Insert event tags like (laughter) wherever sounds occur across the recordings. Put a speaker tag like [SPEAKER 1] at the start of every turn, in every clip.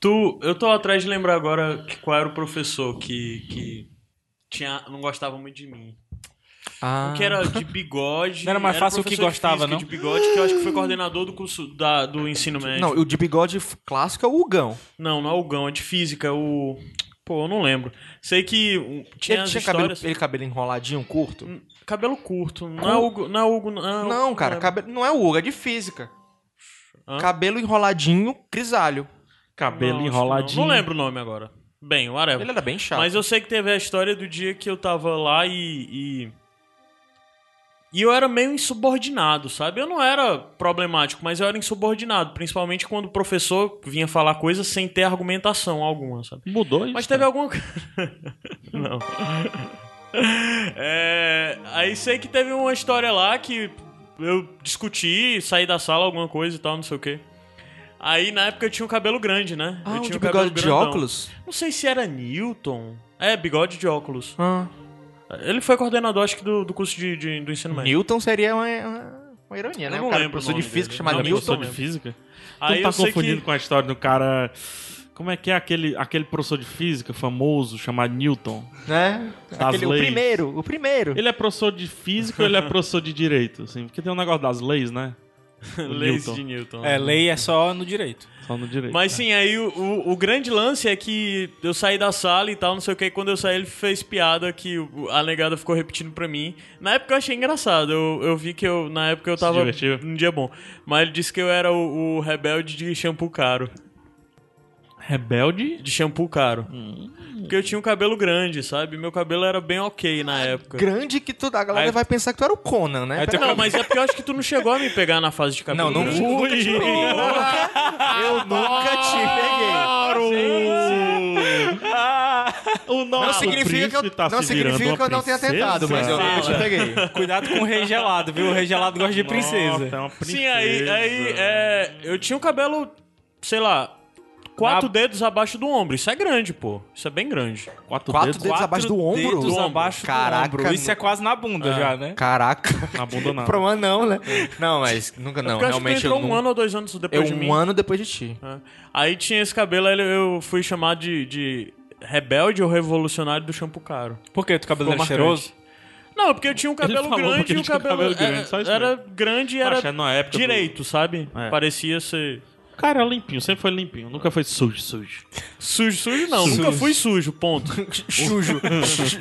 [SPEAKER 1] Tu, eu tô atrás de lembrar agora que qual era o professor que, que tinha, não gostava muito de mim.
[SPEAKER 2] Ah.
[SPEAKER 1] Um que era de bigode.
[SPEAKER 3] Não era mais fácil o que
[SPEAKER 1] professor de
[SPEAKER 3] gostava,
[SPEAKER 1] física
[SPEAKER 3] não?
[SPEAKER 1] De bigode, que eu acho que foi coordenador do curso da, do ensino médio.
[SPEAKER 2] Não,
[SPEAKER 1] Não,
[SPEAKER 2] o de bigode f- clássico é o Hugão.
[SPEAKER 1] não, é o Gão, é de física, é o. Pô, eu não lembro. Sei que um, tinha
[SPEAKER 2] ele
[SPEAKER 1] as
[SPEAKER 2] tinha cabelo,
[SPEAKER 1] histórias.
[SPEAKER 2] ele cabelo enroladinho, curto?
[SPEAKER 1] Cabelo curto, não é Hugo. Não, é Hugo, não,
[SPEAKER 2] não, cara,
[SPEAKER 1] é-
[SPEAKER 2] cabelo, não é o Hugo, é de física.
[SPEAKER 1] Hã?
[SPEAKER 2] Cabelo enroladinho, grisalho.
[SPEAKER 3] Cabelo
[SPEAKER 1] não, acho que
[SPEAKER 3] enroladinho.
[SPEAKER 1] Não. não lembro o nome agora. Bem, whatever.
[SPEAKER 2] Ele era bem chato.
[SPEAKER 1] Mas eu sei que teve a história do dia que eu tava lá e. e... E eu era meio insubordinado, sabe? Eu não era problemático, mas eu era insubordinado, principalmente quando o professor vinha falar coisas sem ter argumentação alguma, sabe?
[SPEAKER 3] Mudou isso.
[SPEAKER 1] Mas
[SPEAKER 2] né?
[SPEAKER 1] teve alguma. co- (laughs) não. É, aí sei que teve uma história lá que eu discuti, saí da sala, alguma coisa e tal, não sei o quê. Aí na época eu tinha um cabelo grande, né?
[SPEAKER 2] ah,
[SPEAKER 1] eu
[SPEAKER 2] o
[SPEAKER 1] tinha
[SPEAKER 2] de
[SPEAKER 1] um cabelo
[SPEAKER 2] bigode de
[SPEAKER 1] grandão.
[SPEAKER 2] óculos?
[SPEAKER 1] Não sei se era Newton. É, bigode de óculos.
[SPEAKER 2] Ah,
[SPEAKER 1] Ele foi coordenador, acho que, do, do curso de, de- do ensino médio.
[SPEAKER 2] Newton seria uma, uma- uma ironia,
[SPEAKER 1] Eu
[SPEAKER 2] né?
[SPEAKER 1] não
[SPEAKER 2] o cara
[SPEAKER 1] lembro
[SPEAKER 2] professor
[SPEAKER 1] o nome
[SPEAKER 2] de física
[SPEAKER 1] dele.
[SPEAKER 2] chamado
[SPEAKER 1] Não,
[SPEAKER 3] Era
[SPEAKER 1] Hamilton
[SPEAKER 3] é professor
[SPEAKER 2] Newton.
[SPEAKER 3] de
[SPEAKER 1] mesmo.
[SPEAKER 3] física?
[SPEAKER 1] Aí
[SPEAKER 3] tu tá
[SPEAKER 1] eu sei
[SPEAKER 3] confundindo
[SPEAKER 1] que...
[SPEAKER 3] com a história do cara. Como é que é aquele, aquele professor de física famoso chamado Newton?
[SPEAKER 2] Né? Aquele, o
[SPEAKER 3] leis.
[SPEAKER 2] primeiro, o primeiro.
[SPEAKER 3] Ele é professor de física ou ele é professor de direito? Assim, porque tem um negócio das leis, (laughs) né? O
[SPEAKER 1] (laughs) Leis
[SPEAKER 3] Newton.
[SPEAKER 1] de Newton.
[SPEAKER 4] É, lei é só no direito.
[SPEAKER 3] Só no direito.
[SPEAKER 1] Mas sim, aí o, o- o grande lance é que eu saí da sala e tal, não sei o que, e quando eu saí ele fez piada que o- a negada ficou repetindo pra mim. Na época eu achei engraçado, eu, eu vi que eu, na época eu tava
[SPEAKER 3] divertiu?
[SPEAKER 1] num dia bom. Mas ele disse que eu era o, o rebelde de shampoo caro,
[SPEAKER 3] Rebelde?
[SPEAKER 1] de shampoo caro.
[SPEAKER 3] Hum.
[SPEAKER 1] Porque eu tinha um cabelo grande, sabe? Meu cabelo era bem ok na época.
[SPEAKER 2] Grande que tu, a galera
[SPEAKER 1] Aí-
[SPEAKER 2] vai pensar que tu era o Conan, né?
[SPEAKER 4] Aí tu-
[SPEAKER 2] Pera-
[SPEAKER 1] Não, mas é porque eu acho que tu não chegou a me pegar na fase de cabelo
[SPEAKER 2] Não, não
[SPEAKER 1] grande.
[SPEAKER 2] nunca te peguei. Eu nunca te peguei.
[SPEAKER 3] Ah, O nosso
[SPEAKER 2] Não significa que eu,
[SPEAKER 3] príncipe tá
[SPEAKER 2] não
[SPEAKER 3] se
[SPEAKER 2] significa
[SPEAKER 3] virando
[SPEAKER 2] que eu não tenha
[SPEAKER 3] uma princesa.
[SPEAKER 2] tentado, mas eu nunca te
[SPEAKER 1] Fala.
[SPEAKER 2] peguei.
[SPEAKER 4] Cuidado com o rei gelado, viu? O rei gelado gosta de princesa.
[SPEAKER 3] Nossa, é uma
[SPEAKER 1] Sim, aí, aí
[SPEAKER 3] princesa.
[SPEAKER 1] é, eu tinha o cabelo, sei lá, quatro dedos abaixo do ombro. Isso é grande, pô. Isso é bem grande.
[SPEAKER 3] Quatro,
[SPEAKER 2] Quatro
[SPEAKER 3] dedos,
[SPEAKER 2] dedos abaixo do ombro?
[SPEAKER 4] Dedos
[SPEAKER 2] Do ombro.
[SPEAKER 4] abaixo
[SPEAKER 2] Caraca, Ah.
[SPEAKER 4] do ombro. Isso é quase na bunda já, né?
[SPEAKER 2] (laughs) Caraca.
[SPEAKER 3] abandonado.
[SPEAKER 2] Problema não, né? Não, mas nunca não.
[SPEAKER 1] Porque eu acho que tu
[SPEAKER 2] Realmente
[SPEAKER 1] entrou
[SPEAKER 2] eu
[SPEAKER 1] um
[SPEAKER 2] não-
[SPEAKER 1] ano ou dois anos
[SPEAKER 2] Eu
[SPEAKER 1] depois de mim.
[SPEAKER 2] um ano depois de ti.
[SPEAKER 1] É. Aí tinha esse cabelo, aí eu fui chamado de, de rebelde ou revolucionário do shampoo caro.
[SPEAKER 4] Por quê? Tu cabelo
[SPEAKER 1] Ficou
[SPEAKER 4] era
[SPEAKER 1] marcante.
[SPEAKER 4] cheiroso?
[SPEAKER 1] Não, porque eu tinha um cabelo
[SPEAKER 3] falou
[SPEAKER 1] grande
[SPEAKER 3] porque
[SPEAKER 1] e
[SPEAKER 3] ele
[SPEAKER 1] o
[SPEAKER 3] tinha um
[SPEAKER 1] cabelo,
[SPEAKER 3] cabelo grande,
[SPEAKER 1] é,
[SPEAKER 3] só isso
[SPEAKER 1] era grande e
[SPEAKER 3] Poxa,
[SPEAKER 1] era
[SPEAKER 3] é na época do-
[SPEAKER 1] direito, sabe?
[SPEAKER 3] É.
[SPEAKER 1] Parecia ser...
[SPEAKER 3] O cara é limpinho, sempre foi limpinho, nunca foi sujo, sujo.
[SPEAKER 1] Sujo, sujo não.
[SPEAKER 4] Sujo.
[SPEAKER 1] Nunca fui sujo, ponto.
[SPEAKER 2] (laughs) Chujo.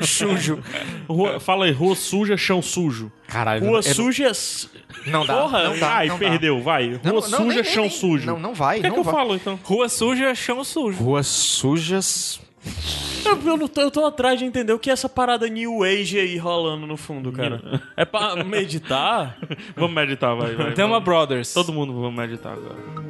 [SPEAKER 2] Chujo.
[SPEAKER 3] Rua- fala aí, rua suja, chão sujo.
[SPEAKER 2] Caralho.
[SPEAKER 3] É
[SPEAKER 1] Rua
[SPEAKER 2] eu não-
[SPEAKER 1] suja... s-
[SPEAKER 2] Não dá.
[SPEAKER 1] Porra,
[SPEAKER 2] não dá,
[SPEAKER 3] Ai,
[SPEAKER 2] Tá, não dá.
[SPEAKER 3] perdeu, vai. Rua
[SPEAKER 2] Não, não,
[SPEAKER 3] suja,
[SPEAKER 2] nem- nem-
[SPEAKER 3] chão
[SPEAKER 2] nem-
[SPEAKER 3] sujo.
[SPEAKER 2] Não, não vai,
[SPEAKER 3] o que é
[SPEAKER 2] não
[SPEAKER 3] que eu
[SPEAKER 2] vai.
[SPEAKER 3] falo, então?
[SPEAKER 4] Rua suja, chão sujo.
[SPEAKER 2] Ruas sujas.
[SPEAKER 1] Eu, eu não tô, eu tô atrás de entender o que é essa parada New Age aí rolando no fundo, cara. É pra
[SPEAKER 2] (laughs)
[SPEAKER 1] meditar?
[SPEAKER 3] Vamos meditar, vai, vai.
[SPEAKER 4] Dama
[SPEAKER 3] vai.
[SPEAKER 4] Brothers.
[SPEAKER 3] Todo mundo vamos meditar agora.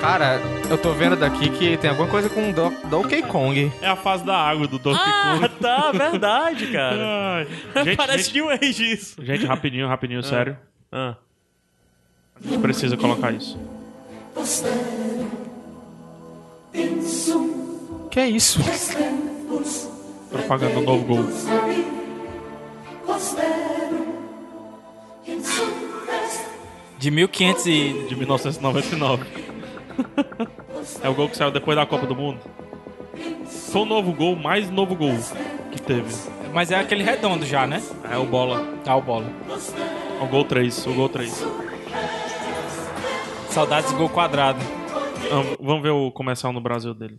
[SPEAKER 2] Cara, eu tô vendo daqui que tem alguma coisa com Do- Donkey Kong.
[SPEAKER 3] É a fase da água do Donkey
[SPEAKER 1] Ah,
[SPEAKER 3] Kong.
[SPEAKER 1] tá, verdade, cara.
[SPEAKER 3] Ai, (laughs)
[SPEAKER 1] (laughs)
[SPEAKER 3] gente,
[SPEAKER 1] Parece
[SPEAKER 3] gente,
[SPEAKER 1] New Age isso.
[SPEAKER 3] gente, rapidinho, rapidinho, sério.
[SPEAKER 1] Ah.
[SPEAKER 3] A gente precisa colocar isso.
[SPEAKER 2] Que é isso?
[SPEAKER 3] Propaganda do novo gol.
[SPEAKER 4] De 1500 e...
[SPEAKER 3] De 1999. (laughs) é o gol que saiu depois da Copa do Mundo. Foi o novo gol, mais novo gol que teve.
[SPEAKER 4] Mas é aquele redondo já, né?
[SPEAKER 3] É o bola.
[SPEAKER 4] Ah, o bola.
[SPEAKER 3] O gol 3, o gol 3.
[SPEAKER 4] Saudades do gol quadrado.
[SPEAKER 3] Vamos ver o comercial no Brasil dele.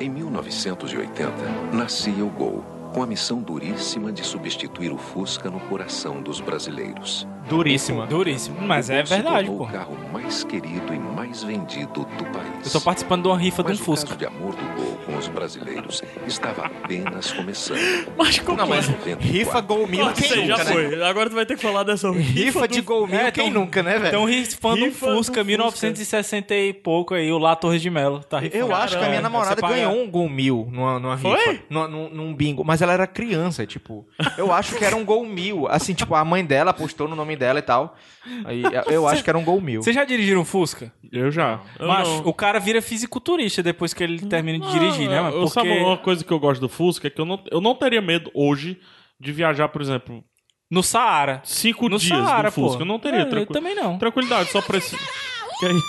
[SPEAKER 5] Em 1980, nascia o Gol, com a missão duríssima de substituir o Fusca no coração dos brasileiros.
[SPEAKER 2] Duríssima.
[SPEAKER 4] Duríssimo. Mas
[SPEAKER 5] O
[SPEAKER 4] é
[SPEAKER 5] Gol se
[SPEAKER 4] verdade,
[SPEAKER 5] tornou
[SPEAKER 4] pô.
[SPEAKER 5] o carro mais querido e mais vendido do país.
[SPEAKER 4] Eu tô participando de uma rifa de um
[SPEAKER 5] Mas o
[SPEAKER 4] Fusca.
[SPEAKER 5] caso de amor do Gol com os brasileiros estava
[SPEAKER 4] (laughs)
[SPEAKER 5] apenas começando.
[SPEAKER 1] Mas como
[SPEAKER 2] Não,
[SPEAKER 1] que
[SPEAKER 2] mas
[SPEAKER 1] é?
[SPEAKER 2] rifa Gol Mil,
[SPEAKER 1] Nossa,
[SPEAKER 2] quem
[SPEAKER 1] já
[SPEAKER 2] nunca, né?
[SPEAKER 1] foi. Agora tu vai ter que falar
[SPEAKER 2] (laughs)
[SPEAKER 1] dessa
[SPEAKER 2] Rifa de Gol Mil,
[SPEAKER 4] É,
[SPEAKER 2] quem
[SPEAKER 4] tão-
[SPEAKER 2] nunca, né, velho?
[SPEAKER 4] Estão rifando um
[SPEAKER 1] Rifa do
[SPEAKER 4] Fusca
[SPEAKER 1] Fusca.
[SPEAKER 4] 1960 e pouco aí, o Lá Torres de Melo. Tá rifando.
[SPEAKER 2] Eu acho que a minha namorada ganhou um gol mil numa, numa rifa.
[SPEAKER 1] Foi?
[SPEAKER 2] Numa- num, num bingo. Mas ela era criança, tipo. Eu acho que era um gol mil. Assim, tipo, a mãe dela postou no nome dela e tal. Aí, eu acho que era um gol mil.
[SPEAKER 4] Vocês já dirigiram um Fusca?
[SPEAKER 3] Eu já.
[SPEAKER 1] Eu
[SPEAKER 4] Macho,
[SPEAKER 1] não.
[SPEAKER 4] o cara vira fisiculturista depois que ele termina de dirigir, né, mano?
[SPEAKER 3] Eu sabe uma coisa que eu gosto do Fusca é que eu não, eu não teria medo hoje de viajar, por exemplo,
[SPEAKER 4] No Saara.
[SPEAKER 3] Cinco
[SPEAKER 4] No
[SPEAKER 3] dias
[SPEAKER 4] Saara,
[SPEAKER 3] no Fusca.
[SPEAKER 4] pô.
[SPEAKER 3] Eu não teria
[SPEAKER 4] É, eu
[SPEAKER 3] tranqui-
[SPEAKER 4] também não.
[SPEAKER 3] Tranquilidade, só pra esse... Que aí?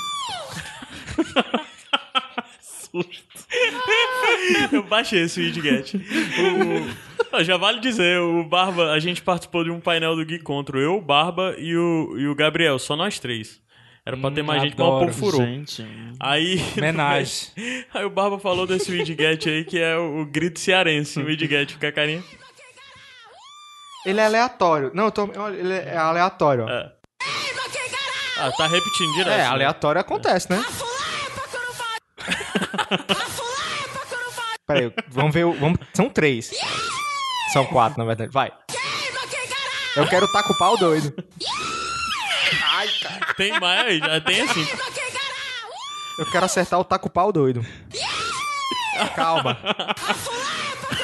[SPEAKER 1] Eu baixei esse widget. O- o- Já vale dizer, o Barba, a gente participou de um painel do Geek Contra. Eu, o Barba e o, e o Gabriel, só nós três. Era pra ter mais gente, mas o
[SPEAKER 4] adoro.
[SPEAKER 1] povo furou.
[SPEAKER 3] Hum, Gente,
[SPEAKER 1] Aí.
[SPEAKER 4] Homenagem.
[SPEAKER 1] Aí o Barba falou desse widget aí que é o, o grito cearense. O widget fica a carinha.
[SPEAKER 2] Ele é aleatório. Não, eu tô... olha, ele é aleatório. ó.
[SPEAKER 1] É. Ah, tá repetindo direto.
[SPEAKER 2] É,
[SPEAKER 1] né?
[SPEAKER 2] aleatório acontece, né? (laughs) Peraí, vamos ver. o- Vamos... São três. São quatro, na verdade. Vai. Eu quero taco pau doido.
[SPEAKER 1] Tem mais aí, já tem assim.
[SPEAKER 2] Eu quero acertar o taco pau doido. Calma.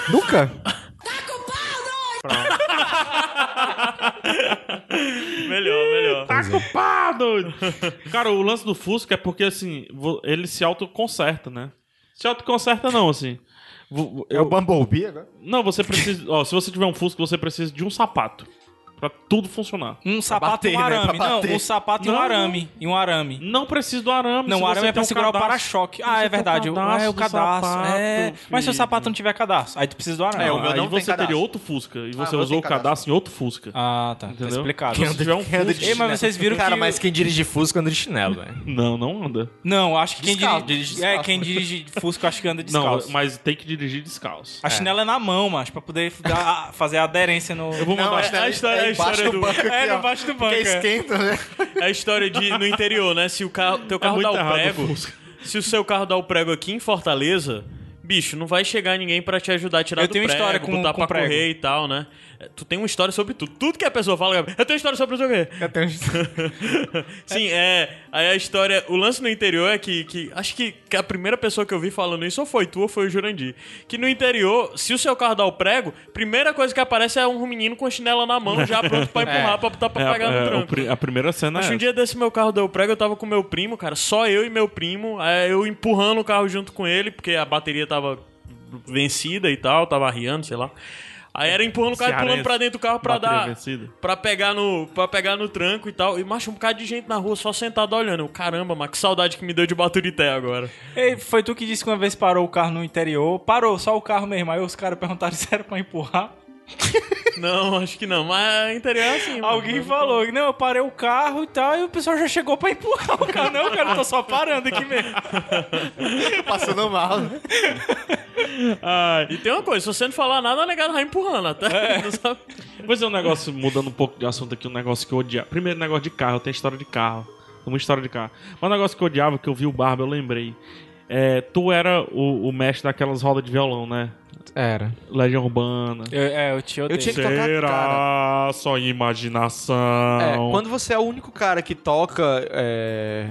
[SPEAKER 2] Nunca?
[SPEAKER 1] Melhor, melhor.
[SPEAKER 3] Pá, doido! Cara, o lance do Fusca é porque, assim, vo- ele se autoconserta, né? Se autoconserta não, assim. Vo- vo-
[SPEAKER 2] É o Bumblebee agora?
[SPEAKER 3] Não, você precisa... Ó, se você tiver um Fusca, você precisa de um sapato. Pra tudo funcionar.
[SPEAKER 4] Um sapato
[SPEAKER 2] bater,
[SPEAKER 4] e um
[SPEAKER 2] né? Pra
[SPEAKER 4] arame. Não,
[SPEAKER 2] bater.
[SPEAKER 4] um sapato e um
[SPEAKER 3] Não.
[SPEAKER 4] arame. E um arame.
[SPEAKER 3] Não precisa do arame.
[SPEAKER 4] Não,
[SPEAKER 3] se
[SPEAKER 4] o arame
[SPEAKER 3] você
[SPEAKER 4] é pra
[SPEAKER 3] tem um
[SPEAKER 4] segurar o
[SPEAKER 3] cadastro.
[SPEAKER 4] para-choque.
[SPEAKER 3] você
[SPEAKER 4] Ah, é
[SPEAKER 3] tem um
[SPEAKER 4] verdade.
[SPEAKER 3] cadastro
[SPEAKER 4] é o
[SPEAKER 3] do
[SPEAKER 4] cadastro.
[SPEAKER 3] sapato,
[SPEAKER 4] é. Mas se o
[SPEAKER 3] filho.
[SPEAKER 4] sapato não tiver cadastro, aí tu precisa do arame.
[SPEAKER 2] É, o meu
[SPEAKER 3] Aí
[SPEAKER 2] não tem
[SPEAKER 3] você
[SPEAKER 2] cadastro.
[SPEAKER 3] teria outro Fusca. E você
[SPEAKER 2] meu
[SPEAKER 3] usou
[SPEAKER 2] tem
[SPEAKER 3] o cadastro em outro Fusca.
[SPEAKER 4] Ah, tá.
[SPEAKER 3] Entendeu?
[SPEAKER 4] Tá explicado.
[SPEAKER 3] Se tiver um Fusca...
[SPEAKER 4] Ei, mas vocês viram
[SPEAKER 2] Cara,
[SPEAKER 4] que-
[SPEAKER 2] mas quem dirige Fusca anda de chinelo, velho.
[SPEAKER 3] Não, não anda.
[SPEAKER 4] Não, acho que quem
[SPEAKER 2] Descalço,
[SPEAKER 4] dirige.
[SPEAKER 2] dirige
[SPEAKER 4] é,
[SPEAKER 2] descalço.
[SPEAKER 4] quem dirige Fusca, eu acho que anda descalço.
[SPEAKER 3] Não, mas tem que dirigir descalço.
[SPEAKER 4] A chinela é na mão, mas pra poder dar- fazer a aderência no.
[SPEAKER 3] Eu vou mandar...
[SPEAKER 1] é- a história- a história do-
[SPEAKER 2] banco
[SPEAKER 4] É,
[SPEAKER 2] ó.
[SPEAKER 4] debaixo do
[SPEAKER 2] Porque
[SPEAKER 4] banco, é.
[SPEAKER 2] esquenta, né?
[SPEAKER 1] (laughs) É a história de no interior, né? Se o carro, teu
[SPEAKER 3] É
[SPEAKER 1] carro
[SPEAKER 3] muito
[SPEAKER 1] dá o
[SPEAKER 3] errado o
[SPEAKER 1] prego,
[SPEAKER 3] Fusca.
[SPEAKER 1] se o seu carro dá o prego aqui em Fortaleza, bicho, não vai chegar ninguém pra te ajudar a tirar
[SPEAKER 4] Eu
[SPEAKER 1] do
[SPEAKER 4] tenho
[SPEAKER 1] prego,
[SPEAKER 4] história com-
[SPEAKER 1] botar
[SPEAKER 4] com
[SPEAKER 1] pra
[SPEAKER 4] prego.
[SPEAKER 1] correr e tal, né? É, Tu tem uma história sobre tudo. Tudo que a pessoa fala, Gabriel, eu tenho história sobre isso aqui.
[SPEAKER 2] Eu tenho um-
[SPEAKER 1] (laughs) Sim, é. Aí a história. O lance no interior é que. que acho que que a primeira pessoa que eu vi falando isso ou foi tu ou foi o Jurandir. Que no interior, se o seu carro dá o prego, primeira coisa que aparece é um menino com a chinela na mão, já pronto pra empurrar, pra botar pra
[SPEAKER 3] É,
[SPEAKER 1] pegar
[SPEAKER 3] é,
[SPEAKER 1] no
[SPEAKER 3] o
[SPEAKER 1] tranco.
[SPEAKER 3] pri- a primeira cena
[SPEAKER 1] Acho
[SPEAKER 3] é
[SPEAKER 1] que um dia desse meu carro deu prego, eu tava com meu primo, cara, só eu e meu primo, aí eu empurrando o carro junto com ele, porque a bateria tava vencida e tal, tava arriando, sei lá. Aí era empurrando o carro e pulando
[SPEAKER 3] Cearense.
[SPEAKER 1] pra dentro do carro pra
[SPEAKER 3] Bateria
[SPEAKER 1] dar.
[SPEAKER 3] vencida.
[SPEAKER 1] Pra pegar, no, pra pegar no tranco e tal. E macho, um bocado de gente na rua só sentada olhando. Eu, caramba, mas que saudade que me deu de Baturité agora. (laughs)
[SPEAKER 4] Ei, foi tu que disse que uma vez parou o carro no interior. Parou só o carro mesmo. Aí os caras perguntaram se era pra empurrar.
[SPEAKER 1] Não, acho que não, mas interior é assim. mano.
[SPEAKER 4] Alguém falou, não, eu parei o carro e tal, e o pessoal já chegou pra empurrar o carro. (laughs) Não, cara, eu tô só parando aqui mesmo.
[SPEAKER 2] Passando mal, né?
[SPEAKER 3] Ai,
[SPEAKER 1] E tem uma coisa, se você não falar nada, a negada vai empurrando
[SPEAKER 3] É.
[SPEAKER 1] até. (laughs) não sabe?
[SPEAKER 3] Pois é, um negócio, mudando um pouco de assunto aqui, um negócio que eu odiava. Primeiro, negócio de carro, tem história de carro. Tem uma história de carro. Mas um negócio que eu odiava, que eu vi o Barba, eu lembrei. É, tu era o, o mestre daquelas rodas de violão, né?
[SPEAKER 2] Era.
[SPEAKER 3] Legião Urbana.
[SPEAKER 4] é, eu te odeio.
[SPEAKER 2] Eu tinha que tocar, cara.
[SPEAKER 3] Será só imaginação?
[SPEAKER 2] É, quando você é o único cara que toca é,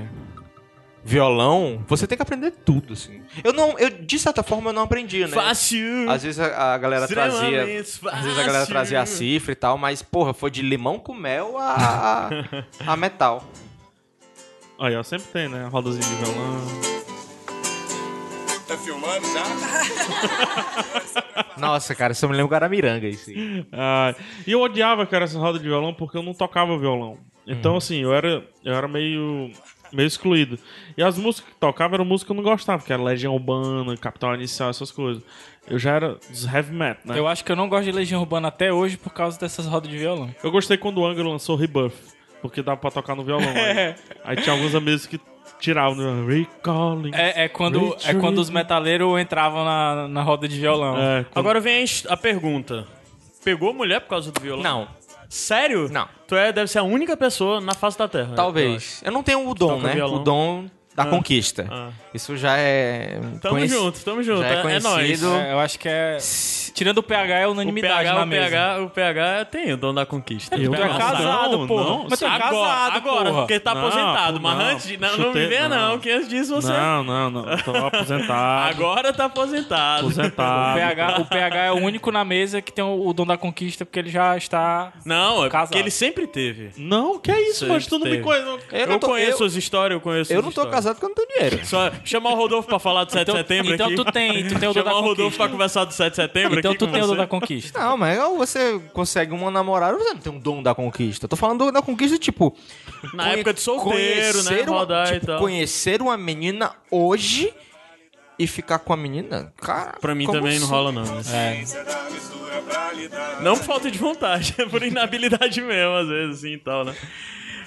[SPEAKER 2] violão, você tem que aprender tudo, assim. Eu não, eu de certa forma eu não aprendia, né?
[SPEAKER 1] Fácil.
[SPEAKER 2] Às vezes a, a galera trazia,
[SPEAKER 1] extremamente fácil.
[SPEAKER 2] às vezes a galera trazia a cifra e tal, mas porra, foi de limão com mel a, a, a metal.
[SPEAKER 3] Aí, ó, sempre tem, né? Rodazinha de violão.
[SPEAKER 6] Tá filmando já?
[SPEAKER 2] Nossa, cara, isso eu me lembro Garamiranga isso. aí.
[SPEAKER 3] Ai, e eu odiava, cara, essas rodas de violão porque eu não tocava violão. Então, assim, eu era, eu era meio, meio excluído. E as músicas que tocava eram músicas que eu não gostava, que era Legião Urbana, Capital Inicial, essas coisas. Eu já era dos heavy metal, né? Eu,
[SPEAKER 4] Eu acho que eu não gosto de Legião Urbana até hoje por causa dessas rodas de violão.
[SPEAKER 3] gostei quando o Angra lançou Rebuff, porque dava pra tocar no violão. aí, aí tinha alguns amigos que tiravam, né? Recalling.
[SPEAKER 4] É, é quando, é quando os metaleiros entravam na, na roda de violão.
[SPEAKER 3] É, quando-
[SPEAKER 1] Agora vem a his- a pergunta. Pegou mulher por causa do violão?
[SPEAKER 2] Não,
[SPEAKER 1] Sério?
[SPEAKER 2] Não.
[SPEAKER 1] Tu é, deve ser a única pessoa na face da Terra.
[SPEAKER 2] talvez. Eu não tenho o dom,
[SPEAKER 1] Toca
[SPEAKER 2] né?
[SPEAKER 1] violão.
[SPEAKER 2] O dom da conquista.
[SPEAKER 1] ah.
[SPEAKER 2] Isso já é
[SPEAKER 1] Tamo
[SPEAKER 2] conhec-
[SPEAKER 1] junto, tamo junto.
[SPEAKER 2] já
[SPEAKER 1] É,
[SPEAKER 2] é
[SPEAKER 1] é nóis.
[SPEAKER 2] conhecido.
[SPEAKER 4] É, eu acho que é. Tirando o PH, é
[SPEAKER 1] O
[SPEAKER 4] unanimidade
[SPEAKER 1] PH,
[SPEAKER 4] na
[SPEAKER 1] o,
[SPEAKER 4] mesa.
[SPEAKER 1] PH, o PH tem o dono da conquista.
[SPEAKER 3] Eu
[SPEAKER 1] O
[SPEAKER 4] Tu
[SPEAKER 1] PH
[SPEAKER 4] é
[SPEAKER 3] Não,
[SPEAKER 4] casado,
[SPEAKER 3] não,
[SPEAKER 4] porra.
[SPEAKER 3] não.
[SPEAKER 4] Mas tu é
[SPEAKER 1] Agora,
[SPEAKER 4] casado,
[SPEAKER 1] agora
[SPEAKER 4] porra.
[SPEAKER 1] porque tá
[SPEAKER 3] Não,
[SPEAKER 1] aposentado.
[SPEAKER 3] pô,
[SPEAKER 1] mas
[SPEAKER 3] não.
[SPEAKER 1] antes, não, não me
[SPEAKER 3] Chutei-
[SPEAKER 1] vê não,
[SPEAKER 3] não.
[SPEAKER 1] que antes disso você...
[SPEAKER 3] Não, não,
[SPEAKER 1] (laughs)
[SPEAKER 3] não. Tô aposentado.
[SPEAKER 1] Agora tá aposentado.
[SPEAKER 4] O
[SPEAKER 3] Aposentado.
[SPEAKER 4] PH, o PH é o único na mesa que tem o, o dom da conquista, porque ele já está.
[SPEAKER 1] Não, é
[SPEAKER 4] Casado.
[SPEAKER 1] porque ele sempre teve.
[SPEAKER 3] Não, que é isso,
[SPEAKER 1] Sempre
[SPEAKER 3] mano? Tu não me
[SPEAKER 1] teve.
[SPEAKER 3] conhece.
[SPEAKER 2] Eu
[SPEAKER 1] Eu,
[SPEAKER 2] não tô-
[SPEAKER 1] conheço
[SPEAKER 2] eu-
[SPEAKER 1] as histórias, eu conheço
[SPEAKER 2] Eu
[SPEAKER 1] as
[SPEAKER 2] não tô
[SPEAKER 1] histórias.
[SPEAKER 2] casado porque eu não tenho dinheiro.
[SPEAKER 1] Só, Chamar o Rodolfo pra falar do 7
[SPEAKER 4] Então-
[SPEAKER 1] de setembro
[SPEAKER 4] então
[SPEAKER 1] aqui.
[SPEAKER 4] tu tem- tu tem o Dudu
[SPEAKER 1] Chamar
[SPEAKER 4] da
[SPEAKER 1] o Rodolfo
[SPEAKER 4] Conquista.
[SPEAKER 1] pra conversar do 7 de setembro
[SPEAKER 4] Então
[SPEAKER 1] aqui
[SPEAKER 4] tu
[SPEAKER 1] com
[SPEAKER 4] tem o
[SPEAKER 1] você.
[SPEAKER 4] dom da conquista.
[SPEAKER 2] Não, mas ou você consegue uma namorada, você não tem um dom da conquista. Eu tô falando da conquista, tipo.
[SPEAKER 1] Na
[SPEAKER 2] conhe-
[SPEAKER 1] época de solteiro, né?
[SPEAKER 2] conhecer uma-
[SPEAKER 1] Rodar e
[SPEAKER 2] tipo,
[SPEAKER 1] tal.
[SPEAKER 2] Conhecer uma menina hoje e ficar com a menina, cara.
[SPEAKER 1] Pra mim
[SPEAKER 2] como
[SPEAKER 1] também não
[SPEAKER 2] assim?
[SPEAKER 1] rola, não. né? Não por falta de vontade, (laughs) é por inabilidade mesmo, às vezes, assim e tal, né?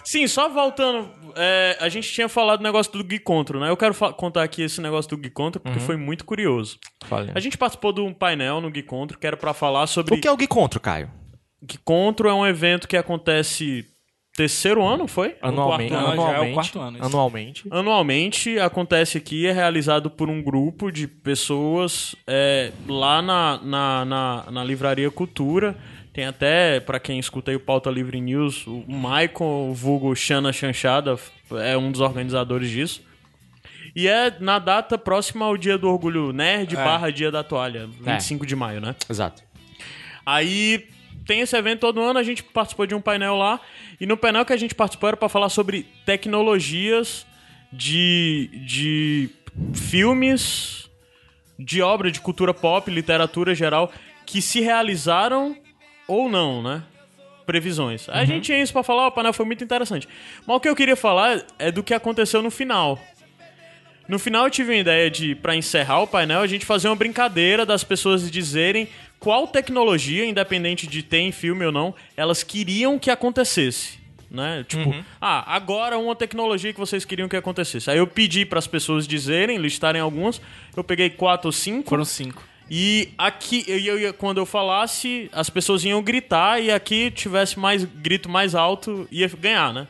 [SPEAKER 1] Sim, só voltando, é, a gente tinha falado do negócio do Gui Contro, né? Eu quero fa- contar aqui esse negócio do Gui Contro, porque
[SPEAKER 2] Uhum.
[SPEAKER 1] foi muito curioso.
[SPEAKER 2] Fale.
[SPEAKER 1] A gente participou de um painel no Gui Contro, que era pra falar sobre...
[SPEAKER 2] O que é o Gui Contro, Caio?
[SPEAKER 1] Que Contro é um evento que acontece terceiro ano, foi?
[SPEAKER 2] Anualmente.
[SPEAKER 1] Ou quarto ano?
[SPEAKER 4] já é o
[SPEAKER 2] anualmente
[SPEAKER 4] quarto ano, isso.
[SPEAKER 2] Anualmente.
[SPEAKER 1] Anualmente acontece aqui, é realizado por um grupo de pessoas é, lá na, na, na, na Livraria Cultura. Tem até, pra quem escuta aí o Pauta Livre News, o Michael, o vulgo Xana Chanchada, é um dos organizadores disso. E é na data próxima ao Dia do Orgulho Nerd barra Dia da Toalha, 25 de maio, né?
[SPEAKER 2] Exato.
[SPEAKER 1] Aí tem esse evento todo ano, a gente participou de um painel lá, e no painel que a gente participou era pra falar sobre tecnologias de, de filmes, de obra de cultura pop, literatura geral, que se realizaram ou não, né? Previsões. A gente tinha isso pra falar, ó, o painel foi muito interessante. Mas o que eu queria falar é do que aconteceu no final. No final eu tive uma ideia de, pra encerrar o painel, a gente fazer uma brincadeira das pessoas dizerem qual tecnologia, independente de ter em filme ou não, elas queriam que acontecesse. Né? Tipo, ah, agora uma tecnologia que vocês queriam que acontecesse. Aí eu pedi pras pessoas dizerem, listarem algumas. Eu peguei quatro ou cinco.
[SPEAKER 4] Foram cinco.
[SPEAKER 1] E aqui, eu, eu, ia- quando eu falasse, as pessoas iam gritar e aqui tivesse mais grito mais alto, ia ganhar, né?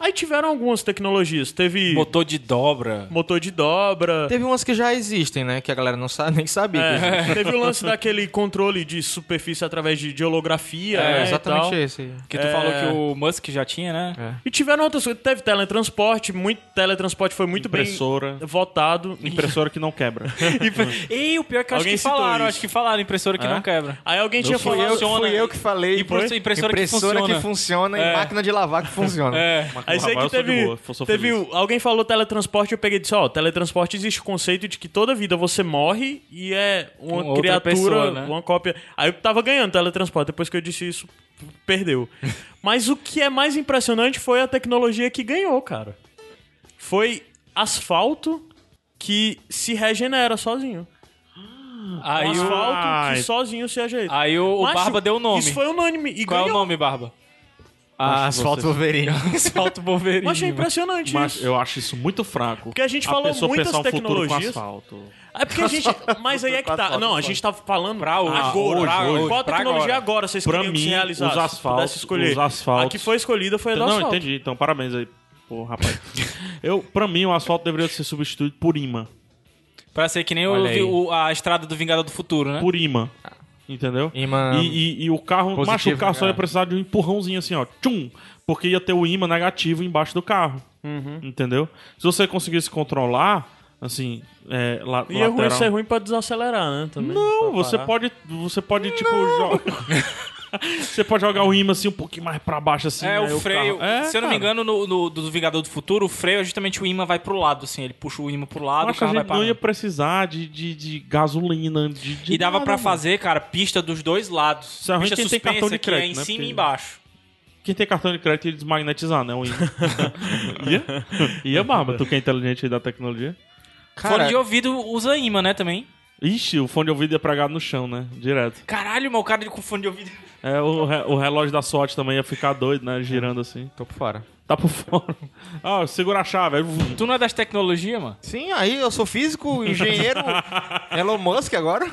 [SPEAKER 1] Aí tiveram algumas tecnologias. Teve
[SPEAKER 4] Motor de dobra.
[SPEAKER 1] motor de dobra.
[SPEAKER 2] Teve umas que já existem, né? Que a galera não sabe, (laughs) nem sabia. que existia.
[SPEAKER 1] é, teve o lance daquele controle de superfície através de, de holografia.
[SPEAKER 2] É,
[SPEAKER 1] né, e
[SPEAKER 2] exatamente
[SPEAKER 1] tal.
[SPEAKER 2] esse. aí.
[SPEAKER 4] Que tu
[SPEAKER 1] É.
[SPEAKER 4] falou que o Musk já tinha, né?
[SPEAKER 1] E tiveram outras coisas. Teve teletransporte, muito teletransporte foi muito
[SPEAKER 3] Impressora.
[SPEAKER 1] bem votado.
[SPEAKER 2] Então,
[SPEAKER 3] Impressora que não quebra.
[SPEAKER 4] E o pior é que eu acho
[SPEAKER 1] Alguém
[SPEAKER 4] que
[SPEAKER 1] citou
[SPEAKER 4] falaram,
[SPEAKER 1] isso.
[SPEAKER 4] acho que falaram, impressora que não quebra.
[SPEAKER 1] Aí alguém tinha
[SPEAKER 2] Fui eu,
[SPEAKER 1] falado.
[SPEAKER 4] funciona.
[SPEAKER 2] fui eu que falei.
[SPEAKER 4] Impre-
[SPEAKER 2] Foi?
[SPEAKER 4] impressora que
[SPEAKER 2] que
[SPEAKER 4] funciona.
[SPEAKER 2] funciona É. e máquina de lavar que funciona.
[SPEAKER 4] É.
[SPEAKER 1] (laughs) Aí sei
[SPEAKER 3] Lavar,
[SPEAKER 1] que
[SPEAKER 3] eu sou de
[SPEAKER 1] teve.
[SPEAKER 3] boa, sou feliz.
[SPEAKER 1] teve o- alguém falou teletransporte, eu peguei e disse: Ó, teletransporte existe o conceito de que toda vida você morre e é uma
[SPEAKER 4] Uma outra
[SPEAKER 1] criatura,
[SPEAKER 4] pessoa, né?
[SPEAKER 1] uma cópia. Aí eu tava ganhando teletransporte, depois que eu disse isso,
[SPEAKER 4] (laughs)
[SPEAKER 1] perdeu. Mas o que é mais impressionante foi a tecnologia que ganhou, cara. Foi asfalto que se regenera sozinho.
[SPEAKER 4] Aí
[SPEAKER 1] um
[SPEAKER 4] o,
[SPEAKER 1] asfalto que
[SPEAKER 3] Ai.
[SPEAKER 1] sozinho se ajeita.
[SPEAKER 4] aí o, o
[SPEAKER 1] Macho,
[SPEAKER 4] Barba deu o nome.
[SPEAKER 1] Isso foi unânime. E
[SPEAKER 4] Qual é o
[SPEAKER 1] ganhou.
[SPEAKER 4] nome, Barba?
[SPEAKER 2] Ah,
[SPEAKER 4] (laughs)
[SPEAKER 2] asfalto Wolverine.
[SPEAKER 4] Asfalto Wolverine.
[SPEAKER 1] Eu achei é impressionante
[SPEAKER 3] Mas
[SPEAKER 1] isso.
[SPEAKER 3] eu acho isso muito fraco. Porque
[SPEAKER 1] um a gente falou
[SPEAKER 3] pessoa
[SPEAKER 1] muitas
[SPEAKER 3] pensar um futuro com
[SPEAKER 1] tecnologias.
[SPEAKER 3] asfalto.
[SPEAKER 1] É porque a gente. Mas aí é que tá. Não, a gente tá falando pra
[SPEAKER 4] hoje,
[SPEAKER 1] agora.
[SPEAKER 4] pra hoje,
[SPEAKER 1] Qual a
[SPEAKER 4] pra
[SPEAKER 1] tecnologia agora,
[SPEAKER 4] agora?
[SPEAKER 1] vocês
[SPEAKER 3] Pra
[SPEAKER 1] queriam que se
[SPEAKER 3] mim,
[SPEAKER 1] realizasse?
[SPEAKER 3] os asfaltos,
[SPEAKER 1] pudesse escolher.
[SPEAKER 3] os asfaltos.
[SPEAKER 1] A que foi escolhida foi a É do
[SPEAKER 3] Não,
[SPEAKER 1] asfalto.
[SPEAKER 3] entendi. Então, parabéns aí. Pô, rapaz. eu, pra mim, o asfalto deveria ser substituído por imã.
[SPEAKER 4] Pra ser que nem
[SPEAKER 2] Olha aí.
[SPEAKER 4] o, o- a estrada do Vingador do Futuro, né?
[SPEAKER 3] Por imã. Entendeu?
[SPEAKER 2] Imã
[SPEAKER 3] E, e- e o carro,
[SPEAKER 2] positivo,
[SPEAKER 3] macho, o carro só
[SPEAKER 2] né?
[SPEAKER 3] ia precisar de um empurrãozinho assim, ó. Tchum! Porque ia ter o imã negativo embaixo do carro.
[SPEAKER 2] Uhum.
[SPEAKER 3] Entendeu? Se você conseguisse controlar, assim, é, la,
[SPEAKER 1] E é ruim
[SPEAKER 3] lateral-
[SPEAKER 1] ser ruim pra desacelerar, né? Também,
[SPEAKER 3] Não,
[SPEAKER 1] pra
[SPEAKER 3] você
[SPEAKER 1] parar.
[SPEAKER 3] pode, você pode tipo jogar. (laughs) você pode jogar o imã assim um pouquinho mais pra baixo assim.
[SPEAKER 4] É,
[SPEAKER 3] aí
[SPEAKER 4] o freio.
[SPEAKER 3] carro- É,
[SPEAKER 4] se eu não
[SPEAKER 3] cara.
[SPEAKER 4] me engano, no, no- do Vingador do Futuro, o freio é justamente o imã vai pro lado, assim. Ele puxa o imã pro lado,
[SPEAKER 3] Mas
[SPEAKER 4] o
[SPEAKER 3] a
[SPEAKER 4] carro vai
[SPEAKER 3] gente não
[SPEAKER 4] parando.
[SPEAKER 3] ia precisar de, de, de gasolina, de, de
[SPEAKER 4] E dava
[SPEAKER 3] nada,
[SPEAKER 4] pra
[SPEAKER 3] mano.
[SPEAKER 4] fazer, cara, pista dos dois lados.
[SPEAKER 3] é ruim
[SPEAKER 4] Pista
[SPEAKER 3] quem tem
[SPEAKER 4] suspensa,
[SPEAKER 3] cartão de
[SPEAKER 4] que é
[SPEAKER 3] crédito,
[SPEAKER 4] em
[SPEAKER 3] né?
[SPEAKER 4] cima e
[SPEAKER 3] Porque-
[SPEAKER 4] embaixo.
[SPEAKER 3] Quem tem cartão de crédito ia desmagnetizar, né? O imã. ia? Ia, Barba. Tu que é inteligente aí da tecnologia.
[SPEAKER 2] Cara,
[SPEAKER 4] Fone de ouvido usa imã, né, também.
[SPEAKER 3] Ixi, o fone de ouvido ia pregado no chão, né? Direto.
[SPEAKER 4] Caralho, meu cara com fone de ouvido.
[SPEAKER 3] É, o, re- o relógio da sorte também ia ficar doido, né? Girando assim.
[SPEAKER 2] tô por fora.
[SPEAKER 3] Tá por fora. (laughs) Ah, segura a chave. aí, vum.
[SPEAKER 4] Tu não é das tecnologias, mano?
[SPEAKER 2] Sim, aí eu sou físico, engenheiro, Elon Musk agora.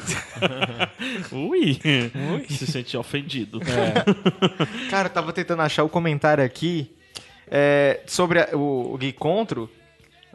[SPEAKER 3] Ui. Se sentir ofendido.
[SPEAKER 2] Cara, eu tava tentando achar o comentário aqui é, sobre a- o, o Gui Contro.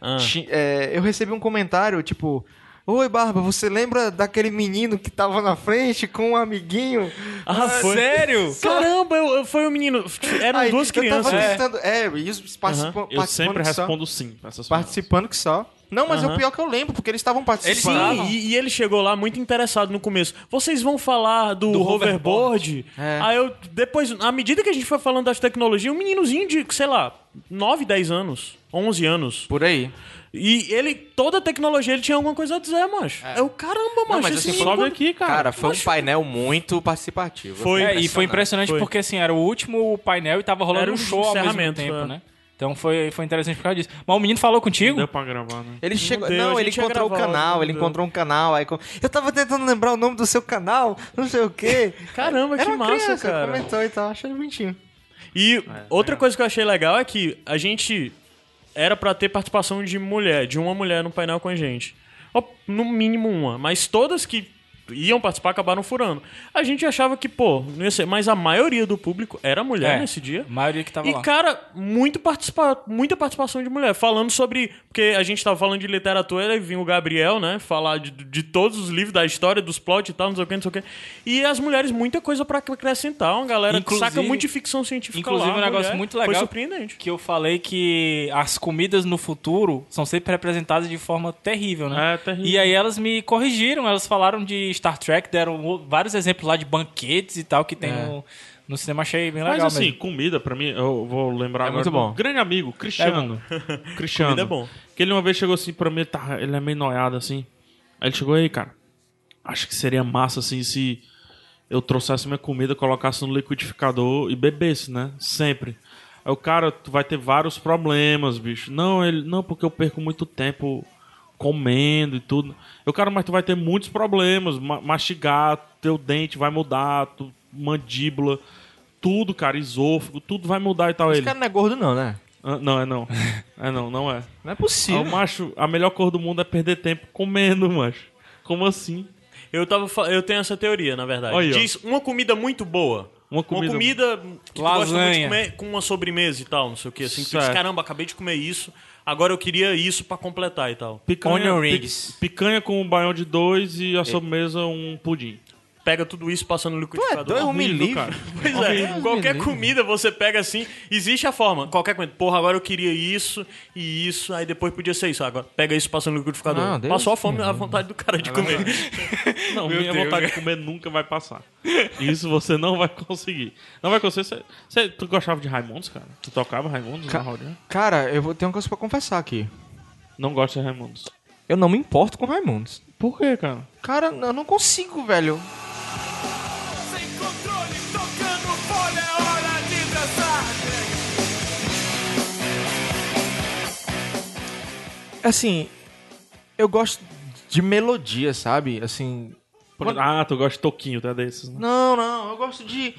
[SPEAKER 1] Ah.
[SPEAKER 2] Ti- é, eu recebi um comentário, tipo... Oi, Barba, você lembra daquele menino que tava na frente com um amiguinho?
[SPEAKER 1] Ah,
[SPEAKER 3] É
[SPEAKER 1] foi.
[SPEAKER 4] Sério?
[SPEAKER 1] Caramba, eu, eu- foi um menino. Eram
[SPEAKER 2] Aí,
[SPEAKER 1] duas crianças.
[SPEAKER 2] Eu tava tentando... É, isso participa,
[SPEAKER 3] Eu sempre
[SPEAKER 2] participando que só.
[SPEAKER 3] respondo sim. pra essas
[SPEAKER 2] Participando que só. Não, mas é
[SPEAKER 1] Aham.
[SPEAKER 2] o pior que eu lembro, porque eles estavam
[SPEAKER 4] Eles
[SPEAKER 2] participando.
[SPEAKER 1] Sim, e, e ele chegou lá muito interessado no começo. Vocês vão falar do,
[SPEAKER 4] Do
[SPEAKER 1] hoverboard?
[SPEAKER 4] hoverboard.
[SPEAKER 2] É.
[SPEAKER 1] Aí eu, depois, à medida que a gente foi falando das tecnologias, um meninozinho de, sei lá, 9, 10 anos, 11 anos,
[SPEAKER 2] Por aí.
[SPEAKER 1] E ele, toda a tecnologia, ele tinha alguma coisa a dizer, mancho. É, o caramba, mancho.
[SPEAKER 2] mas
[SPEAKER 1] esse
[SPEAKER 2] assim,
[SPEAKER 1] menino
[SPEAKER 3] Sobe
[SPEAKER 1] quando-
[SPEAKER 3] aqui, cara.
[SPEAKER 2] Cara, foi um painel muito participativo.
[SPEAKER 1] Foi.
[SPEAKER 4] É, e foi impressionante
[SPEAKER 1] Foi.
[SPEAKER 4] porque, assim, era o último painel e tava rolando
[SPEAKER 1] Era
[SPEAKER 4] um
[SPEAKER 1] o
[SPEAKER 4] show ao mesmo
[SPEAKER 1] encerramento,
[SPEAKER 4] tempo,
[SPEAKER 1] é.
[SPEAKER 4] né? Então foi, foi interessante por causa disso. Mas o menino falou
[SPEAKER 3] Não
[SPEAKER 4] contigo? É.
[SPEAKER 3] deu pra gravar, né?
[SPEAKER 2] Ele chegou.
[SPEAKER 1] deu,
[SPEAKER 2] não,
[SPEAKER 1] a
[SPEAKER 2] ele
[SPEAKER 1] gente ia
[SPEAKER 2] encontrou o
[SPEAKER 1] gravar,
[SPEAKER 2] canal,
[SPEAKER 1] não
[SPEAKER 2] ele
[SPEAKER 1] deu.
[SPEAKER 2] encontrou um canal. Aí, co- eu tava tentando lembrar o nome do seu canal, não sei o quê.
[SPEAKER 1] Caramba, que
[SPEAKER 2] Era uma
[SPEAKER 1] massa,
[SPEAKER 2] criança,
[SPEAKER 1] cara.
[SPEAKER 2] comentou e tal, achei bonitinho.
[SPEAKER 1] E
[SPEAKER 2] É,
[SPEAKER 1] outra coisa que eu achei legal é que a gente era pra ter participação de mulher, de uma mulher no painel com a gente. Ó, No mínimo uma, mas todas que iam participar acabaram furando. A gente achava que, pô, não ia ser, mas a maioria do público era mulher
[SPEAKER 4] É,
[SPEAKER 1] nesse dia.
[SPEAKER 4] A maioria que tava
[SPEAKER 1] E,
[SPEAKER 4] lá.
[SPEAKER 1] cara, muito participa muita participação de mulher. Falando sobre. Porque a gente tava falando de literatura e vinha o Gabriel, né? Falar de, de todos os livros da história, dos plots e tal, não sei o que, não sei o que. E as mulheres, muita coisa pra acrescentar. Uma galera
[SPEAKER 4] Inclusive-
[SPEAKER 1] que saca muito de ficção científica.
[SPEAKER 4] inclusive
[SPEAKER 1] lá,
[SPEAKER 4] um negócio
[SPEAKER 1] mulher.
[SPEAKER 4] muito
[SPEAKER 1] Foi
[SPEAKER 4] legal.
[SPEAKER 1] surpreendente.
[SPEAKER 4] Que eu falei que as comidas no futuro são sempre representadas de forma terrível, né?
[SPEAKER 3] É, terrível.
[SPEAKER 4] E aí elas me corrigiram, elas falaram de Star Trek, deram o- vários exemplos lá de banquetes e tal que tem no, no cinema, achei bem legal
[SPEAKER 3] Mas assim,
[SPEAKER 4] mesmo.
[SPEAKER 3] comida, pra mim, eu vou lembrar
[SPEAKER 2] É
[SPEAKER 3] agora
[SPEAKER 2] muito
[SPEAKER 3] do
[SPEAKER 2] bom.
[SPEAKER 3] grande amigo, Cristiano. (laughs) Cristiano.
[SPEAKER 1] Comida é bom.
[SPEAKER 3] Que ele uma vez chegou assim pra mim, ele, tá, ele é meio noiado assim. Aí ele chegou aí, cara. Acho que seria massa assim se eu trouxesse minha comida, colocasse no liquidificador e bebesse, né? Sempre. Aí o cara, tu vai ter vários problemas, bicho. Não, ele, não, porque eu perco muito tempo comendo e tudo. Eu, cara, mas tu vai ter muitos problemas, ma- mastigar, teu dente vai mudar, tu, mandíbula, tudo, cara, esôfago, tudo vai mudar e tal.
[SPEAKER 2] Esse
[SPEAKER 3] ele,
[SPEAKER 2] cara não é gordo, não, né?
[SPEAKER 3] "Ah, não, é não. É não, não é.
[SPEAKER 2] Não é
[SPEAKER 3] Ah,
[SPEAKER 2] possível.
[SPEAKER 3] o macho, a melhor cor do mundo é perder tempo comendo, macho. Como assim?
[SPEAKER 1] Eu, tava, fa- eu tenho essa teoria, na verdade.
[SPEAKER 3] Aí, ó.
[SPEAKER 1] Diz uma comida muito boa.
[SPEAKER 3] Uma
[SPEAKER 1] que tu
[SPEAKER 3] comida-
[SPEAKER 1] gosta muito de
[SPEAKER 4] Lasanha.
[SPEAKER 1] comer com uma sobremesa e tal, não sei o que. Assim, que tu diz,
[SPEAKER 3] Certo.
[SPEAKER 1] caramba, acabei de comer isso, agora eu queria isso pra completar e tal.
[SPEAKER 3] Picanha,
[SPEAKER 4] Onion
[SPEAKER 3] pi-
[SPEAKER 4] rings. É.
[SPEAKER 3] picanha com um baião de dois e a sobremesa um pudim.
[SPEAKER 1] Pega tudo isso passando no liquidificador.
[SPEAKER 2] doido,
[SPEAKER 1] Horrível,
[SPEAKER 2] me livre.
[SPEAKER 1] Tá cara. Pois
[SPEAKER 4] (laughs)
[SPEAKER 1] é, qualquer comida você pega assim, existe a forma. Qualquer comida. Porra, agora eu queria isso e isso, aí depois podia ser isso. Agora pega isso passando no liquidificador.
[SPEAKER 2] Não, Deus
[SPEAKER 1] Passou a fome, a vontade do cara de comer.
[SPEAKER 3] Não, minha vontade de comer nunca vai passar. Isso você não vai conseguir. Não vai conseguir. Você, você- tu gostava de Raimundos, cara? Tu tocava Raimundos
[SPEAKER 2] Ca-
[SPEAKER 3] na rodinha?
[SPEAKER 2] Cara, eu vou ter uma coisa pra confessar aqui.
[SPEAKER 3] Não gosto de Raimundos.
[SPEAKER 2] Eu não me importo com Raimundos.
[SPEAKER 3] Por quê, cara?
[SPEAKER 2] Cara, eu não consigo, velho.
[SPEAKER 6] Sem controle, tocando fora, é hora de dançar.
[SPEAKER 2] Assim, eu gosto de melodia, sabe? Assim.
[SPEAKER 3] Por- Ah, tu gosta de Toquinho, tá desses, né?
[SPEAKER 2] Não, não, eu gosto de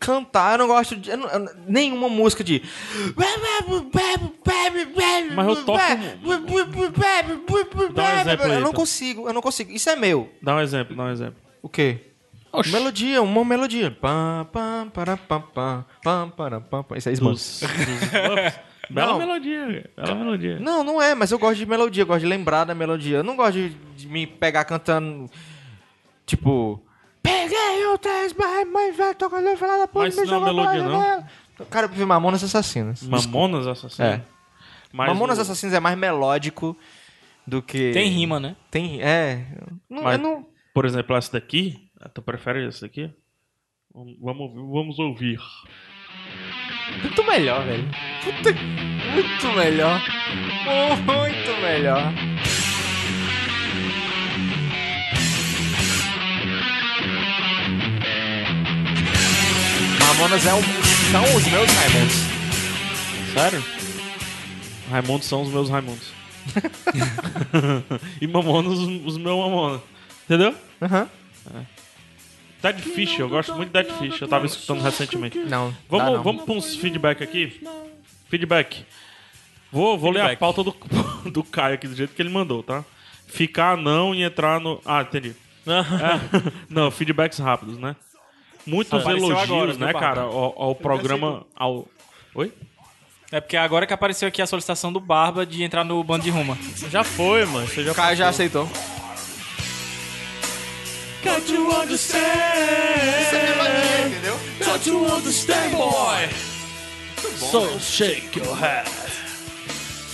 [SPEAKER 2] cantar, eu não gosto de. eu não- eu- nenhuma música de.
[SPEAKER 3] Mas eu toco- um- Dá um exemplo aí,
[SPEAKER 2] Eu não
[SPEAKER 3] então.
[SPEAKER 2] consigo, eu não consigo. Isso é meu.
[SPEAKER 3] Dá um exemplo, dá um exemplo.
[SPEAKER 2] O quê? Melodia, uma melodia. Pam, pam, para, pam, pam, pam, para, pam, pam. Isso é Smurfs.
[SPEAKER 3] Dos, dos Muppets.
[SPEAKER 2] (laughs)
[SPEAKER 3] Bela
[SPEAKER 2] Não.
[SPEAKER 3] melodia, cara. bela melodia.
[SPEAKER 2] Não, não é, mas eu gosto de melodia, eu gosto de lembrar da melodia. Eu não gosto de, de me pegar cantando. Tipo. Peguei o três, mas mãe vai tocando eu falar da porra
[SPEAKER 3] Mas
[SPEAKER 2] me
[SPEAKER 3] isso não é
[SPEAKER 2] jogou
[SPEAKER 3] melodia,
[SPEAKER 2] fora, né? Cara, eu prefiro Mamonas Assassinas.
[SPEAKER 3] Mamonas Assassinas.
[SPEAKER 2] É. Mamonas Assassinas é mais melódico do que.
[SPEAKER 4] Tem rima, né?
[SPEAKER 2] Tem. É. Não,
[SPEAKER 3] Mas-
[SPEAKER 2] eu não-
[SPEAKER 3] Por exemplo, essa daqui. Ah, Tu prefere essa daqui? Vamos, vamos- vamos ouvir.
[SPEAKER 2] Muito melhor, velho. Puta- Muito melhor. Muito melhor. Mamonas é o... são os meus Raimundos.
[SPEAKER 3] Sério? Raimundos são os meus Raimundos. (laughs) e Mamonas os, os meus Mamonas. Entendeu?
[SPEAKER 2] Aham.
[SPEAKER 3] Dead Fish, eu gosto muito de Dead Fish. Eu tava escutando recentemente.
[SPEAKER 2] Não.
[SPEAKER 3] Vamos,
[SPEAKER 2] dá não.
[SPEAKER 3] vamos pra uns feedback aqui? Feedback. Vou, vou ler a
[SPEAKER 1] Feedback.
[SPEAKER 3] pauta do, do (laughs) Caio aqui, do jeito que ele mandou, tá? Ficar não e entrar no. Ah, entendi. É, (laughs) não, feedbacks rápidos, né? Muitos
[SPEAKER 4] Apareceu
[SPEAKER 3] elogios,
[SPEAKER 4] agora,
[SPEAKER 3] né,
[SPEAKER 4] viu,
[SPEAKER 3] cara,
[SPEAKER 4] Bárbara?
[SPEAKER 3] ao, ao programa. Ao... Oi?
[SPEAKER 4] É porque agora que apareceu aqui a solicitação do Barba de entrar no bando de ruma.
[SPEAKER 1] já foi, mano. Você já
[SPEAKER 2] O Caio já aceitou. entendeu?
[SPEAKER 3] So shake your head.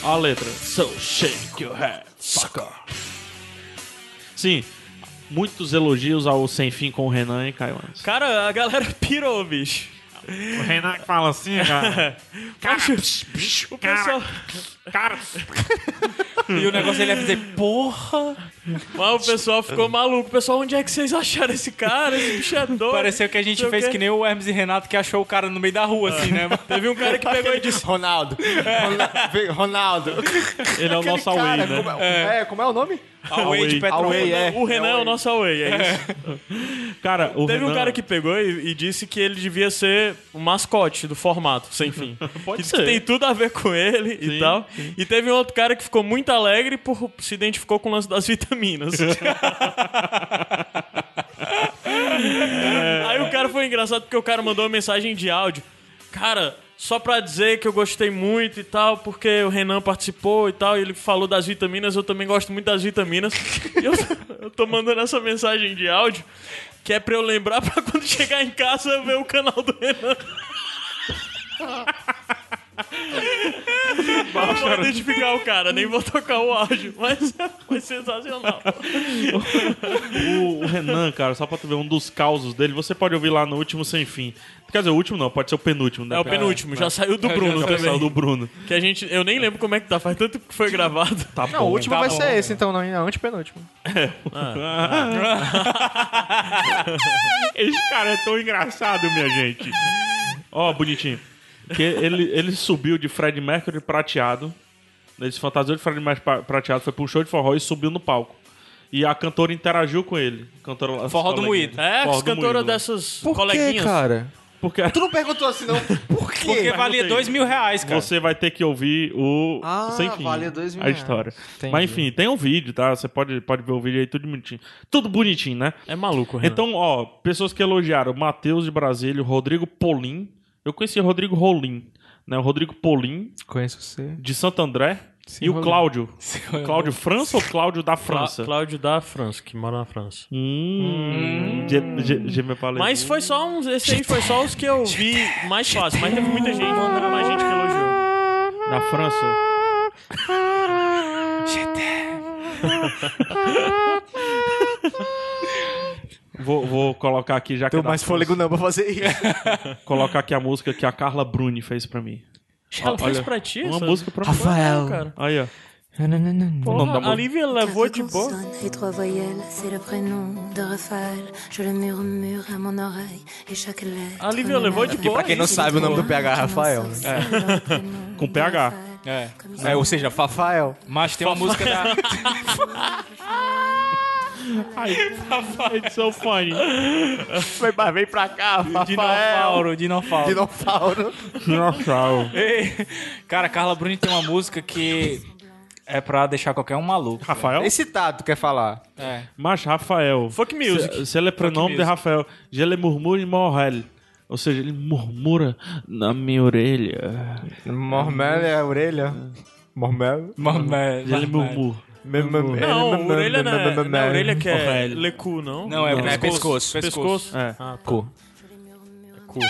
[SPEAKER 3] Ó a letra. So shake your head, sucker. Sim, muitos elogios ao Sem Fim com o Renan e Caio Antes.
[SPEAKER 1] Cara, a galera (laughs) pirou, bicho.
[SPEAKER 3] O Renan que fala assim, (laughs) cara. Cara,
[SPEAKER 1] o pessoal,
[SPEAKER 3] cara.
[SPEAKER 4] E o negócio ele ia dizer, porra!
[SPEAKER 1] mas o pessoal ficou maluco. Pessoal, onde é que vocês (laughs) acharam esse cara? Esse bicho é doido.
[SPEAKER 4] Pareceu que a gente
[SPEAKER 1] Sei o
[SPEAKER 4] fez
[SPEAKER 1] quê.
[SPEAKER 4] que nem o Hermes e Renato que achou o cara no meio da rua, assim, né?
[SPEAKER 1] (laughs) Teve um cara que pegou e disse:
[SPEAKER 2] Tá Ronaldo. Ronaldo. Ronaldo.
[SPEAKER 3] Ele é o nosso Away,
[SPEAKER 2] Cara,
[SPEAKER 3] né?
[SPEAKER 2] como é, é, como é o nome?
[SPEAKER 4] Away de
[SPEAKER 3] Away.
[SPEAKER 4] Petrópolis.
[SPEAKER 2] Away, é.
[SPEAKER 1] O Renan é o nosso away, é isso.
[SPEAKER 3] Cara, o
[SPEAKER 1] Teve um
[SPEAKER 3] Renan-
[SPEAKER 1] cara que pegou e, e disse que ele devia ser o mascote do formato, sem fim.
[SPEAKER 3] Pode
[SPEAKER 1] que
[SPEAKER 3] ser.
[SPEAKER 1] tem tudo a ver com ele e
[SPEAKER 3] Sim,
[SPEAKER 1] tal. E teve um outro cara que ficou muito alegre por se identificou com o lance das
[SPEAKER 3] (laughs)
[SPEAKER 1] vitaminas. É. Aí o cara foi engraçado porque o cara mandou uma mensagem de áudio. Cara, só pra dizer que eu gostei muito e tal, porque o Renan participou e tal, e ele falou das vitaminas, eu também gosto muito das vitaminas. E eu, (laughs) eu tô mandando essa mensagem de áudio, que é pra eu lembrar pra quando chegar em casa eu ver o canal do Renan. Não vou identificar o cara, nem vou tocar o áudio, mas (laughs) foi sensacional.
[SPEAKER 3] O, o Renan, cara, só pra tu ver um dos causos dele, você pode ouvir lá no último sem fim. Quer dizer, o último não, pode ser o penúltimo. né?
[SPEAKER 1] É o penúltimo, já saiu do Bruno
[SPEAKER 3] O pessoal
[SPEAKER 1] também.
[SPEAKER 3] É, do Bruno.
[SPEAKER 1] Que a gente, eu nem lembro como é que tá, faz tanto que foi gravado.
[SPEAKER 3] Tá
[SPEAKER 2] Não,
[SPEAKER 3] bom.
[SPEAKER 2] o último
[SPEAKER 4] tá
[SPEAKER 2] vai
[SPEAKER 4] bom,
[SPEAKER 2] ser
[SPEAKER 1] né?
[SPEAKER 2] esse, então, não. É o antepenúltimo.
[SPEAKER 3] Esse cara é tão engraçado, minha gente. Ó, bonitinho. Que ele, ele subiu de Fred Mercury prateado. Ele se fantasiou de Fred Mercury pra- prateado, foi pro show de forró e subiu no palco. E a cantora interagiu com ele. A cantora lá-
[SPEAKER 4] Forró
[SPEAKER 3] as
[SPEAKER 4] do
[SPEAKER 3] coleguinhas.
[SPEAKER 4] Moído.
[SPEAKER 1] É,
[SPEAKER 3] Forró
[SPEAKER 1] as
[SPEAKER 3] do
[SPEAKER 1] cantoras
[SPEAKER 3] Moído, né?
[SPEAKER 1] dessas
[SPEAKER 2] Por que,
[SPEAKER 1] coleguinhas.
[SPEAKER 2] cara?
[SPEAKER 3] Porque
[SPEAKER 2] Tu não perguntou assim, não. Por quê?
[SPEAKER 4] Porque valia dois mil reais, cara.
[SPEAKER 3] você vai ter que ouvir o.
[SPEAKER 2] Ah,
[SPEAKER 3] sem fim.
[SPEAKER 2] vale dois mil
[SPEAKER 3] A história.
[SPEAKER 2] reais. Entendi.
[SPEAKER 3] Mas enfim, tem um vídeo, tá? Você pode, pode ver o vídeo aí, tudo bonitinho. Tudo bonitinho, né?
[SPEAKER 1] É maluco, Renan.
[SPEAKER 3] Então, ó, pessoas que elogiaram Matheus de Brasília, o Rodrigo Polim. Eu conheci o Rodrigo Rolim, né? O Rodrigo Polim,
[SPEAKER 2] Conheço você.
[SPEAKER 3] de Santo André.
[SPEAKER 2] Sim,
[SPEAKER 3] e o
[SPEAKER 2] Rolim.
[SPEAKER 3] Cláudio. Cláudio França ou Cláudio da
[SPEAKER 1] Clá-
[SPEAKER 3] França?
[SPEAKER 1] Cláudio da França, que mora na França.
[SPEAKER 3] Hum. Je- je- je me falei.
[SPEAKER 1] Mas foi só uns. Esse aí foi só os que eu vi mais fácil. Mas teve muita gente, mais gente que elogiou.
[SPEAKER 3] Na França. (laughs) vou, vou colocar aqui, já que é
[SPEAKER 2] Tenho
[SPEAKER 3] da
[SPEAKER 2] mais
[SPEAKER 3] França,
[SPEAKER 2] fôlego não pra fazer isso.
[SPEAKER 3] colocar aqui a música que a Carla Bruni fez pra mim.
[SPEAKER 1] Ela fez
[SPEAKER 3] olha,
[SPEAKER 1] pra ti?
[SPEAKER 3] Uma
[SPEAKER 1] essa?
[SPEAKER 3] música pra
[SPEAKER 2] (laughs)
[SPEAKER 3] mim.
[SPEAKER 2] Rafael.
[SPEAKER 1] Cara.
[SPEAKER 3] Aí, ó.
[SPEAKER 1] Porra,
[SPEAKER 3] nome da
[SPEAKER 1] a
[SPEAKER 3] música.
[SPEAKER 1] Lívia levou de
[SPEAKER 7] Quatre
[SPEAKER 1] boa.
[SPEAKER 7] consonnes et trois voyelles, c'est le prénom de Raphaël. Je le murmure à mon oreille et chaque lettre.
[SPEAKER 1] Ah, Livio,
[SPEAKER 7] me
[SPEAKER 1] levou de
[SPEAKER 7] marque.
[SPEAKER 1] boa. Pra quem
[SPEAKER 2] não sabe, o nome do PH é Raphael.
[SPEAKER 7] É.
[SPEAKER 3] Com PH.
[SPEAKER 4] É.
[SPEAKER 2] É, ou seja, Fafael.
[SPEAKER 4] Mas tem uma música da.
[SPEAKER 3] It's so funny.
[SPEAKER 2] Vem, pra- vem pra cá, Fafael.
[SPEAKER 4] Dinofauro, Dinofauro.
[SPEAKER 2] Dinossauro.
[SPEAKER 3] Dinossauro.
[SPEAKER 4] Ei, Cara, Carla Bruni tem uma música que é pra deixar qualquer um maluco.
[SPEAKER 3] Rafael?
[SPEAKER 2] Esse tato É quer falar.
[SPEAKER 4] É.
[SPEAKER 3] Mas Rafael.
[SPEAKER 1] Fuck music.
[SPEAKER 3] Se, se ele é pronome de
[SPEAKER 4] music.
[SPEAKER 3] Rafael. Je le murmure morrel. Ou seja, ele murmura na minha orelha.
[SPEAKER 2] Mormel é a orelha. Mormel?
[SPEAKER 4] Mamé.
[SPEAKER 3] Je le
[SPEAKER 2] é
[SPEAKER 3] murmure.
[SPEAKER 1] Não, orelha não é, não é orelha que é
[SPEAKER 3] Rafael.
[SPEAKER 1] lecu, não?
[SPEAKER 4] Não, é,
[SPEAKER 2] Não, é
[SPEAKER 4] pescoço.
[SPEAKER 1] pescoço.
[SPEAKER 3] É.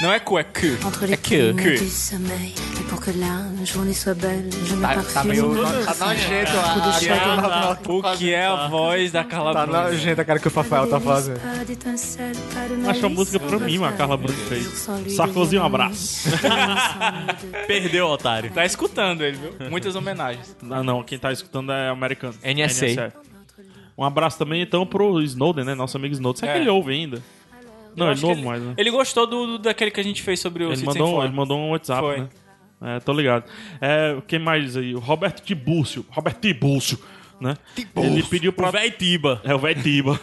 [SPEAKER 4] Não é cu, é cu.
[SPEAKER 7] Entre les
[SPEAKER 4] que-
[SPEAKER 7] crimes
[SPEAKER 4] que-
[SPEAKER 7] du sommeil, et pour que la journée soit belle, je me
[SPEAKER 2] Tá, tá
[SPEAKER 7] parfume.
[SPEAKER 2] meio.
[SPEAKER 7] de
[SPEAKER 2] Tá
[SPEAKER 7] parfum.
[SPEAKER 2] nojento a
[SPEAKER 7] chato.
[SPEAKER 2] a- a-
[SPEAKER 4] O que é a voz da Carla
[SPEAKER 2] Tá
[SPEAKER 4] Bruni?
[SPEAKER 2] nojento a cara que o Fafael tá fazendo.
[SPEAKER 7] Pas d'étincelle, pas
[SPEAKER 3] Acho
[SPEAKER 7] de
[SPEAKER 3] a
[SPEAKER 7] malice,
[SPEAKER 3] música pra
[SPEAKER 7] pas
[SPEAKER 3] mim, a
[SPEAKER 7] de
[SPEAKER 3] Carla
[SPEAKER 7] mal.
[SPEAKER 3] Bruni fez.
[SPEAKER 7] Sans lui,
[SPEAKER 3] Sarkozy, um
[SPEAKER 7] devient
[SPEAKER 3] abraço.
[SPEAKER 1] Perdeu, otário.
[SPEAKER 4] Tá escutando ele, viu? Muitas homenagens.
[SPEAKER 3] Ah, não, quem tá escutando é americano.
[SPEAKER 2] NSA.
[SPEAKER 3] Um abraço também, então, pro Snowden, né? Nosso amigo Snowden. Será
[SPEAKER 4] É.
[SPEAKER 3] que ele ouve ainda? Não,
[SPEAKER 4] Eu
[SPEAKER 3] ele
[SPEAKER 4] acho
[SPEAKER 3] não
[SPEAKER 4] que
[SPEAKER 3] ouve mais, né?
[SPEAKER 4] Ele gostou do, do- daquele que a gente fez sobre o
[SPEAKER 3] Ele
[SPEAKER 4] Cid Sem
[SPEAKER 3] mandou,
[SPEAKER 4] Fora.
[SPEAKER 3] ele mandou um WhatsApp,
[SPEAKER 4] Foi.
[SPEAKER 3] né? É, tô ligado. É, quem mais aí? O Roberto Tibúrcio. Roberto Tibúrcio, né? Ele pediu pra...
[SPEAKER 1] Pro véi Tiba.
[SPEAKER 3] É o velho Tiba.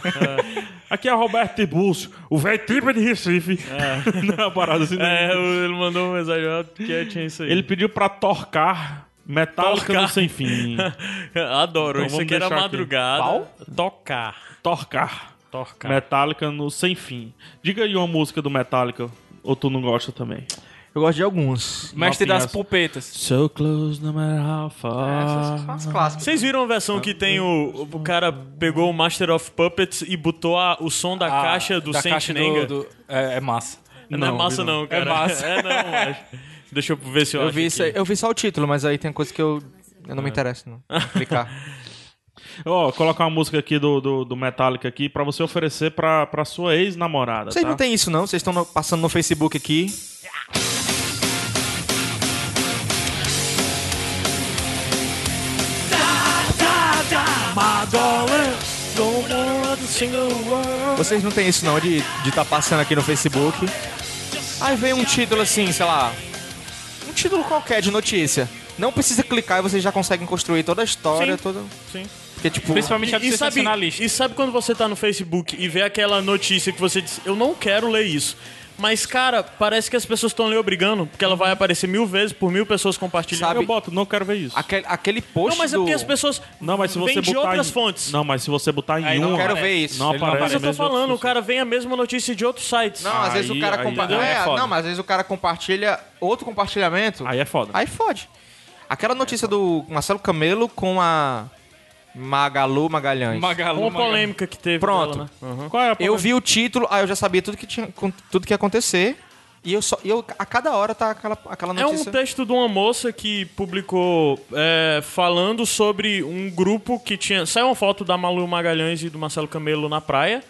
[SPEAKER 3] Aqui é o Roberto Tibúrcio, o velho Tiba é de Recife. (laughs) Não é uma parada assim, né?
[SPEAKER 1] É, o- ele mandou uma mensagem ó, que tinha isso aí.
[SPEAKER 3] Ele pediu pra torcar Metallica
[SPEAKER 1] Torcar.
[SPEAKER 3] no Sem Fim.
[SPEAKER 1] (laughs) Adoro,
[SPEAKER 3] Então
[SPEAKER 1] isso
[SPEAKER 3] vamos
[SPEAKER 1] aqui era
[SPEAKER 3] deixar aqui.
[SPEAKER 1] madrugada. Tocar.
[SPEAKER 3] torcar
[SPEAKER 1] Tocar.
[SPEAKER 3] Metallica no Sem Fim. Diga aí uma música do Metallica, ou tu não gosta também.
[SPEAKER 2] Eu gosto de alguns.
[SPEAKER 4] Mestre
[SPEAKER 3] Nossa,
[SPEAKER 4] das pulpetas.
[SPEAKER 3] So close, no matter how
[SPEAKER 2] Ah.
[SPEAKER 3] far.
[SPEAKER 2] São os clássicos.
[SPEAKER 1] Vocês viram a versão que tem o, o cara pegou o Master of Puppets e botou a- o som da
[SPEAKER 4] A-
[SPEAKER 1] caixa do
[SPEAKER 4] Ah, da
[SPEAKER 1] Saint
[SPEAKER 4] caixa do-
[SPEAKER 1] Nenga?
[SPEAKER 4] do- é, é massa.
[SPEAKER 1] Não, é
[SPEAKER 3] Não,
[SPEAKER 1] massa
[SPEAKER 3] vi não.
[SPEAKER 1] não, cara.
[SPEAKER 4] É massa.
[SPEAKER 1] (laughs) É não, acho. Deixa eu ver se eu,
[SPEAKER 2] Eu
[SPEAKER 1] acho
[SPEAKER 2] vi, isso
[SPEAKER 1] aqui.
[SPEAKER 2] aí- eu vi só o título, mas aí tem coisa que eu, eu não
[SPEAKER 1] É.
[SPEAKER 2] me interesso, não.
[SPEAKER 1] (laughs)
[SPEAKER 2] Explicar.
[SPEAKER 3] É. Ó, colocar uma música aqui do, do, do Metallica aqui pra você oferecer pra, pra sua ex-namorada.
[SPEAKER 2] Vocês
[SPEAKER 3] tá?
[SPEAKER 2] não tem isso, não? Vocês estão no- passando no Facebook aqui. Vocês não tem isso não de estar passando aqui no Facebook. Aí vem um título assim, sei lá. Um título qualquer de notícia. Não precisa clicar e vocês já conseguem construir toda a história,
[SPEAKER 1] Sim.
[SPEAKER 2] toda.
[SPEAKER 1] Sim.
[SPEAKER 2] Porque tipo.
[SPEAKER 4] Principalmente a do
[SPEAKER 1] E sabe,
[SPEAKER 4] sensacionalista.
[SPEAKER 1] e sabe quando você tá no Facebook e vê aquela notícia que você diz, eu não quero ler isso. Mas, cara, parece que as pessoas estão lhe obrigando, porque ela vai aparecer mil vezes por mil pessoas compartilhando.
[SPEAKER 2] Sabe-
[SPEAKER 3] Eu boto, não quero ver isso.
[SPEAKER 2] Aquele, aquele post.
[SPEAKER 1] Não, mas é
[SPEAKER 2] do-
[SPEAKER 1] porque as pessoas
[SPEAKER 3] Não, mas se você
[SPEAKER 1] vêm de
[SPEAKER 3] botar
[SPEAKER 1] outras
[SPEAKER 3] em...
[SPEAKER 1] fontes.
[SPEAKER 3] Não, mas se você botar em
[SPEAKER 4] Aí
[SPEAKER 3] um,
[SPEAKER 4] não
[SPEAKER 2] Não quero
[SPEAKER 4] aparece.
[SPEAKER 2] ver isso.
[SPEAKER 3] não
[SPEAKER 4] Ele não
[SPEAKER 3] aparece.
[SPEAKER 1] Mas eu tô
[SPEAKER 3] mesmo de outras
[SPEAKER 1] falando, o
[SPEAKER 3] pessoas.
[SPEAKER 1] cara vem a mesma notícia de outros sites.
[SPEAKER 2] Não, às vezes o
[SPEAKER 3] Aí-
[SPEAKER 2] cara
[SPEAKER 3] aí-
[SPEAKER 2] compartilha.
[SPEAKER 3] entendeu? Aí é foda.
[SPEAKER 2] não, mas às vezes o cara compartilha outro compartilhamento.
[SPEAKER 3] Aí é foda.
[SPEAKER 2] Aí fode. Aquela notícia do Marcelo Camelo com a Magalu Magalhães.
[SPEAKER 4] Magalu,
[SPEAKER 1] Uma
[SPEAKER 4] Magalu.
[SPEAKER 1] polêmica que teve.
[SPEAKER 2] Pronto.
[SPEAKER 1] dela, né?
[SPEAKER 3] Qual é a
[SPEAKER 2] Eu vi o título, aí eu já sabia tudo que tinha, com- tudo que ia acontecer. E eu só, e eu a cada hora tá aquela, aquela
[SPEAKER 1] É um
[SPEAKER 2] notícia.
[SPEAKER 1] texto de uma moça que publicou é, falando sobre um grupo que tinha. Saiu uma foto da Malu Magalhães e do Marcelo Camelo na praia.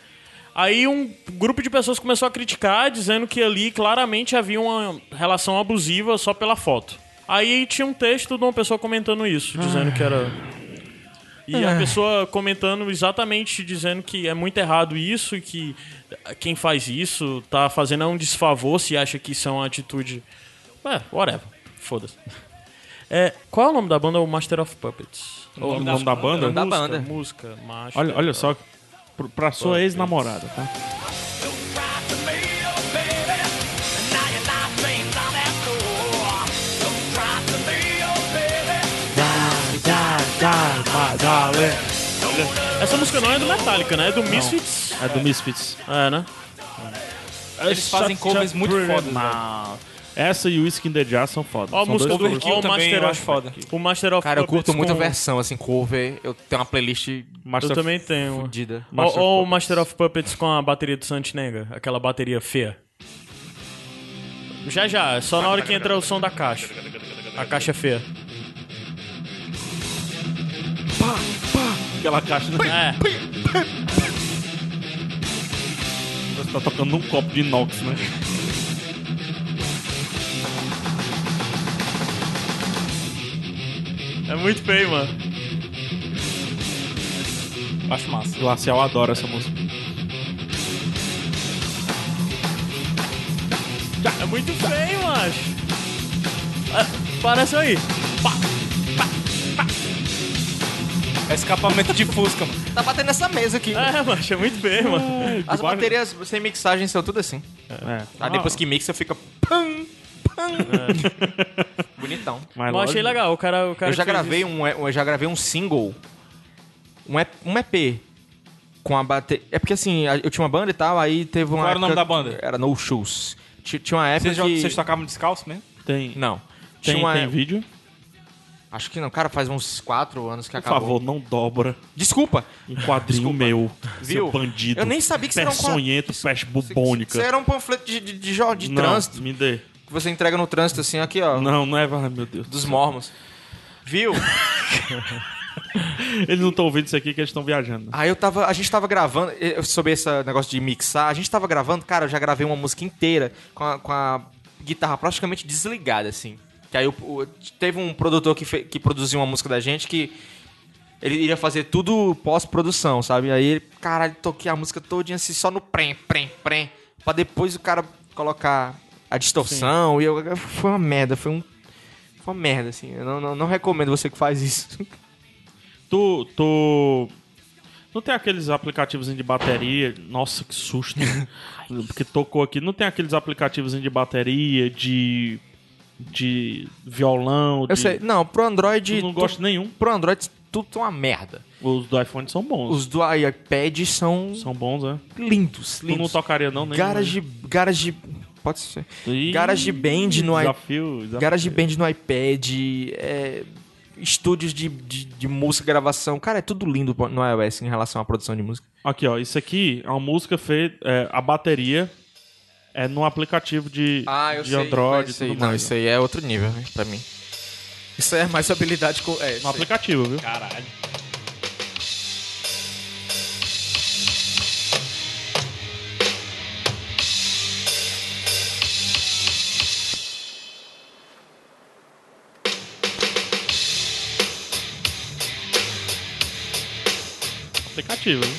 [SPEAKER 1] Aí um grupo de pessoas começou a criticar, dizendo que ali claramente havia uma relação abusiva só pela foto. Aí tinha um texto de uma pessoa comentando isso, dizendo que era. E
[SPEAKER 3] É.
[SPEAKER 1] a pessoa comentando exatamente dizendo que é muito errado isso e que quem faz isso tá fazendo um desfavor se acha que isso é uma atitude. Ué, whatever. Foda-se. É, qual é o nome da banda? O Master of Puppets.
[SPEAKER 3] o nome, da banda?
[SPEAKER 2] Da
[SPEAKER 1] música,
[SPEAKER 2] banda.
[SPEAKER 1] Música, Master.
[SPEAKER 3] Olha, olha só, pro- pra sua ex-namorada, tá?
[SPEAKER 1] Essa música não é do Metallica, né? É do Misfits.
[SPEAKER 3] É do Misfits.
[SPEAKER 1] É, né?
[SPEAKER 4] Eles fazem covers muito fodas,
[SPEAKER 3] foda. Essa e o Whiskey in the Jar são foda.
[SPEAKER 1] Ó, a
[SPEAKER 3] são
[SPEAKER 1] música
[SPEAKER 3] dois
[SPEAKER 1] do
[SPEAKER 3] covers.
[SPEAKER 1] Overkill
[SPEAKER 4] Ó, o
[SPEAKER 1] também,
[SPEAKER 4] Master
[SPEAKER 1] eu
[SPEAKER 4] of
[SPEAKER 1] acho
[SPEAKER 4] foda.
[SPEAKER 1] O Master of
[SPEAKER 2] Cara, eu
[SPEAKER 1] Puppets
[SPEAKER 2] curto muito
[SPEAKER 1] com-
[SPEAKER 2] a versão, assim, cover. Eu tenho uma playlist
[SPEAKER 3] Master
[SPEAKER 1] Eu
[SPEAKER 3] of-
[SPEAKER 1] também tenho.
[SPEAKER 2] fodida.
[SPEAKER 1] Ó,
[SPEAKER 3] Master
[SPEAKER 1] ó
[SPEAKER 3] of
[SPEAKER 1] o Master of Puppets com a bateria do Santinega, aquela bateria feia. Já já, é só na hora que entra o som da caixa. A caixa é feia.
[SPEAKER 3] Aquela caixa
[SPEAKER 1] É,
[SPEAKER 3] né? Você (laughs) tá tocando num copo de inox, né?
[SPEAKER 1] é muito feio, mano.
[SPEAKER 4] Acho massa.
[SPEAKER 3] Glacial adora essa música.
[SPEAKER 1] É muito feio, macho. É, parece aí.
[SPEAKER 4] É escapamento de Fusca, mano.
[SPEAKER 2] Tá batendo nessa mesa aqui.
[SPEAKER 1] É, macho, é muito feio, mano.
[SPEAKER 2] As baterias sem mixagem são tudo assim.
[SPEAKER 3] É.
[SPEAKER 2] Aí depois que mixa, fica... Pam, pam. É. (laughs) Bonitão.
[SPEAKER 3] Mas
[SPEAKER 1] Eu achei
[SPEAKER 3] lógico.
[SPEAKER 1] legal, o cara... O cara
[SPEAKER 2] Eu já
[SPEAKER 1] que fez
[SPEAKER 2] gravei um, eu já gravei um single, um EP, um EP com a bateria. É porque assim, a- eu tinha uma banda e tal, aí teve uma.
[SPEAKER 4] Qual era
[SPEAKER 2] época-
[SPEAKER 4] o nome da banda?
[SPEAKER 2] Era No Shoes. Ti- Tinha uma época
[SPEAKER 4] Vocês, já,
[SPEAKER 2] que...
[SPEAKER 4] vocês tocavam descalço mesmo?
[SPEAKER 3] Tem,
[SPEAKER 2] Não.
[SPEAKER 3] tem,
[SPEAKER 2] tinha uma...
[SPEAKER 3] tem vídeo?
[SPEAKER 2] Acho que não, cara, faz uns quatro anos que
[SPEAKER 3] Por
[SPEAKER 2] acabou.
[SPEAKER 3] favor, não dobra
[SPEAKER 2] Desculpa.
[SPEAKER 3] um quadrinho meu, seu
[SPEAKER 2] Viu?
[SPEAKER 3] bandido.
[SPEAKER 2] Eu nem sabia que você era um quadro-
[SPEAKER 3] Peçonhento, peste bubônica.
[SPEAKER 2] Isso era um panfleto de, de, de, jo- de
[SPEAKER 3] Não,
[SPEAKER 2] trânsito
[SPEAKER 3] me dê.
[SPEAKER 2] que você entrega no trânsito, assim, aqui, ó.
[SPEAKER 3] Não, não é... Ai, meu Deus.
[SPEAKER 2] Dos mormons. Viu?
[SPEAKER 3] Eles não estão ouvindo isso aqui que eles estão viajando.
[SPEAKER 2] Aí eu tava. A gente tava gravando. eh, Sobre esse negócio de mixar, a gente tava gravando, cara, eu já gravei uma música inteira com a, com a guitarra praticamente desligada, assim. Que aí o- o- teve um produtor que, fe- que produziu uma música da gente que. Ele iria fazer tudo pós-produção, sabe? Aí ele, caralho, toquei a música todinha assim, só no prem, prem, prem. Pra depois o cara colocar a distorção. E eu. Foi uma merda, foi um. Foi uma merda, assim. Eu não, não, não recomendo você que faz isso.
[SPEAKER 3] Tu, tu... Não tem aqueles aplicativos de bateria... Nossa,
[SPEAKER 2] (laughs)
[SPEAKER 3] que susto. Porque tocou aqui. Não tem aqueles aplicativos de bateria, de... De violão,
[SPEAKER 2] Eu
[SPEAKER 3] de...
[SPEAKER 2] sei. Não, pro Android.
[SPEAKER 3] Eu não
[SPEAKER 2] tu-
[SPEAKER 3] gosto nenhum.
[SPEAKER 2] pro Android tudo é uma merda.
[SPEAKER 3] Os do iPhone são bons.
[SPEAKER 2] Os do iPad são
[SPEAKER 3] São bons, né?
[SPEAKER 2] lindos,
[SPEAKER 3] Tu não
[SPEAKER 2] lindos.
[SPEAKER 3] tocaria não, né?
[SPEAKER 2] Garage, garage, pode ser.
[SPEAKER 3] Ih,
[SPEAKER 2] Garage Band no iPad,
[SPEAKER 3] Desafio, desafio.
[SPEAKER 2] Garage Band no iPad, é, estúdios de, de, de música, gravação, cara, é tudo lindo no iOS em relação à produção de música.
[SPEAKER 3] Aqui, ó. Isso aqui é uma música feita... é, a bateria é num aplicativo de,
[SPEAKER 2] Ah,
[SPEAKER 3] de Android e tudo mais.
[SPEAKER 2] não, isso aí é outro nível né, pra mim. Isso aí é mais habilidade com. É,
[SPEAKER 3] No aplicativo, viu?
[SPEAKER 4] Caralho.
[SPEAKER 3] aplicativo, né?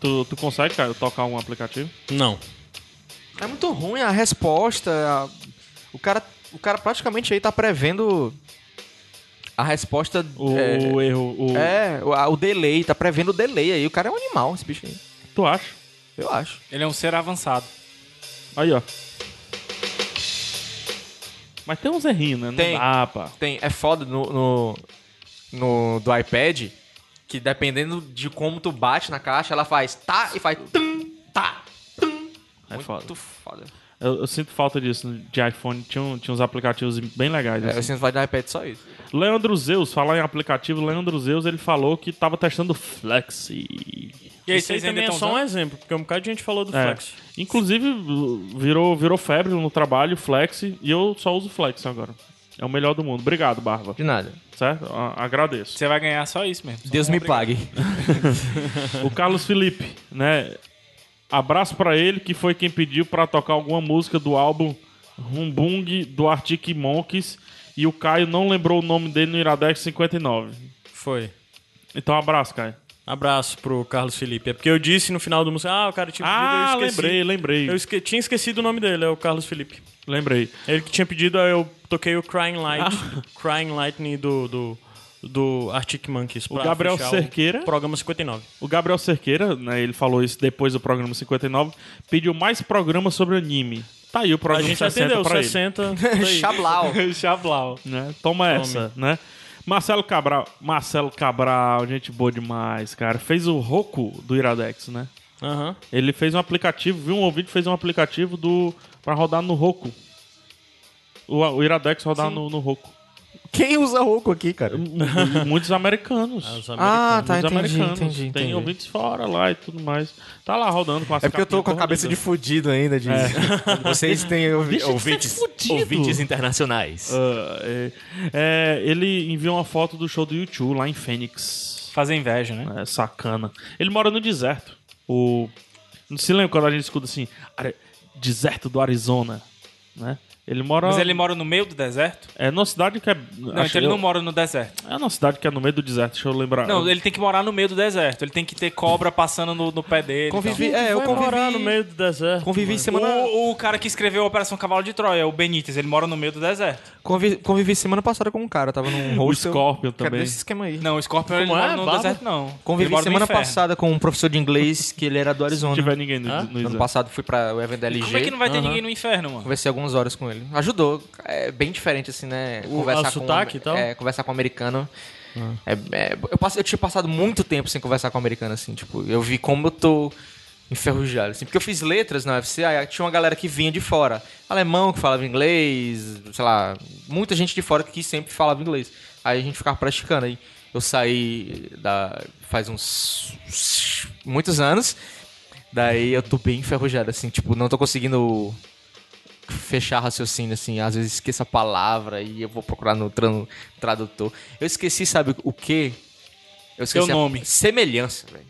[SPEAKER 3] Tu, tu consegue, cara, tocar um aplicativo?
[SPEAKER 1] Não.
[SPEAKER 2] É muito ruim a resposta. a- O, cara, o cara praticamente aí tá prevendo a resposta.
[SPEAKER 3] O,
[SPEAKER 2] é,
[SPEAKER 3] o erro. O,
[SPEAKER 2] é, o, a- o delay, tá prevendo o delay aí. O cara é um animal, esse bicho aí.
[SPEAKER 3] Tu acha?
[SPEAKER 2] Eu acho.
[SPEAKER 4] Ele é um ser avançado.
[SPEAKER 3] Aí, ó. Mas tem uns errinhos, né? Não
[SPEAKER 2] Tem.
[SPEAKER 3] dá, pá.
[SPEAKER 2] Tem, é foda no, no, no- do iPad que dependendo de como tu bate na caixa, ela faz tá e faz tum, tá, tum.
[SPEAKER 3] É
[SPEAKER 2] muito
[SPEAKER 3] foda.
[SPEAKER 2] foda.
[SPEAKER 3] Eu, eu sinto falta disso de iPhone. Tinha, um- tinha uns aplicativos bem legais.
[SPEAKER 2] É, eu
[SPEAKER 3] assim.
[SPEAKER 2] sinto vai do iPad só isso.
[SPEAKER 3] Leandro Zeus, falar em aplicativo, Leandro Zeus ele falou que tava testando Flexi.
[SPEAKER 4] E aí,
[SPEAKER 1] Isso aí
[SPEAKER 4] vocês ainda
[SPEAKER 1] também é
[SPEAKER 4] estão
[SPEAKER 1] só um
[SPEAKER 4] usando?
[SPEAKER 1] exemplo, porque um bocado de gente falou do
[SPEAKER 3] É.
[SPEAKER 1] Flex.
[SPEAKER 3] Inclusive, virou, virou febre no trabalho, Flexi, e eu só uso Flexi agora. É o melhor do mundo. Obrigado, Barba.
[SPEAKER 2] De nada.
[SPEAKER 3] Certo? A- agradeço.
[SPEAKER 4] Você vai ganhar só isso mesmo. Só
[SPEAKER 2] Deus
[SPEAKER 4] um
[SPEAKER 2] me
[SPEAKER 4] obrigado.
[SPEAKER 2] pague.
[SPEAKER 3] O Carlos Felipe, né? Abraço pra ele, que foi quem pediu pra tocar alguma música do álbum Rumbung do Arctic Monkeys. E o Caio não lembrou o nome dele no Iradex 59.
[SPEAKER 1] Foi.
[SPEAKER 3] Então, abraço, Caio.
[SPEAKER 1] Abraço pro Carlos Felipe. É porque eu disse no final do música, ah, o cara tinha pedido,
[SPEAKER 3] Ah,
[SPEAKER 1] eu esqueci.
[SPEAKER 3] lembrei, lembrei.
[SPEAKER 1] Eu esque- tinha esquecido o nome dele, é o Carlos Felipe. É
[SPEAKER 3] Lembrei.
[SPEAKER 1] Ele que tinha pedido, aí eu toquei o Crying Light,
[SPEAKER 2] Ah.
[SPEAKER 1] Crying Lightning do, do, do Arctic Monkeys. pra
[SPEAKER 3] Gabriel
[SPEAKER 1] fechar
[SPEAKER 3] Cerqueira.
[SPEAKER 1] O programa 59.
[SPEAKER 3] O Gabriel Cerqueira, né, ele falou isso depois do programa 59, pediu mais programas sobre anime. Tá aí o
[SPEAKER 1] A
[SPEAKER 2] um
[SPEAKER 3] programa
[SPEAKER 1] gente
[SPEAKER 3] 60
[SPEAKER 1] atendeu,
[SPEAKER 2] (laughs)
[SPEAKER 3] pra
[SPEAKER 1] 60. tá
[SPEAKER 2] Chablau. (laughs)
[SPEAKER 4] Xablau.
[SPEAKER 3] ele. Né? Toma essa, né? Marcelo Cabral, Marcelo Cabral, gente boa demais, cara. Fez o Roku do Iradex, né?
[SPEAKER 1] Aham.
[SPEAKER 3] Ele fez um aplicativo, viu um ouvinte, fez um aplicativo do para rodar no Roku. O, o Iradex rodar no, no Roku. (laughs)
[SPEAKER 2] Quem usa Roku aqui, cara?
[SPEAKER 3] E Muitos americanos.
[SPEAKER 1] Os
[SPEAKER 2] Ah, tá,
[SPEAKER 3] Muitos
[SPEAKER 2] entendi,
[SPEAKER 3] americanos.
[SPEAKER 2] entendi,
[SPEAKER 3] Tem
[SPEAKER 2] entendi.
[SPEAKER 3] ouvintes fora lá e tudo mais. Tá lá rodando com as
[SPEAKER 2] É porque eu tô com a cabeça de fudido ainda, de (laughs) Vocês têm ouvi-
[SPEAKER 3] Deixa de ser
[SPEAKER 2] ouvintes,
[SPEAKER 3] fudido.
[SPEAKER 2] ouvintes internacionais.
[SPEAKER 3] Ah, é, é, ele enviou uma foto do show do YouTube lá em Fênix.
[SPEAKER 4] Fazer inveja, né?
[SPEAKER 3] É, sacana. Ele mora no deserto. O... Não se lembra quando a gente escuta assim, "Ari- deserto do Arizona, né? Ele mora
[SPEAKER 4] Mas ele mora no meio do deserto?
[SPEAKER 3] é numa cidade que é
[SPEAKER 4] Não,
[SPEAKER 3] acho
[SPEAKER 4] então ele
[SPEAKER 3] eu-
[SPEAKER 4] não mora no deserto.
[SPEAKER 3] é numa cidade que é no meio do deserto, deixa eu lembrar.
[SPEAKER 4] Não, ele tem que morar no meio do deserto. Ele tem que ter cobra passando no, no pé dele. e tal.
[SPEAKER 2] Convivi, é, eu
[SPEAKER 1] morar no
[SPEAKER 2] convivi,
[SPEAKER 1] meio do deserto.
[SPEAKER 2] convivi semana,
[SPEAKER 4] O, o cara que escreveu a Operação Cavalo de Troia, o Benítez, ele mora no meio do deserto.
[SPEAKER 2] convivi, convivi semana passada com um cara, tava num
[SPEAKER 3] o
[SPEAKER 2] hostel.
[SPEAKER 3] Scorpion
[SPEAKER 2] Cara,
[SPEAKER 3] também.
[SPEAKER 2] desse esquema aí.
[SPEAKER 4] Não, o Scorpion ele
[SPEAKER 1] Como
[SPEAKER 4] não
[SPEAKER 1] é?
[SPEAKER 4] mora no
[SPEAKER 1] Barba?
[SPEAKER 4] deserto, não. Ele
[SPEAKER 2] Convivi
[SPEAKER 4] mora no
[SPEAKER 2] semana
[SPEAKER 4] inferno.
[SPEAKER 2] passada com um professor de inglês que ele era do
[SPEAKER 3] Se não
[SPEAKER 2] Arizona.
[SPEAKER 3] tiver ninguém no, no
[SPEAKER 2] Ano
[SPEAKER 3] deserto.
[SPEAKER 2] passado fui pra Event da
[SPEAKER 4] Como é que
[SPEAKER 2] LG.
[SPEAKER 4] não vai ter ninguém no inferno, mano?
[SPEAKER 2] Conversei algumas horas com ele. Ajudou. É bem diferente, assim, né?
[SPEAKER 1] O- ah, o
[SPEAKER 2] com
[SPEAKER 1] sotaque e tal? Ah.
[SPEAKER 2] É, conversar com um americano. É, é, eu, passo, eu tinha passado muito tempo sem conversar com um americano, assim. Tipo, eu vi como eu tô enferrujado, assim. Porque eu fiz letras na UFC, aí tinha uma galera que vinha de fora. Alemão que falava inglês, sei lá. Muita gente de fora que sempre falava inglês. Aí a gente ficava praticando. Aí eu saí da... faz uns... muitos anos. Daí eu tô bem enferrujado, assim. Tipo, não tô conseguindo fechar raciocínio, assim. Às vezes esqueço a palavra e eu vou procurar no tran- tradutor. Eu esqueci, sabe o quê? Eu
[SPEAKER 4] Seu
[SPEAKER 2] esqueci a-
[SPEAKER 4] nome.
[SPEAKER 2] Semelhança, velho.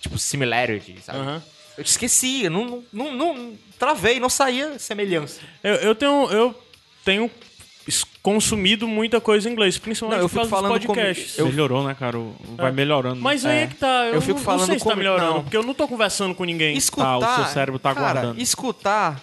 [SPEAKER 2] Tipo, similarity, sabe?
[SPEAKER 1] Aham.
[SPEAKER 2] Eu esqueci, eu não, não, não, não- travei, não saía semelhança.
[SPEAKER 1] Eu, eu tenho, eu tenho es- consumido muita coisa em inglês, principalmente
[SPEAKER 2] Não, eu
[SPEAKER 1] por causa
[SPEAKER 2] fico
[SPEAKER 1] dos
[SPEAKER 2] falando como-
[SPEAKER 1] podcasts.
[SPEAKER 2] eu-
[SPEAKER 3] Melhorou, né, cara? O- Vai melhorando.
[SPEAKER 1] Mas aí é que tá. Eu,
[SPEAKER 2] Eu fico
[SPEAKER 1] não,
[SPEAKER 2] falando
[SPEAKER 1] não sei se tá
[SPEAKER 2] como-
[SPEAKER 1] melhorando,
[SPEAKER 2] não.
[SPEAKER 1] porque eu não tô conversando com ninguém.
[SPEAKER 2] Escutar.
[SPEAKER 3] seu cérebro tá
[SPEAKER 2] cara,
[SPEAKER 3] guardando.
[SPEAKER 2] Escutar,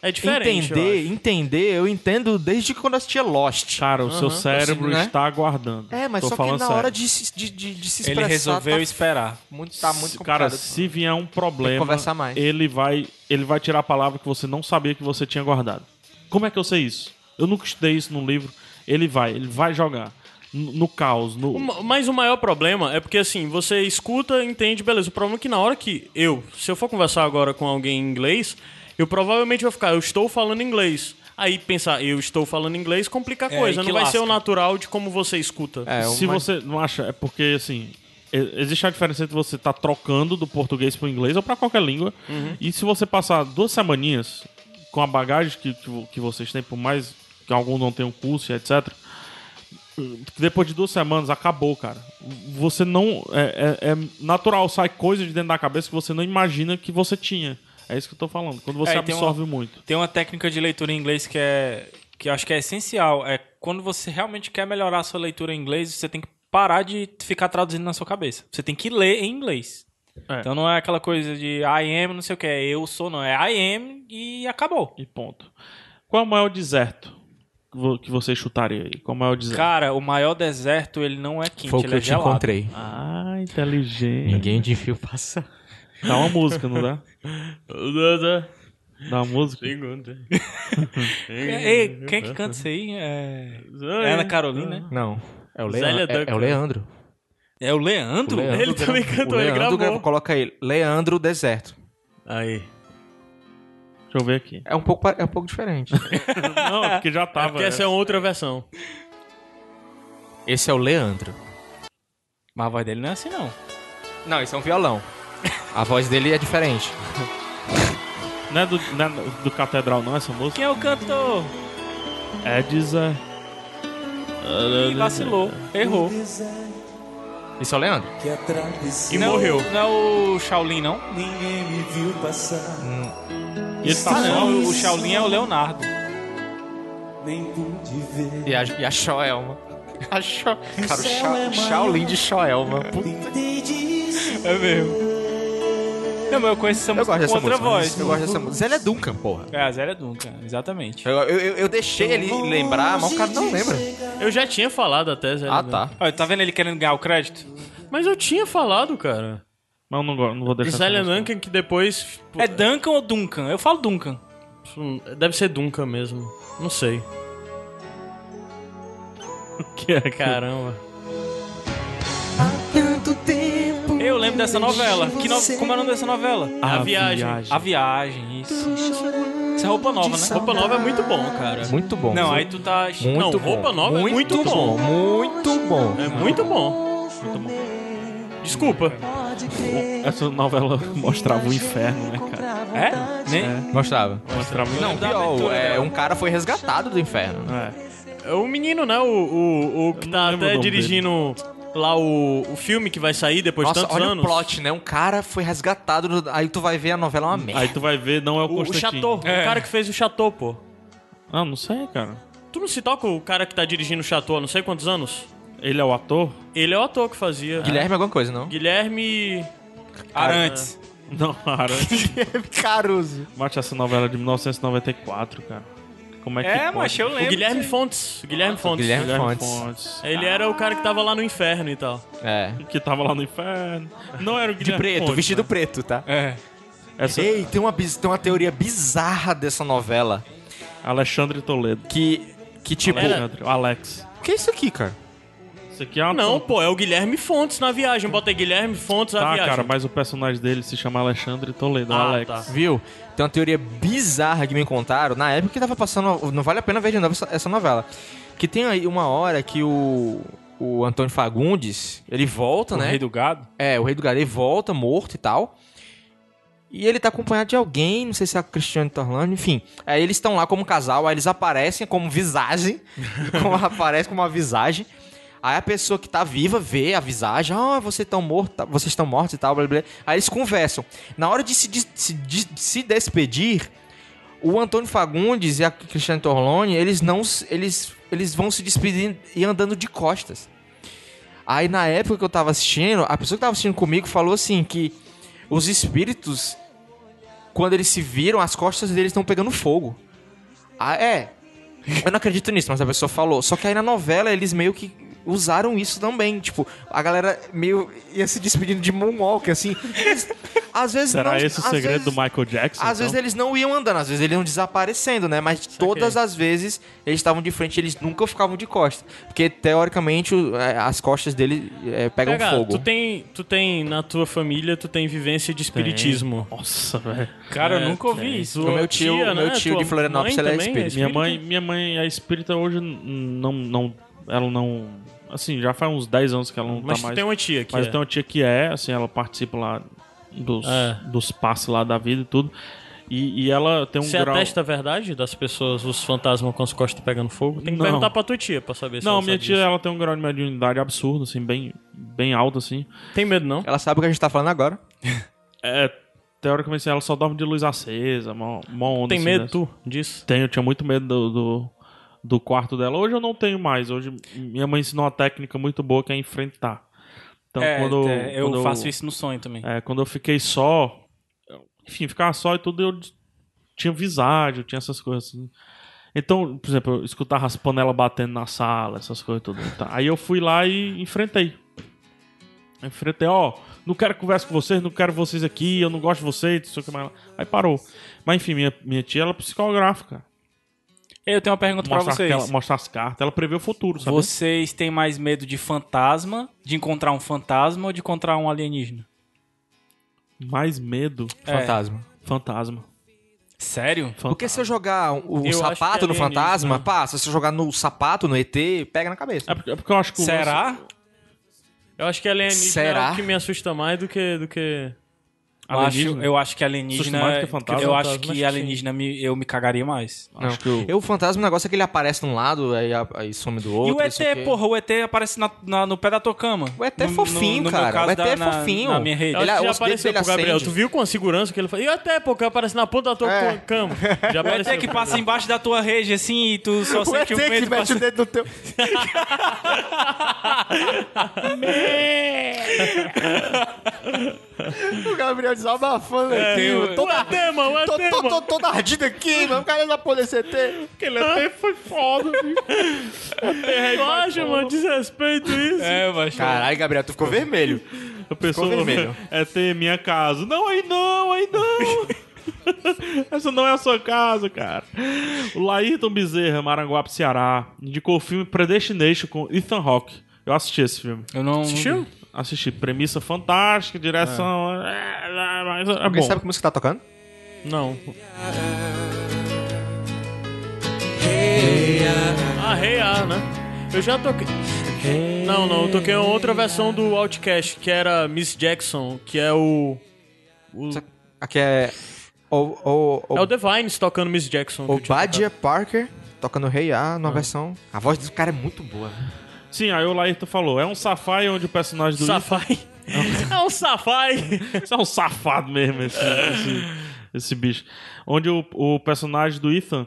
[SPEAKER 1] é diferente. eu
[SPEAKER 2] entender,
[SPEAKER 1] acho.
[SPEAKER 2] entender, eu entendo desde quando eu assistia Lost.
[SPEAKER 3] Cara, o seu cérebro
[SPEAKER 2] Assim, né?
[SPEAKER 3] está aguardando.
[SPEAKER 2] É, mas
[SPEAKER 3] Tô
[SPEAKER 2] só que
[SPEAKER 3] falando
[SPEAKER 2] na
[SPEAKER 3] sério.
[SPEAKER 2] hora de, se- de, de, de se expressar.
[SPEAKER 4] Ele resolveu
[SPEAKER 2] tá
[SPEAKER 4] esperar.
[SPEAKER 2] muito, tá muito
[SPEAKER 3] Se- Cara,
[SPEAKER 2] complicado.
[SPEAKER 3] se vier um problema,
[SPEAKER 2] conversar mais.
[SPEAKER 3] ele vai ele vai tirar a palavra que você não sabia que você tinha guardado. Como é que eu sei isso? Eu nunca estudei isso num livro. Ele vai, ele vai jogar no, no caos, no
[SPEAKER 1] O ma- Mas o maior problema é porque, assim, você escuta, entende, beleza. O problema é que na hora que eu, se eu for conversar agora com alguém em inglês, eu provavelmente vou ficar, eu estou falando inglês. Aí pensar, eu estou falando inglês, complica a
[SPEAKER 4] É,
[SPEAKER 1] coisa.
[SPEAKER 4] e que
[SPEAKER 1] Não vai ser o
[SPEAKER 4] lasca.
[SPEAKER 1] natural de como você escuta.
[SPEAKER 2] É,
[SPEAKER 3] Se
[SPEAKER 2] uma-
[SPEAKER 3] você não acha, é porque assim. e- Existe a diferença entre você estar trocando do português para o inglês ou para qualquer língua.
[SPEAKER 4] Uhum.
[SPEAKER 3] E se você passar duas semaninhas com a bagagem que, que, vo- que vocês têm, por mais que alguns não tenham curso e etc. Depois de duas semanas, acabou, cara. Você não. É, é- é natural, sai coisa de dentro da cabeça que você não imagina que você tinha. É isso que eu tô falando. Quando você
[SPEAKER 4] É, e tem uma-
[SPEAKER 3] absorve muito.
[SPEAKER 4] Tem uma técnica de leitura em inglês que é que eu acho que é essencial. É quando você realmente quer melhorar a sua leitura em inglês, você tem que parar de ficar traduzindo na sua cabeça. Você tem que ler em inglês.
[SPEAKER 3] É.
[SPEAKER 4] Então não é aquela coisa de I am, não sei o que, é eu sou, não. É I am e acabou.
[SPEAKER 3] E ponto. Qual é o maior deserto que vo- que você chutaria aí? Qual é o maior deserto?
[SPEAKER 4] Cara, o maior deserto, ele não é quente,
[SPEAKER 8] Foi o
[SPEAKER 4] ele
[SPEAKER 8] que
[SPEAKER 4] é
[SPEAKER 8] eu te
[SPEAKER 4] gelado.
[SPEAKER 8] encontrei.
[SPEAKER 3] Ah, inteligente.
[SPEAKER 8] Ninguém de fio passa.
[SPEAKER 3] Dá uma música, não dá? Dá uma música?
[SPEAKER 4] (laughs)
[SPEAKER 1] Pergunta.
[SPEAKER 4] Ei, quem é que canta isso aí? É... é Ana Carolina? né?
[SPEAKER 8] Não. É o,
[SPEAKER 1] Zélia
[SPEAKER 8] Leandro. é,
[SPEAKER 1] Duncan.
[SPEAKER 8] é o Leandro.
[SPEAKER 4] É o Leandro?
[SPEAKER 8] O Leandro.
[SPEAKER 1] Ele também
[SPEAKER 2] O
[SPEAKER 1] cantou, ele
[SPEAKER 2] Leandro
[SPEAKER 1] gravou.
[SPEAKER 2] gravou, coloca aí, Leandro Deserto.
[SPEAKER 1] Aí.
[SPEAKER 3] Deixa eu ver aqui.
[SPEAKER 2] É um pouco, pa- é um pouco diferente.
[SPEAKER 3] Não, é porque já
[SPEAKER 1] É
[SPEAKER 3] tava.
[SPEAKER 1] porque essa é
[SPEAKER 3] né?
[SPEAKER 1] outra versão.
[SPEAKER 8] Esse é o Leandro.
[SPEAKER 4] Mas a voz dele não é assim, não.
[SPEAKER 2] Não, isso é um violão.
[SPEAKER 8] A voz dele é diferente.
[SPEAKER 3] Não é do, não é do Catedral, não, essa música?
[SPEAKER 4] Quem é o cantor?
[SPEAKER 3] É deserto.
[SPEAKER 4] Ih, vacilou. Errou.
[SPEAKER 8] Esse é o Leandro?
[SPEAKER 1] E
[SPEAKER 4] não,
[SPEAKER 1] morreu.
[SPEAKER 4] Não é o Shaolin, não?
[SPEAKER 3] E ele tá só.
[SPEAKER 4] Ah, não. O Shaolin é o Leonardo.
[SPEAKER 8] E a, e a Shoelma. A Sho... Cara, o Sha... Shaolin de Shoelma. Puta.
[SPEAKER 4] É mesmo. Não, mas eu conheço essa
[SPEAKER 2] Eu
[SPEAKER 4] música
[SPEAKER 2] gosto
[SPEAKER 4] com
[SPEAKER 2] dessa
[SPEAKER 4] outra
[SPEAKER 2] música.
[SPEAKER 4] voz.
[SPEAKER 2] Eu gosto dessa música. Zélia Duncan, porra.
[SPEAKER 4] É, a Zélia Duncan, exatamente.
[SPEAKER 2] Eu, eu, eu- eu deixei ele lembrar, mas o cara não lembra.
[SPEAKER 1] Eu já tinha falado até, Zé.
[SPEAKER 2] Ah, tá.
[SPEAKER 4] Olha, tá vendo ele querendo ganhar o crédito?
[SPEAKER 1] Mas eu tinha falado, cara.
[SPEAKER 3] Mas eu não, go- não vou
[SPEAKER 1] De
[SPEAKER 3] deixar.
[SPEAKER 1] Zélia
[SPEAKER 3] essa música.
[SPEAKER 1] Duncan, que depois.
[SPEAKER 4] É Duncan ou Duncan? Eu falo Duncan.
[SPEAKER 1] Tipo, Deve ser Duncan mesmo. Não sei.
[SPEAKER 3] Que é, cara.
[SPEAKER 1] Caramba.
[SPEAKER 4] Eu lembro dessa novela. Que no... Como é o nome dessa novela?
[SPEAKER 1] A viagem.
[SPEAKER 4] A Viagem, isso. Isso é roupa nova, né?
[SPEAKER 1] Roupa nova é muito bom, cara.
[SPEAKER 8] Muito bom.
[SPEAKER 4] Não, aí tu tá...
[SPEAKER 8] Muito
[SPEAKER 1] Não,
[SPEAKER 8] bom.
[SPEAKER 1] roupa nova é
[SPEAKER 8] muito
[SPEAKER 1] muito bom.
[SPEAKER 8] Muito bom.
[SPEAKER 1] É muito bom. Desculpa.
[SPEAKER 3] Essa novela (laughs) mostrava o inferno, né, cara?
[SPEAKER 4] É? Né?
[SPEAKER 8] Gostava.
[SPEAKER 3] Mostrava o
[SPEAKER 2] Não,
[SPEAKER 3] inferno.
[SPEAKER 2] pior, é, um cara foi resgatado do inferno. né?
[SPEAKER 1] É o menino, né? O, o, o que
[SPEAKER 3] Eu não
[SPEAKER 1] tá
[SPEAKER 3] lembro o
[SPEAKER 1] até
[SPEAKER 3] nome
[SPEAKER 1] dirigindo lá o, o filme que vai sair depois de
[SPEAKER 2] Nossa,
[SPEAKER 1] tantos
[SPEAKER 2] olha
[SPEAKER 1] anos.
[SPEAKER 2] o plot, né? Um cara foi resgatado, do- aí tu vai ver a novela é uma merda.
[SPEAKER 3] Aí tu vai ver, não é o
[SPEAKER 1] O, o
[SPEAKER 3] Constantino.
[SPEAKER 1] Chateau, o cara que fez o Chateau, pô.
[SPEAKER 3] Ah, não sei, cara.
[SPEAKER 1] Tu não se toca o cara que tá dirigindo o Chateau há não sei quantos anos?
[SPEAKER 3] Ele é o ator? (laughs)
[SPEAKER 1] Ele é o ator que fazia.
[SPEAKER 2] Guilherme alguma coisa, não?
[SPEAKER 1] Guilherme.
[SPEAKER 4] Ah, Arantes.
[SPEAKER 3] Não, cara.
[SPEAKER 2] Caruso.
[SPEAKER 3] Mate, essa novela é de 1994, cara. Como é que
[SPEAKER 4] É,
[SPEAKER 3] pode?
[SPEAKER 4] mas eu lembro.
[SPEAKER 1] O Guilherme
[SPEAKER 4] disso
[SPEAKER 1] Fontes. O Guilherme Fontes.
[SPEAKER 2] Guilherme
[SPEAKER 3] Guilherme
[SPEAKER 2] Fontes.
[SPEAKER 3] Fontes.
[SPEAKER 1] Ele era o cara que tava lá no inferno e tal.
[SPEAKER 2] É.
[SPEAKER 3] Que tava lá no inferno. Não era o
[SPEAKER 2] De
[SPEAKER 3] Guilherme
[SPEAKER 2] preto,
[SPEAKER 3] Fontes,
[SPEAKER 2] vestido
[SPEAKER 3] né?
[SPEAKER 2] preto, tá?
[SPEAKER 4] aí. É.
[SPEAKER 3] Essa
[SPEAKER 2] Ei, tem uma, biz- tem uma teoria bizarra dessa novela.
[SPEAKER 3] Alexandre Toledo.
[SPEAKER 2] Que, que tipo...
[SPEAKER 3] Alexandre, Alex.
[SPEAKER 2] O que é isso aqui, cara?
[SPEAKER 3] Isso aqui é
[SPEAKER 4] Ah,
[SPEAKER 3] uma
[SPEAKER 1] Não, pô, é o Guilherme Fontes na viagem. Bota aí Guilherme Fontes na
[SPEAKER 3] Tá,
[SPEAKER 1] viagem.
[SPEAKER 3] cara, mas o personagem dele se chama Alexandre Toledo, é
[SPEAKER 1] Ah,
[SPEAKER 3] Alex.
[SPEAKER 1] tá.
[SPEAKER 2] Viu? Tem uma teoria bizarra que me contaram na época que tava passando. Não vale a pena ver de novo essa, essa novela. Que tem aí uma hora que o. O Antônio Fagundes, ele volta,
[SPEAKER 4] O
[SPEAKER 2] né?
[SPEAKER 4] Rei do Gado.
[SPEAKER 2] É, o rei do gado, ele volta morto e tal. E ele tá acompanhado de alguém, não sei se é a Cristiane Torlano, enfim. Aí eles estão lá como casal, aí eles aparecem como visagem. (laughs) como aparece como uma visagem. Aí a pessoa que tá viva vê a visagem, ah, vocês estão morto, vocês estão mortos e tal, blá, blá, blá. Aí eles conversam. Na hora de se, des- se des- se despedir, o Antônio Fagundes e a Cristiane Torlone, eles não se- eles eles vão se despedindo e andando de costas. Aí na época que eu tava assistindo, a pessoa que tava assistindo comigo falou assim que os espíritos, quando eles se viram, as costas deles estão pegando fogo. Ah, é. Eu não acredito nisso, mas a pessoa falou. Só que aí na novela eles meio que usaram isso também. Tipo, a galera meio ia se despedindo de Moonwalker, assim. Eles- Às vezes
[SPEAKER 3] Será
[SPEAKER 2] não,
[SPEAKER 3] esse o
[SPEAKER 2] às vezes-
[SPEAKER 3] segredo do Michael Jackson? então?
[SPEAKER 2] às vezes eles não iam andando, às vezes eles iam desaparecendo, né? Mas todas as vezes eles estavam de frente, eles nunca ficavam de costas. Porque, teoricamente, o- é, as costas dele é, pegam
[SPEAKER 1] Pega,
[SPEAKER 2] fogo.
[SPEAKER 1] Tu tem, tu tem na tua família, tu tem vivência de espiritismo.
[SPEAKER 3] Nossa, velho.
[SPEAKER 4] Cara, eu
[SPEAKER 1] É,
[SPEAKER 4] nunca ouvi
[SPEAKER 1] tem.
[SPEAKER 4] isso.
[SPEAKER 2] O meu tio,
[SPEAKER 1] Tia,
[SPEAKER 2] meu
[SPEAKER 1] né?
[SPEAKER 2] tio
[SPEAKER 1] Tua
[SPEAKER 2] de Florianópolis,
[SPEAKER 1] mãe
[SPEAKER 2] ele é
[SPEAKER 1] também é
[SPEAKER 2] espírito.
[SPEAKER 3] Minha mãe, minha mãe é espírita hoje, n- não, não, ela não, assim, já faz uns 10 anos que ela não
[SPEAKER 1] Mas tu
[SPEAKER 3] tá mais.
[SPEAKER 1] tem uma tia aqui.
[SPEAKER 3] mas tem uma tia que é, assim, ela participa lá dos,
[SPEAKER 1] É.
[SPEAKER 3] dos passes lá da vida e tudo. E, e ela tem um
[SPEAKER 1] Você
[SPEAKER 3] grau...
[SPEAKER 1] atesta a verdade das pessoas, os fantasmas com as costas pegando fogo? Tem que
[SPEAKER 3] Não.
[SPEAKER 1] perguntar pra tua tia pra saber se
[SPEAKER 3] Não,
[SPEAKER 1] ela
[SPEAKER 3] minha
[SPEAKER 1] sabe
[SPEAKER 3] tia,
[SPEAKER 1] disso.
[SPEAKER 3] ela tem um grau de mediunidade absurdo, assim, bem, bem alto, assim.
[SPEAKER 1] Tem medo, não?
[SPEAKER 2] Ela sabe o que a gente tá falando agora.
[SPEAKER 3] É, teoricamente, assim, ela só dorme de luz acesa, mó, mó onda,
[SPEAKER 1] Tem
[SPEAKER 3] assim,
[SPEAKER 1] medo,
[SPEAKER 3] dessa.
[SPEAKER 1] tu, disso?
[SPEAKER 3] Tenho, eu tinha muito medo do, do, do quarto dela. Hoje eu não tenho mais. Hoje minha mãe ensinou uma técnica muito boa que é enfrentar. Então
[SPEAKER 4] é,
[SPEAKER 3] quando
[SPEAKER 4] é, eu
[SPEAKER 3] quando
[SPEAKER 4] faço isso no sonho também.
[SPEAKER 3] é, quando eu fiquei só, enfim, ficava só e tudo, eu tinha visagem, eu tinha essas coisas assim. Então, por exemplo, eu escutava as panelas batendo na sala, essas coisas tudo. Tá? Aí eu fui lá e enfrentei. Enfrentei, ó, não quero conversa com vocês, não quero vocês aqui, eu não gosto de vocês, não sei o que mais. lá. Aí parou. Mas enfim, minha, minha tia, ela é psicográfica.
[SPEAKER 4] Eu tenho uma pergunta pra
[SPEAKER 3] Mostra,
[SPEAKER 4] vocês.
[SPEAKER 3] aquela- mostra as cartas, ela prevê o futuro, sabe?
[SPEAKER 4] Vocês têm mais medo de fantasma, de encontrar um fantasma ou de encontrar um alienígena?
[SPEAKER 3] Mais medo,
[SPEAKER 2] Fantasma.
[SPEAKER 3] fantasma.
[SPEAKER 4] Sério?
[SPEAKER 2] Porque se eu jogar
[SPEAKER 1] Eu
[SPEAKER 2] o
[SPEAKER 1] acho que
[SPEAKER 2] sapato
[SPEAKER 1] é
[SPEAKER 2] no fantasma,
[SPEAKER 1] alienígena.
[SPEAKER 2] passa. Se eu jogar no sapato, no ET, pega na cabeça.
[SPEAKER 3] É porque, é porque eu acho que o lance-
[SPEAKER 4] Será?
[SPEAKER 1] Eu acho que alienígena é
[SPEAKER 2] Será?
[SPEAKER 1] o que me assusta mais do que. Do que...
[SPEAKER 4] Eu acho,
[SPEAKER 3] Alienígena?
[SPEAKER 4] eu acho que
[SPEAKER 3] Assusta
[SPEAKER 4] alienígena. é-
[SPEAKER 3] mais que fantasma?
[SPEAKER 4] eu
[SPEAKER 1] Fantasma,
[SPEAKER 4] acho
[SPEAKER 1] acho que
[SPEAKER 4] que
[SPEAKER 1] sim.
[SPEAKER 4] alienígena me- eu me cagaria mais.
[SPEAKER 2] Não.
[SPEAKER 3] acho que eu-
[SPEAKER 2] Eu, o fantasma, o negócio é que ele aparece de um lado, aí, a- aí some do outro.
[SPEAKER 4] e o
[SPEAKER 2] não sei
[SPEAKER 4] ET,
[SPEAKER 2] quê.
[SPEAKER 4] porra, o ET aparece na- na- no pé da tua cama.
[SPEAKER 2] O ET é
[SPEAKER 4] No- no-
[SPEAKER 2] fofinho,
[SPEAKER 4] no meu
[SPEAKER 2] cara.
[SPEAKER 4] caso,
[SPEAKER 2] o ET é
[SPEAKER 4] da- na-
[SPEAKER 2] fofinho.
[SPEAKER 4] Na minha rede.
[SPEAKER 1] Eu acho
[SPEAKER 2] Ele-
[SPEAKER 1] que já
[SPEAKER 2] é os dedos
[SPEAKER 1] apareceu
[SPEAKER 2] dele
[SPEAKER 1] pro Gabriel.
[SPEAKER 2] acende.
[SPEAKER 1] Tu viu com a segurança que ele falou? E até, porque aparece na ponta da tua
[SPEAKER 2] É.
[SPEAKER 1] cama. Já
[SPEAKER 2] (laughs)
[SPEAKER 4] O ET
[SPEAKER 1] apareceu.
[SPEAKER 4] é que passa embaixo da tua rede, assim, e tu só
[SPEAKER 2] O ET
[SPEAKER 4] sente o
[SPEAKER 2] que mete
[SPEAKER 4] medo
[SPEAKER 2] o
[SPEAKER 4] passando.
[SPEAKER 2] dedo no teu. o Gabriel desabafando aqui, mano.
[SPEAKER 1] O
[SPEAKER 2] Toda,
[SPEAKER 1] ET, mano, o ET,
[SPEAKER 2] tô, tô,
[SPEAKER 1] mano.
[SPEAKER 2] tô, toda ardida aqui, mano. O cara é da polícia CT.
[SPEAKER 3] Aquele ET foi foda, bicho.
[SPEAKER 1] Tu acha, mano? Desrespeito isso.
[SPEAKER 4] É, macho.
[SPEAKER 2] Caralho, Gabriel, tu ficou vermelho.
[SPEAKER 3] A pessoa
[SPEAKER 2] vermelho.
[SPEAKER 3] é ter minha casa. Não, aí não, aí não. Essa não (laughs) é a sua casa, cara. O Laírton Bezerra, Maranguape, Ceará, indicou o filme Predestination com Ethan Hawke. Eu assisti esse filme.
[SPEAKER 4] Eu não.
[SPEAKER 1] Assistiu?
[SPEAKER 3] Assisti. Premissa fantástica, direção... É, é, mas é
[SPEAKER 2] Alguém
[SPEAKER 3] bom.
[SPEAKER 2] sabe que música tá tocando?
[SPEAKER 1] Não. Ah, Hey A, né? Eu já toquei. Não, não, eu toquei uma outra versão do Outcast, que era Miss Jackson, que é o. o
[SPEAKER 2] Aqui é. O, o,
[SPEAKER 1] é o
[SPEAKER 2] o,
[SPEAKER 1] Devines tocando Miss Jackson. que eu tinha
[SPEAKER 2] Badia Parker tocando Rei A numa versão. A voz do cara é muito boa. né?
[SPEAKER 3] Sim, aí o Laírton falou. É um safai onde o personagem do...
[SPEAKER 1] tocado. Safai. (laughs) É um safai.
[SPEAKER 3] Isso é um safado mesmo, esse, esse, esse bicho. Onde o, o personagem do Ethan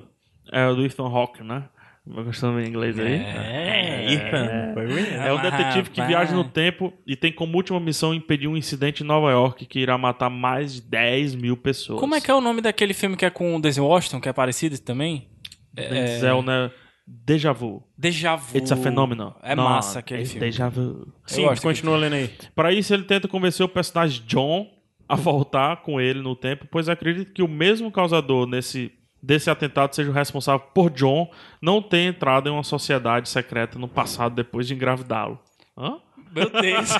[SPEAKER 3] é o do Ethan Hawke, né? Vai Gostando em inglês aí?
[SPEAKER 4] É,
[SPEAKER 3] É um detetive que viaja no tempo e tem como última missão impedir um incidente em Nova York que irá matar mais de 10 mil pessoas.
[SPEAKER 4] Como é que é o nome daquele filme que é com o Denzel Washington, que é parecido também? é.
[SPEAKER 3] Denzel, né? Déjà vu.
[SPEAKER 4] Deja Vu.
[SPEAKER 3] It's a phenomenon.
[SPEAKER 4] É
[SPEAKER 3] Não,
[SPEAKER 4] massa aquele
[SPEAKER 3] it's
[SPEAKER 4] filme.
[SPEAKER 3] Déjà vu.
[SPEAKER 1] Sim,
[SPEAKER 4] gosto
[SPEAKER 1] continua lendo aí.
[SPEAKER 3] Para isso, ele tenta convencer o personagem John a voltar com ele no tempo, pois acredita que o mesmo causador nesse, desse atentado seja o responsável por John não ter entrado em uma sociedade secreta no passado depois de engravidá-lo. Hã?
[SPEAKER 4] Meu Deus.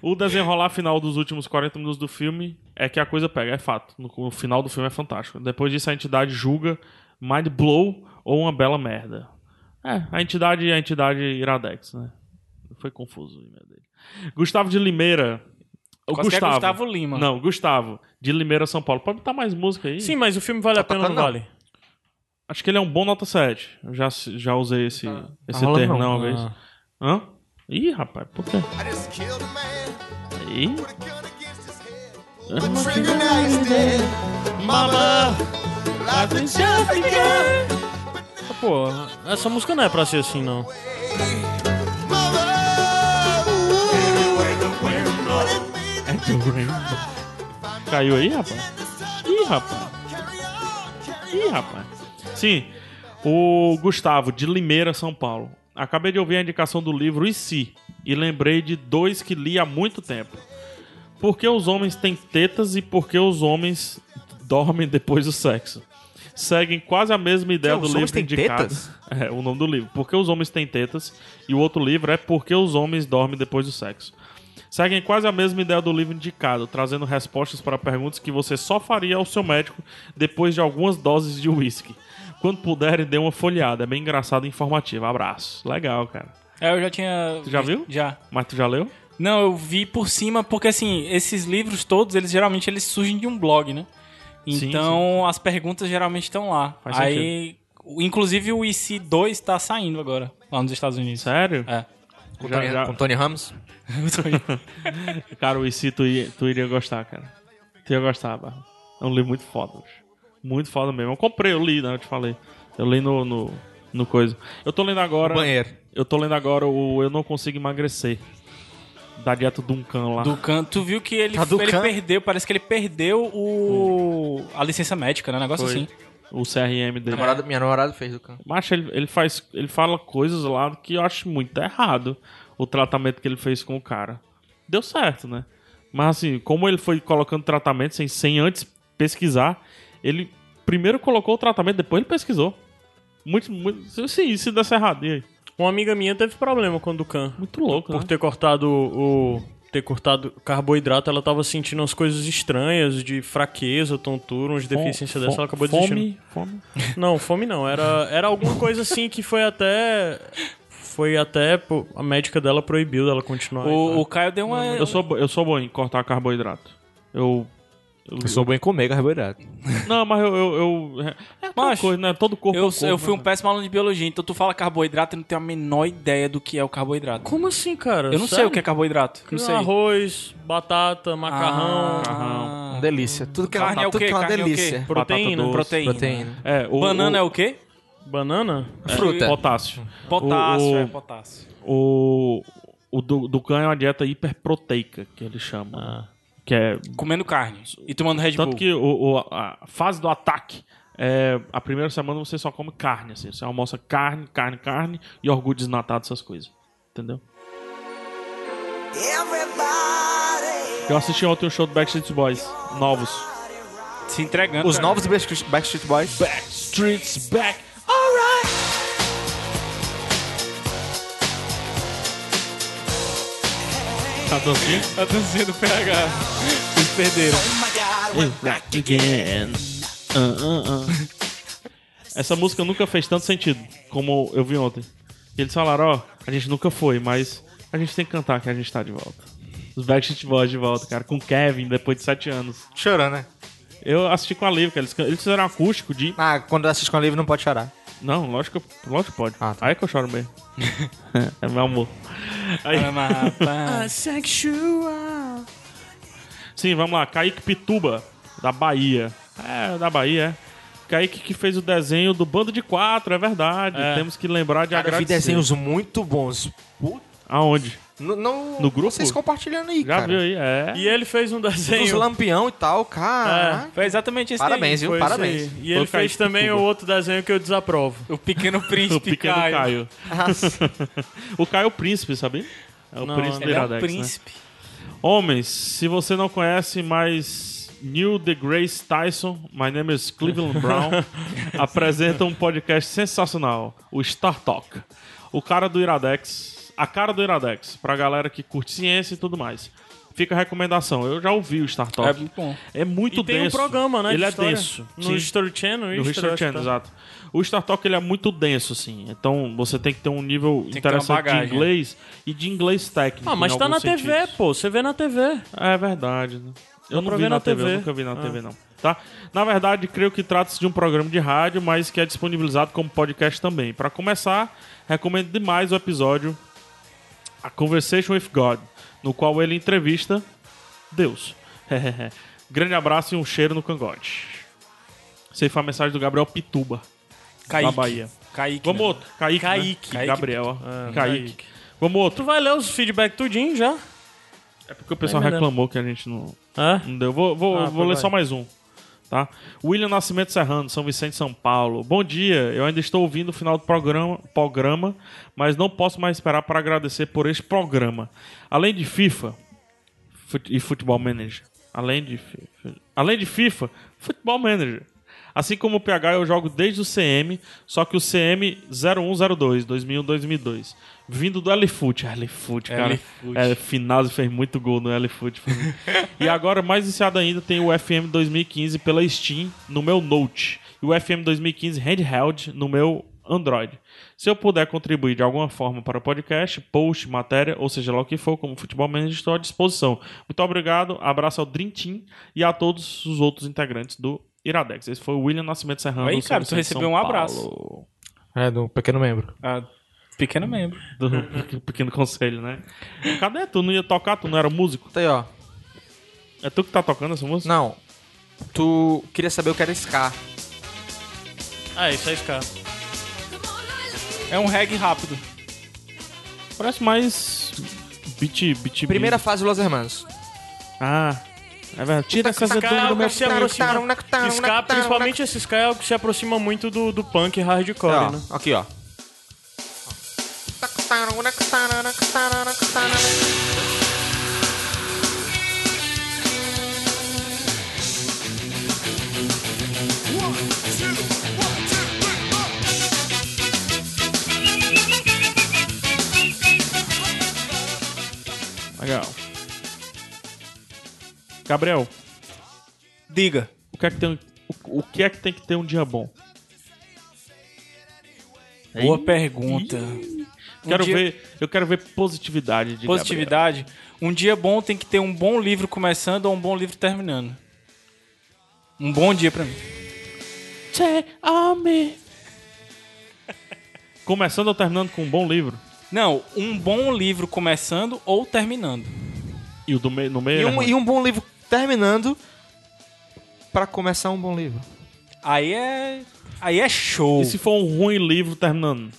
[SPEAKER 3] O desenrolar final dos últimos 40 minutos do filme é que a coisa pega, é fato. No, o final do filme é fantástico. Depois disso, a entidade julga Mind Blow ou uma bela merda. É, a entidade é a entidade Iradex, né? Foi confuso o e-mail dele. Gustavo de Limeira. O
[SPEAKER 4] Quase que é
[SPEAKER 3] Gustavo.
[SPEAKER 4] Gustavo Lima.
[SPEAKER 3] Não, Gustavo, de Limeira, São Paulo. Pode botar mais música aí?
[SPEAKER 1] Sim, mas o filme vale a pena ou não
[SPEAKER 2] tocando,
[SPEAKER 1] vale?
[SPEAKER 3] Acho que ele é um bom nota 7. Eu já, já usei esse,
[SPEAKER 4] Tá.
[SPEAKER 3] esse
[SPEAKER 2] Tá rolando
[SPEAKER 3] termo
[SPEAKER 2] não. Ah.
[SPEAKER 3] Tá não, uma vez. Hã? Ih, rapaz, por quê?
[SPEAKER 6] I just killed a man,
[SPEAKER 3] Ih.
[SPEAKER 6] put a gun against his head. Pulled the trigger, now he's dead. Mama, life is just begun.
[SPEAKER 1] Pô, essa música não é pra ser assim, não.
[SPEAKER 6] Mama, what it means to
[SPEAKER 3] Caiu aí, rapaz? Ih, rapaz.
[SPEAKER 6] carry on, carry
[SPEAKER 3] Ih, rapaz. Sim, o Gustavo, de Limeira, São Paulo. Acabei de ouvir a indicação do livro E Se? E lembrei de dois que li há muito tempo. Por que os homens têm tetas e por que os homens dormem depois do sexo? Seguem quase a mesma ideia
[SPEAKER 2] Que
[SPEAKER 3] do
[SPEAKER 2] os
[SPEAKER 3] livro
[SPEAKER 2] homens têm
[SPEAKER 3] indicado.
[SPEAKER 2] tetas?
[SPEAKER 3] É, o nome do livro. Por que os homens têm tetas? E o outro livro é Por que os homens dormem depois do sexo? Seguem quase a mesma ideia do livro indicado, trazendo respostas para perguntas que você só faria ao seu médico depois de algumas doses de uísque. Quando puderem, dê uma folheada. É bem engraçado e informativo. Abraço. Legal, cara.
[SPEAKER 4] É, eu já tinha.
[SPEAKER 3] Tu já viu?
[SPEAKER 4] Já.
[SPEAKER 3] Mas tu já leu?
[SPEAKER 4] Não, eu vi por cima, porque assim, esses livros todos, eles geralmente eles surgem de um blog, né?
[SPEAKER 3] Sim,
[SPEAKER 4] Então as perguntas geralmente estão lá.
[SPEAKER 3] Faz
[SPEAKER 4] Aí, o- inclusive o IC2 tá saindo agora, lá nos Estados Unidos.
[SPEAKER 3] Sério?
[SPEAKER 4] É. (laughs)
[SPEAKER 2] Com,
[SPEAKER 3] Já-
[SPEAKER 2] Tony,
[SPEAKER 3] já-
[SPEAKER 2] com Tony Ramos.
[SPEAKER 3] Cara, o IC tu, ia- tu iria gostar, cara. Tu ia gostar, Barra. É um livro muito foda, bicho. Muito foda mesmo. Eu comprei, eu li, né? Eu te falei. Eu li no, no, no coisa. Eu tô lendo agora.
[SPEAKER 2] Banheiro.
[SPEAKER 3] Eu tô lendo agora o Eu Não Consigo Emagrecer. Da dieta Duncan lá.
[SPEAKER 4] Ducan, tu viu que ele,
[SPEAKER 8] Tá
[SPEAKER 4] ele
[SPEAKER 8] Ducan?
[SPEAKER 4] perdeu, parece que ele perdeu o a licença médica, né? Um negócio
[SPEAKER 3] Foi.
[SPEAKER 4] assim.
[SPEAKER 3] O CRM dele.
[SPEAKER 2] Namorada- minha namorada fez do can.
[SPEAKER 3] Mas ele, ele faz. Ele fala coisas lá que eu acho muito errado. O tratamento que ele fez com o cara. Deu certo, né? Mas assim, como ele foi colocando tratamento sem, sem antes pesquisar, ele primeiro colocou o tratamento, depois ele pesquisou. Muito, muito. Sim, se desse errado. E aí?
[SPEAKER 1] Uma amiga minha teve problema com o Ducan.
[SPEAKER 3] Muito louco, né?
[SPEAKER 1] Por ter cortado o. ter cortado carboidrato, ela tava sentindo umas coisas estranhas, de fraqueza, tontura, umas deficiências
[SPEAKER 3] Fo-
[SPEAKER 1] dessa, ela acabou desistindo.
[SPEAKER 3] fome, fome.
[SPEAKER 1] Não, fome não. Era, era alguma coisa assim que foi até. Foi até. pô, a médica dela proibiu dela continuar.
[SPEAKER 4] O, o Caio deu uma.
[SPEAKER 3] Eu sou, bo- eu sou bom em cortar carboidrato. Eu.
[SPEAKER 8] Eu sou bom em comer carboidrado.
[SPEAKER 3] Não, mas eu. eu, eu- é aquela
[SPEAKER 4] Macho,
[SPEAKER 3] coisa, né? Todo corpo. é
[SPEAKER 4] eu,
[SPEAKER 3] um corpo,
[SPEAKER 4] eu fui um
[SPEAKER 3] né?
[SPEAKER 4] péssimo aluno de biologia, então tu fala carboidrato e não tem a menor ideia do que é o carboidrato.
[SPEAKER 1] Como assim, cara?
[SPEAKER 4] Eu não sei o que é carboidrato. Não sei.
[SPEAKER 1] Arroz, batata, macarrão,
[SPEAKER 4] Ah,
[SPEAKER 8] Uma delícia. Tudo que é,
[SPEAKER 4] Carne é o
[SPEAKER 8] tudo
[SPEAKER 4] quê?
[SPEAKER 8] que é uma
[SPEAKER 4] Carne é o quê?
[SPEAKER 8] delícia.
[SPEAKER 1] proteína,
[SPEAKER 3] doce.
[SPEAKER 4] proteína.
[SPEAKER 8] Proteína.
[SPEAKER 3] É, o,
[SPEAKER 4] Banana é
[SPEAKER 3] o,
[SPEAKER 4] o quê?
[SPEAKER 1] banana?
[SPEAKER 8] Fruta.
[SPEAKER 3] Potássio.
[SPEAKER 4] Potássio,
[SPEAKER 3] O-
[SPEAKER 4] é potássio.
[SPEAKER 3] O. O do, do can é uma dieta hiperproteica, que ele chama. Que é.
[SPEAKER 4] Comendo carne e tomando Red Bull.
[SPEAKER 3] Tanto que o, o- a a fase do ataque. É, a primeira semana você só come carne, assim. Você almoça carne, carne, carne e orgulho desnatado, essas coisas. Entendeu?
[SPEAKER 6] Everybody.
[SPEAKER 3] Eu assisti ontem o show do Backstreet Boys, novos.
[SPEAKER 4] Se entregando.
[SPEAKER 8] Os
[SPEAKER 4] cara.
[SPEAKER 8] novos Backstreet Backstreet Boys.
[SPEAKER 3] Streets Back. Alright! Tá dançando?
[SPEAKER 4] A dancinha do PH. Eles perderam.
[SPEAKER 6] Oh my God, we're back again.
[SPEAKER 3] (laughs) Essa música nunca fez tanto sentido como eu vi ontem. E eles falaram, ó, a gente nunca foi, mas a gente tem que cantar que a gente tá de volta. Os Backstreet Boys de volta, cara, com o Kevin depois de sete anos.
[SPEAKER 8] Chorando, né?
[SPEAKER 3] Eu assisti com a Liv, cara. Eles, can- eles fizeram um acústico de.
[SPEAKER 8] Ah, quando assiste com a livre não pode chorar.
[SPEAKER 3] Não, lógico, que eu- lógico que pode.
[SPEAKER 8] Ah, tá.
[SPEAKER 3] Aí é que eu
[SPEAKER 8] (laughs)
[SPEAKER 3] choro mesmo. é meu amor. Aí- (laughs)
[SPEAKER 4] É,
[SPEAKER 3] Sim, vamos lá. Kaique Pituba, da Bahia. É, da Bahia, é. Kaique que fez o desenho do Bando de Quatro, é verdade. Temos que lembrar de
[SPEAKER 8] Cara, eu vi
[SPEAKER 3] agradecer.
[SPEAKER 8] desenhos muito bons. Puta,
[SPEAKER 3] Aonde?
[SPEAKER 8] No, não-
[SPEAKER 3] No grupo?
[SPEAKER 8] Vocês compartilhando aí,
[SPEAKER 3] Já
[SPEAKER 8] cara.
[SPEAKER 3] viu aí, é.
[SPEAKER 1] E ele fez um
[SPEAKER 8] Os
[SPEAKER 1] desenho. É,
[SPEAKER 8] lampião e tal, cara.
[SPEAKER 4] Foi exatamente esse
[SPEAKER 8] Parabéns,
[SPEAKER 4] daí.
[SPEAKER 8] viu?
[SPEAKER 1] Foi
[SPEAKER 8] Parabéns.
[SPEAKER 1] esse aí. E ele
[SPEAKER 3] Foi o Kaique
[SPEAKER 1] fez também o
[SPEAKER 3] Pituba.
[SPEAKER 1] outro desenho que eu desaprovo.
[SPEAKER 4] O pequeno príncipe,
[SPEAKER 3] O pequeno
[SPEAKER 4] Caio.
[SPEAKER 3] Caio. o Caio é o príncipe, sabia? É o
[SPEAKER 1] Não,
[SPEAKER 3] príncipe do
[SPEAKER 4] Ele é o
[SPEAKER 3] Iradex, né?
[SPEAKER 4] príncipe.
[SPEAKER 3] Homens, se você não conhece mais Neil deGrasse Tyson, my name is Cleveland
[SPEAKER 1] (laughs)
[SPEAKER 3] Brown, apresenta um podcast sensacional, o Star Talk. O cara do Iradex, a cara do Iradex, pra galera que curte ciência e tudo mais. Fica a recomendação, eu já ouvi o Star Talk.
[SPEAKER 4] É muito bom.
[SPEAKER 3] É muito
[SPEAKER 1] E tem
[SPEAKER 3] denso.
[SPEAKER 1] um programa, né?
[SPEAKER 3] Ele
[SPEAKER 1] de
[SPEAKER 3] é
[SPEAKER 1] história.
[SPEAKER 3] denso.
[SPEAKER 1] No né?
[SPEAKER 3] Sim.
[SPEAKER 1] History tá. Channel.
[SPEAKER 3] Do History Channel, exato. O Star Talk ele é muito denso, assim. Então você tem que ter um nível
[SPEAKER 4] que ter uma
[SPEAKER 3] interessante de
[SPEAKER 4] bagagem.
[SPEAKER 3] inglês e de inglês técnico.
[SPEAKER 1] né? Ah, mas
[SPEAKER 3] em
[SPEAKER 1] tá na
[SPEAKER 3] alguns
[SPEAKER 1] TV,
[SPEAKER 3] sentidos.
[SPEAKER 1] pô. Você vê na TV.
[SPEAKER 3] É verdade. né? Eu não
[SPEAKER 1] pra
[SPEAKER 3] vi
[SPEAKER 1] ver
[SPEAKER 3] na
[SPEAKER 1] na
[SPEAKER 3] TV, eu
[SPEAKER 1] TV.
[SPEAKER 3] nunca vi na TV, não. Tá? Na verdade, creio que trata-se de um programa de rádio, mas que é disponibilizado como podcast também. Pra começar, recomendo demais o episódio A Conversation with God, no qual ele entrevista Deus. (laughs) Grande abraço e um cheiro no cangote. Sei foi a mensagem do Gabriel Pituba.
[SPEAKER 4] Kaique.
[SPEAKER 3] Bahia.
[SPEAKER 4] Kaique.
[SPEAKER 3] Vamos
[SPEAKER 4] né?
[SPEAKER 3] outro. Kaique. né?
[SPEAKER 1] Kaique.
[SPEAKER 3] Kaique Gabriel. ó.
[SPEAKER 1] Ah,
[SPEAKER 3] Kaique.
[SPEAKER 1] Kaique.
[SPEAKER 3] Vamos
[SPEAKER 1] Tu
[SPEAKER 3] outro.
[SPEAKER 1] vai ler os feedback tudinho já?
[SPEAKER 3] É porque o pessoal
[SPEAKER 1] Vai melhor.
[SPEAKER 3] reclamou que a gente não.
[SPEAKER 1] É?
[SPEAKER 3] Não deu. Vou, vou,
[SPEAKER 1] Ah,
[SPEAKER 3] vou
[SPEAKER 1] foi,
[SPEAKER 3] ler
[SPEAKER 1] vai.
[SPEAKER 3] só mais um. Tá? William Nascimento Serrano, São Vicente, São Paulo. Bom dia, eu ainda estou ouvindo o final do programa, programa, mas não posso mais esperar para agradecer por este programa. Além de FIFA fut- e Futebol Manager. Além de, fi- fi- além de FIFA, Futebol Manager. Assim como o PH, eu jogo desde o CM, só que o CM 0102, 2001, 2002. Vindo do LFoot. LFoot, cara.
[SPEAKER 4] LFoot.
[SPEAKER 3] É, Finazzi fez muito gol no LFoot. foi muito- e agora, mais viciado ainda, tem o FM 2015 pela Steam no meu Note. E o FM 2015 handheld no meu Android. Se eu puder contribuir de alguma forma para o podcast, post, matéria, ou seja lá o que for, como futebol manager, estou à disposição. Muito obrigado, abraço ao Dream Team e a todos os outros integrantes do Iradex. Esse foi o William Nascimento Serrano.
[SPEAKER 4] Aí,
[SPEAKER 3] do
[SPEAKER 4] cara, tu
[SPEAKER 3] São Vicente,
[SPEAKER 4] recebeu
[SPEAKER 3] São
[SPEAKER 4] um abraço.
[SPEAKER 3] Paulo.
[SPEAKER 8] É, do pequeno membro.
[SPEAKER 4] Ah, pequeno membro.
[SPEAKER 3] Do (laughs) pequeno conselho, né? Cadê? Tu não ia tocar? Tu não era músico?
[SPEAKER 8] Tá aí, ó.
[SPEAKER 3] É tu que tá tocando essa música?
[SPEAKER 8] Não. Tu queria saber o que era Scar.
[SPEAKER 1] Ah, isso aí, cara.
[SPEAKER 4] É um reggae rápido.
[SPEAKER 3] Parece mais. Beat, beat,
[SPEAKER 2] Primeira fase Los Hermanos.
[SPEAKER 3] Ah, é verdade. Tira essa
[SPEAKER 1] Ska é
[SPEAKER 3] azeitona do
[SPEAKER 1] algo
[SPEAKER 3] meu
[SPEAKER 1] que se aproxima. Ska, principalmente esse Ska é algo que se aproxima muito do, do punk hardcore,
[SPEAKER 2] Ó,
[SPEAKER 1] né?
[SPEAKER 2] Aqui, ó.
[SPEAKER 3] Legal. Gabriel,
[SPEAKER 4] Diga.
[SPEAKER 3] o que é que tem, o, o que é que tem que ter um dia bom?
[SPEAKER 4] Boa pergunta. Um
[SPEAKER 3] quero
[SPEAKER 4] dia-
[SPEAKER 3] ver, eu quero ver positividade de
[SPEAKER 4] Positividade. Um dia bom tem que ter um bom livro começando ou um bom livro terminando. Um bom dia pra mim.
[SPEAKER 3] Gabriel. Ame. (laughs) Começando ou terminando com um bom livro?
[SPEAKER 4] Não, um bom livro começando ou terminando.
[SPEAKER 3] E o do meio, no meio.
[SPEAKER 2] E
[SPEAKER 3] é
[SPEAKER 2] um,
[SPEAKER 3] ruim.
[SPEAKER 2] e um bom livro terminando pra começar um bom livro.
[SPEAKER 4] Aí é. Aí é show.
[SPEAKER 3] E se for um ruim livro terminando?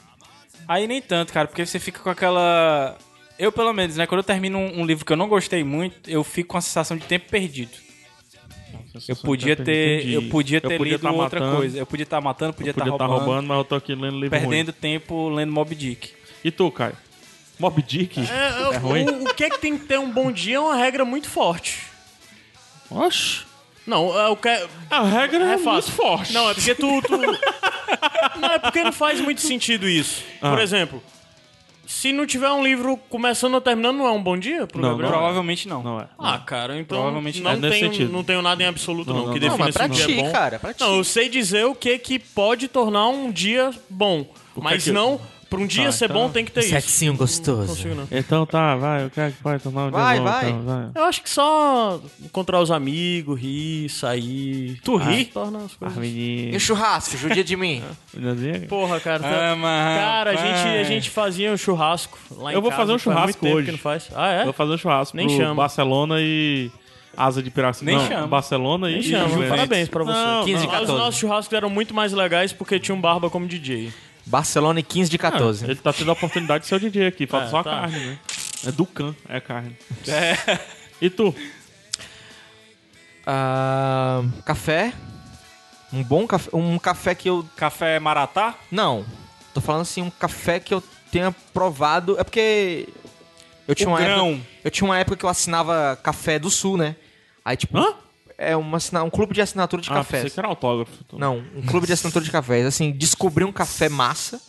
[SPEAKER 4] Aí nem tanto, cara, porque você fica com aquela. Eu, pelo menos, né? Quando eu termino um, um livro que eu não gostei muito, eu fico com a sensação de tempo perdido. Eu podia ter, eu podia ter lido
[SPEAKER 3] tá
[SPEAKER 4] outra
[SPEAKER 3] matando,
[SPEAKER 4] coisa. Eu podia estar matando, podia
[SPEAKER 3] Eu
[SPEAKER 4] estar
[SPEAKER 3] podia estar
[SPEAKER 4] roubando,
[SPEAKER 3] roubando, é. mas eu tô aqui lendo livro
[SPEAKER 4] perdendo tempo lendo Mob Dick.
[SPEAKER 3] ruim. E tu, Caio? Mob Dick?
[SPEAKER 1] É,
[SPEAKER 3] É ruim?
[SPEAKER 1] O, o que é que tem que ter um bom dia é uma regra muito forte.
[SPEAKER 3] Oxe.
[SPEAKER 1] Não, é o que.
[SPEAKER 3] A regra é,
[SPEAKER 1] É
[SPEAKER 3] muito
[SPEAKER 1] fácil.
[SPEAKER 3] forte.
[SPEAKER 1] Não, é porque tu.
[SPEAKER 3] (laughs)
[SPEAKER 1] tu- Não, é porque não faz muito sentido isso.
[SPEAKER 3] Ah.
[SPEAKER 1] Por exemplo, se não tiver um livro começando ou terminando, não é um bom dia pro
[SPEAKER 3] Não,
[SPEAKER 1] Gabriel?
[SPEAKER 3] não é.
[SPEAKER 4] Provavelmente não.
[SPEAKER 3] Não é.
[SPEAKER 1] Ah, cara, então
[SPEAKER 4] Provavelmente
[SPEAKER 1] não,
[SPEAKER 3] é nesse
[SPEAKER 1] tenho,
[SPEAKER 3] sentido.
[SPEAKER 1] não tenho nada em absoluto não,
[SPEAKER 3] não,
[SPEAKER 1] que defina
[SPEAKER 3] não.
[SPEAKER 2] Não, mas
[SPEAKER 1] se
[SPEAKER 2] pra
[SPEAKER 1] um dia
[SPEAKER 2] ti,
[SPEAKER 1] é bom.
[SPEAKER 2] cara, pra ti.
[SPEAKER 1] Não, eu sei dizer o que é que pode tornar um dia bom,
[SPEAKER 3] que
[SPEAKER 1] mas
[SPEAKER 3] é que-
[SPEAKER 1] não, pra um dia
[SPEAKER 3] Tá,
[SPEAKER 1] ser
[SPEAKER 3] então-
[SPEAKER 1] bom tem que ter isso. Não
[SPEAKER 2] gostoso.
[SPEAKER 1] consigo, não.
[SPEAKER 3] Então tá, vai, o que é que vai tomar um
[SPEAKER 2] Vai,
[SPEAKER 3] dia bom,
[SPEAKER 2] vai.
[SPEAKER 3] então, vai.
[SPEAKER 1] Eu acho que só encontrar os amigos, rir, sair. Tu ri? Torna as
[SPEAKER 3] Ah,
[SPEAKER 1] coisas.
[SPEAKER 3] menino.
[SPEAKER 2] E o churrasco, judia de
[SPEAKER 3] (laughs)
[SPEAKER 2] mim.
[SPEAKER 3] Meninozinho.
[SPEAKER 1] Porra, cara. tá-
[SPEAKER 4] Ama,
[SPEAKER 1] Cara, a gente, a
[SPEAKER 4] rapaz.
[SPEAKER 1] gente fazia um churrasco lá em
[SPEAKER 3] Eu vou
[SPEAKER 1] casa,
[SPEAKER 3] fazer um
[SPEAKER 1] faz muito
[SPEAKER 3] churrasco
[SPEAKER 1] tempo
[SPEAKER 3] hoje.
[SPEAKER 1] Que não faz. Ah, é?
[SPEAKER 3] Vou fazer um churrasco
[SPEAKER 1] Nem
[SPEAKER 3] pro
[SPEAKER 1] chama.
[SPEAKER 3] Barcelona e Asa de Piracicaba.
[SPEAKER 4] Nem
[SPEAKER 3] Não,
[SPEAKER 4] chama.
[SPEAKER 3] Barcelona e
[SPEAKER 1] Me chama,
[SPEAKER 3] Juventus.
[SPEAKER 1] parabéns pra você.
[SPEAKER 3] Não,
[SPEAKER 2] 15 e
[SPEAKER 1] Mas os
[SPEAKER 2] 14.
[SPEAKER 1] nossos churrascos eram muito mais legais porque tinha um barba como DJ.
[SPEAKER 2] Barcelona e 15 de 14.
[SPEAKER 3] Ele tá tendo a oportunidade de ser o DJ aqui. Falta
[SPEAKER 1] É,
[SPEAKER 3] só a
[SPEAKER 1] tá.
[SPEAKER 3] carne, né? É do can, é carne. E tu?
[SPEAKER 2] Ah, café. Um bom café. Um café que eu.
[SPEAKER 4] Café Maratá?
[SPEAKER 2] Não. Tô falando assim, um café que eu tenha provado. É porque. Eu tinha,
[SPEAKER 4] O
[SPEAKER 2] uma
[SPEAKER 4] grão.
[SPEAKER 2] época, eu tinha uma época que eu assinava Café do Sul, né? Aí, tipo.
[SPEAKER 3] Hã?
[SPEAKER 2] É uma, assina- um clube de assinatura de
[SPEAKER 3] Ah,
[SPEAKER 2] cafés.
[SPEAKER 3] pensei que era autógrafo.
[SPEAKER 2] Não, um clube de assinatura de cafés. Assim, descobri um café massa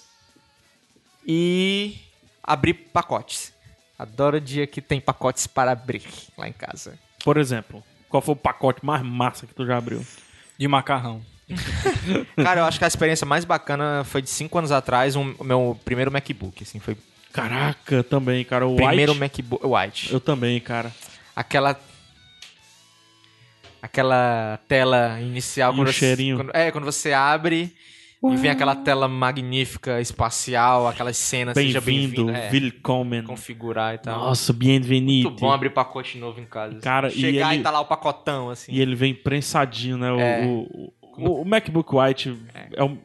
[SPEAKER 2] e abri pacotes. Adoro o dia que tem pacotes para abrir lá em casa.
[SPEAKER 3] Por exemplo, qual foi o pacote mais massa que tu já abriu?
[SPEAKER 4] De macarrão.
[SPEAKER 2] Cara, eu acho que a experiência mais bacana foi de 5 anos atrás, um- o meu primeiro MacBook, assim, foi
[SPEAKER 3] Caraca, também, cara. O
[SPEAKER 2] primeiro
[SPEAKER 3] White,
[SPEAKER 2] MacBook White.
[SPEAKER 3] Eu também, cara.
[SPEAKER 2] Aquela aquela tela inicial
[SPEAKER 3] E
[SPEAKER 2] quando
[SPEAKER 3] o cheirinho.
[SPEAKER 2] Você, quando- é, quando você abre e vem aquela tela magnífica espacial, aquelas cenas seja
[SPEAKER 3] Bem-vindo,
[SPEAKER 2] bem-vindo, é,
[SPEAKER 3] willkommen.
[SPEAKER 2] configurar e tal.
[SPEAKER 3] Nossa, bienvenido.
[SPEAKER 2] Muito bom abrir pacote novo em casa.
[SPEAKER 3] Cara, e
[SPEAKER 2] Chegar e,
[SPEAKER 3] ele-
[SPEAKER 2] tá lá o pacotão, assim.
[SPEAKER 3] E ele vem prensadinho, né? O,
[SPEAKER 2] É.
[SPEAKER 3] o, o- o MacBook White é, um-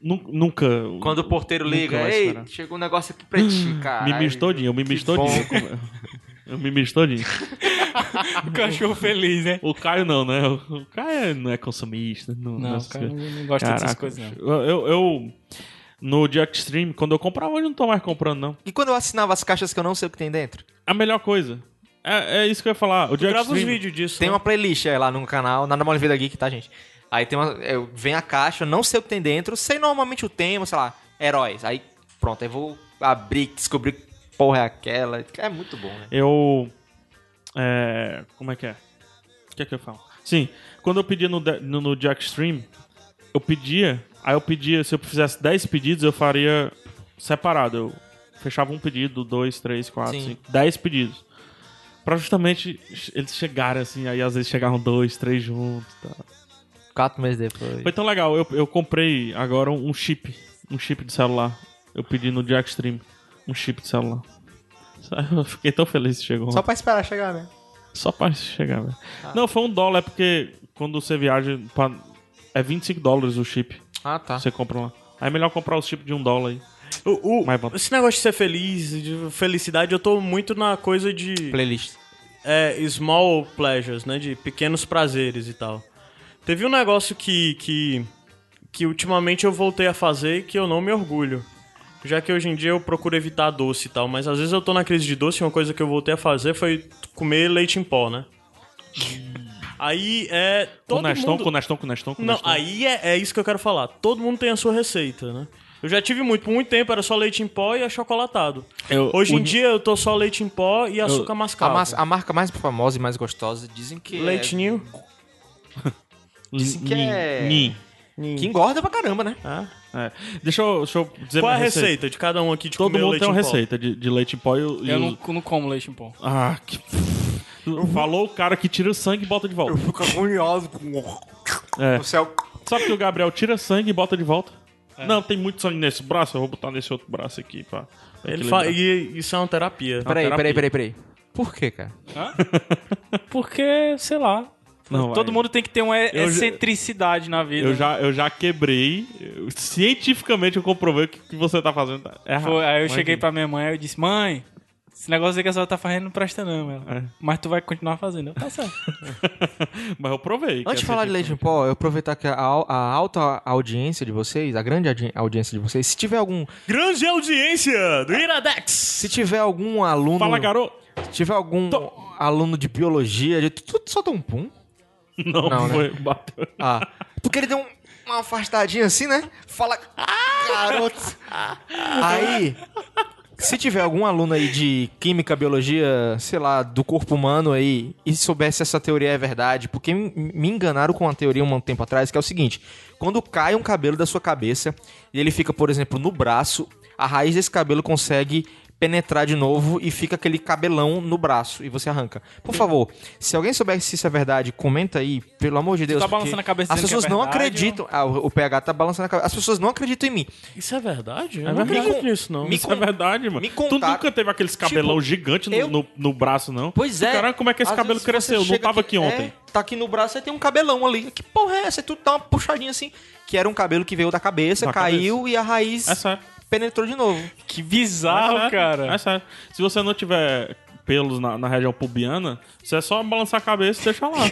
[SPEAKER 3] nu- nunca.
[SPEAKER 2] Quando o porteiro
[SPEAKER 3] nunca
[SPEAKER 2] liga,
[SPEAKER 3] vai
[SPEAKER 2] ei,
[SPEAKER 3] esperar.
[SPEAKER 2] chegou um negócio aqui pra ti, cara.
[SPEAKER 3] (gasps) Me mistodinho, eu me
[SPEAKER 2] Que bom. (laughs)
[SPEAKER 3] mistodinho. Eu me mistodinho.
[SPEAKER 4] O cachorro feliz, né?
[SPEAKER 3] O Caio não, né? O o Caio não é consumista. Não,
[SPEAKER 4] Não,
[SPEAKER 3] dessas
[SPEAKER 4] cara,
[SPEAKER 3] coisas.
[SPEAKER 4] não, não gosto dessas
[SPEAKER 3] Caraca,
[SPEAKER 4] coisas, não.
[SPEAKER 3] Eu, eu, eu- No Jack Stream, quando eu comprava, hoje eu não tô mais comprando, não.
[SPEAKER 2] E quando eu assinava as caixas que eu não sei o que tem dentro?
[SPEAKER 3] A melhor coisa. É, é isso que eu ia falar. O
[SPEAKER 1] Tu
[SPEAKER 3] Jack
[SPEAKER 1] grava uns
[SPEAKER 3] Stream.
[SPEAKER 1] vídeos disso.
[SPEAKER 2] Tem
[SPEAKER 1] né?
[SPEAKER 2] uma playlist é, lá no canal, nada mais vida geek, tá, gente? Aí tem uma. Eu, vem a caixa, eu não sei o que tem dentro, sei normalmente o tema, sei lá, heróis. Aí, pronto, aí vou abrir, descobrir que porra é aquela. É muito bom, né?
[SPEAKER 3] Eu. É, como é que é? O que é que eu falo? Sim, quando eu pedia no, de- no, no Jack Stream, eu pedia, aí eu pedia, se eu fizesse 10 pedidos, eu faria separado. Eu fechava um pedido, dois, três, quatro,
[SPEAKER 2] Sim.
[SPEAKER 3] cinco, 10 pedidos. Pra justamente eles chegarem assim, aí às vezes chegavam dois, três juntos. e tal.
[SPEAKER 2] Quatro meses depois.
[SPEAKER 3] Foi tão legal, eu, eu comprei agora um chip, um chip de celular. Eu pedi no Jack Stream um chip de celular. (laughs) Eu fiquei tão feliz que chegou.
[SPEAKER 2] Só pra esperar chegar, né?
[SPEAKER 3] Só pra chegar, velho.
[SPEAKER 1] Ah.
[SPEAKER 3] Não, foi um dólar, é porque quando você viaja, pra... é 25 dólares o chip
[SPEAKER 2] Ah, tá.
[SPEAKER 3] que você compra lá. Aí é melhor comprar o chip de um dólar aí.
[SPEAKER 1] O, o-
[SPEAKER 3] Mas vamos-
[SPEAKER 1] esse negócio de ser feliz, de felicidade, eu tô muito na coisa de
[SPEAKER 2] Playlist.
[SPEAKER 1] é, small pleasures, né? De pequenos prazeres e tal. Teve um negócio que, que, que ultimamente eu voltei a fazer e que eu não me orgulho. Já que hoje em dia eu procuro evitar doce e tal, mas às vezes eu tô na crise de doce e uma coisa que eu voltei a fazer foi comer leite em pó, né? Aí é.
[SPEAKER 3] Com
[SPEAKER 1] Todo
[SPEAKER 3] Nestão,
[SPEAKER 1] mundo...
[SPEAKER 3] com Nestão, com Nestão, com
[SPEAKER 1] Não,
[SPEAKER 3] Nestão.
[SPEAKER 1] aí é, é isso que eu quero falar. Todo mundo tem a sua receita, né? Eu já tive muito, por muito tempo era só leite em pó e achocolatado.
[SPEAKER 3] Eu-
[SPEAKER 1] Hoje em
[SPEAKER 3] o-
[SPEAKER 1] dia eu tô só leite em pó e açúcar mascavo.
[SPEAKER 2] A, mas- a marca mais famosa e mais gostosa dizem
[SPEAKER 3] é
[SPEAKER 2] que é
[SPEAKER 1] Leite ninho.
[SPEAKER 2] dizem que
[SPEAKER 3] Nin,
[SPEAKER 2] é-
[SPEAKER 3] Nin.
[SPEAKER 2] é... Que engorda pra caramba, né?
[SPEAKER 1] Ah.
[SPEAKER 3] É. Deixa, eu, deixa eu dizer
[SPEAKER 1] Qual é a
[SPEAKER 3] minha
[SPEAKER 1] receita? de cada um aqui de
[SPEAKER 3] Todo
[SPEAKER 1] comer
[SPEAKER 3] mundo
[SPEAKER 1] leite
[SPEAKER 3] tem uma
[SPEAKER 1] em pó?
[SPEAKER 3] receita de, de leite em pó e, o- e
[SPEAKER 4] Eu
[SPEAKER 3] o-
[SPEAKER 4] não, não como leite em pó.
[SPEAKER 3] Ah, que... Falou o cara que tira sangue e bota de volta.
[SPEAKER 8] Fico agoniado com
[SPEAKER 3] É.
[SPEAKER 8] o céu.
[SPEAKER 3] Sabe que o Gabriel tira sangue e bota de volta?
[SPEAKER 1] É.
[SPEAKER 3] Não, tem muito sangue nesse braço, eu vou botar nesse outro braço aqui, pá.
[SPEAKER 1] Ele fa... e isso é uma terapia.
[SPEAKER 2] Peraí,
[SPEAKER 3] terapia.
[SPEAKER 2] peraí, peraí, peraí. Por quê, cara?
[SPEAKER 4] Porque, sei lá.
[SPEAKER 3] Não,
[SPEAKER 4] Todo
[SPEAKER 3] vai.
[SPEAKER 4] mundo tem que ter uma e-
[SPEAKER 3] Eu já-
[SPEAKER 4] excentricidade na vida.
[SPEAKER 3] Eu já, eu já quebrei. eu- cientificamente eu comprovei que o que você tá fazendo tá errado.
[SPEAKER 4] Foi, aí eu
[SPEAKER 3] Mas
[SPEAKER 4] cheguei
[SPEAKER 3] enfim.
[SPEAKER 4] pra minha mãe e eu disse, mãe, esse negócio aí que a senhora tá fazendo não presta não, ela.
[SPEAKER 3] É.
[SPEAKER 4] Mas tu vai continuar fazendo. Eu, Tá certo.
[SPEAKER 3] Mas eu provei. que
[SPEAKER 2] Antes de
[SPEAKER 3] é
[SPEAKER 2] falar de leite em pó, eu aproveitar que a, al- a alta audiência de vocês, a grande audi- audiência de vocês, se tiver algum,
[SPEAKER 1] Grande audiência do Iradex!
[SPEAKER 2] se tiver algum aluno,
[SPEAKER 3] Fala, garoto!
[SPEAKER 2] se tiver algum
[SPEAKER 3] Tô-
[SPEAKER 2] aluno de biologia, de tu, tu solta um pum.
[SPEAKER 3] Não,
[SPEAKER 2] Não, né?
[SPEAKER 3] foi. Bateu.
[SPEAKER 2] Ah, porque ele deu um- uma afastadinha assim, né? Fala, Ah! garoto. Aí, se tiver algum aluno aí de química, biologia, sei lá, do corpo humano aí, e soubesse essa teoria é verdade, porque m- me enganaram com uma teoria um tempo atrás, que é o seguinte: quando cai um cabelo da sua cabeça e ele fica, por exemplo, no braço, a raiz desse cabelo consegue penetrar de novo e fica aquele cabelão no braço e você arranca. Por favor, se alguém souber se isso é verdade, comenta aí, pelo amor de Deus.
[SPEAKER 4] tá
[SPEAKER 2] porque
[SPEAKER 4] balançando a cabeça
[SPEAKER 2] As
[SPEAKER 4] dizendo que é
[SPEAKER 2] pessoas não
[SPEAKER 4] verdade,
[SPEAKER 2] acreditam. Ah, o o PH tá balançando a cabeça. As pessoas não acreditam em mim.
[SPEAKER 1] Isso é verdade? Eu
[SPEAKER 3] É
[SPEAKER 1] não
[SPEAKER 3] verdade.
[SPEAKER 1] acredito nisso, não.
[SPEAKER 2] Me
[SPEAKER 3] Isso é
[SPEAKER 2] con-
[SPEAKER 3] verdade, mano.
[SPEAKER 2] me
[SPEAKER 3] tu
[SPEAKER 2] contaram-
[SPEAKER 3] nunca teve aqueles cabelão gigante no,
[SPEAKER 2] eu-
[SPEAKER 3] no, no braço, não?
[SPEAKER 2] Pois é.
[SPEAKER 3] Caralho, como é que esse
[SPEAKER 2] Às
[SPEAKER 3] cabelo
[SPEAKER 2] vezes você
[SPEAKER 3] cresceu? Não
[SPEAKER 2] chega
[SPEAKER 3] tava aqui ontem.
[SPEAKER 2] É, tá aqui no braço e tem um cabelão ali. Que porra é essa? E Tu dá uma puxadinha assim. Que era um cabelo que veio da cabeça,
[SPEAKER 3] Da
[SPEAKER 2] caiu e a raiz
[SPEAKER 3] É sério.
[SPEAKER 2] penetrou de novo.
[SPEAKER 4] Que
[SPEAKER 3] É
[SPEAKER 4] bizarro,
[SPEAKER 3] sério,
[SPEAKER 4] cara.
[SPEAKER 3] É sério. Se você não tiver pelos na, na região pubiana, você é só balançar a cabeça e
[SPEAKER 2] (laughs)
[SPEAKER 3] deixar lá.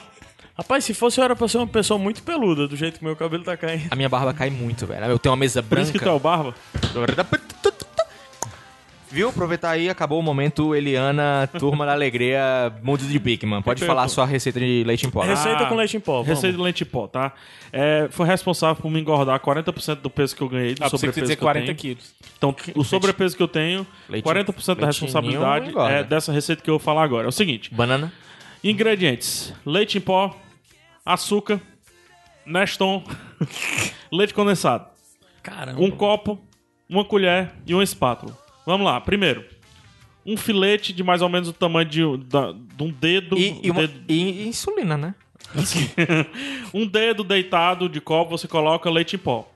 [SPEAKER 1] Rapaz, se fosse eu era pra ser uma pessoa muito peluda, do jeito que meu cabelo tá caindo.
[SPEAKER 2] A minha barba cai muito, velho. Eu tenho uma mesa
[SPEAKER 3] Por isso que tu é
[SPEAKER 2] branca.
[SPEAKER 3] o barba.
[SPEAKER 2] Viu? Aproveitar aí, acabou o momento, Eliana, turma da alegria, mundo de Bigman. Pode falar a sua receita de leite em pó. né?
[SPEAKER 1] Receita com leite em pó, vamos.
[SPEAKER 3] Ah, Receita de leite em pó, tá? É, foi responsável por me engordar 40% do peso que eu ganhei, do
[SPEAKER 4] Ah, pensei que tu
[SPEAKER 3] sobrepeso
[SPEAKER 4] ia dizer
[SPEAKER 3] que eu
[SPEAKER 4] 40
[SPEAKER 3] tenho.
[SPEAKER 4] quilos.
[SPEAKER 3] Então, o sobrepeso que eu tenho,
[SPEAKER 2] Leite-
[SPEAKER 3] 40% da
[SPEAKER 2] leitinho
[SPEAKER 3] responsabilidade
[SPEAKER 2] engorda.
[SPEAKER 3] é dessa receita que eu vou falar agora. É o seguinte,
[SPEAKER 2] Banana.
[SPEAKER 3] ingredientes. Leite em pó, açúcar, Neston, (laughs) leite condensado.
[SPEAKER 1] Caramba.
[SPEAKER 3] Um copo, uma colher e uma espátula. Vamos lá, primeiro. Um filete de mais ou menos o tamanho de, um- da- de um dedo.
[SPEAKER 2] E, e
[SPEAKER 3] um
[SPEAKER 2] uma-
[SPEAKER 3] dedo-
[SPEAKER 2] e- e insulina, né?
[SPEAKER 3] (laughs) um dedo deitado de copo, você coloca leite em pó.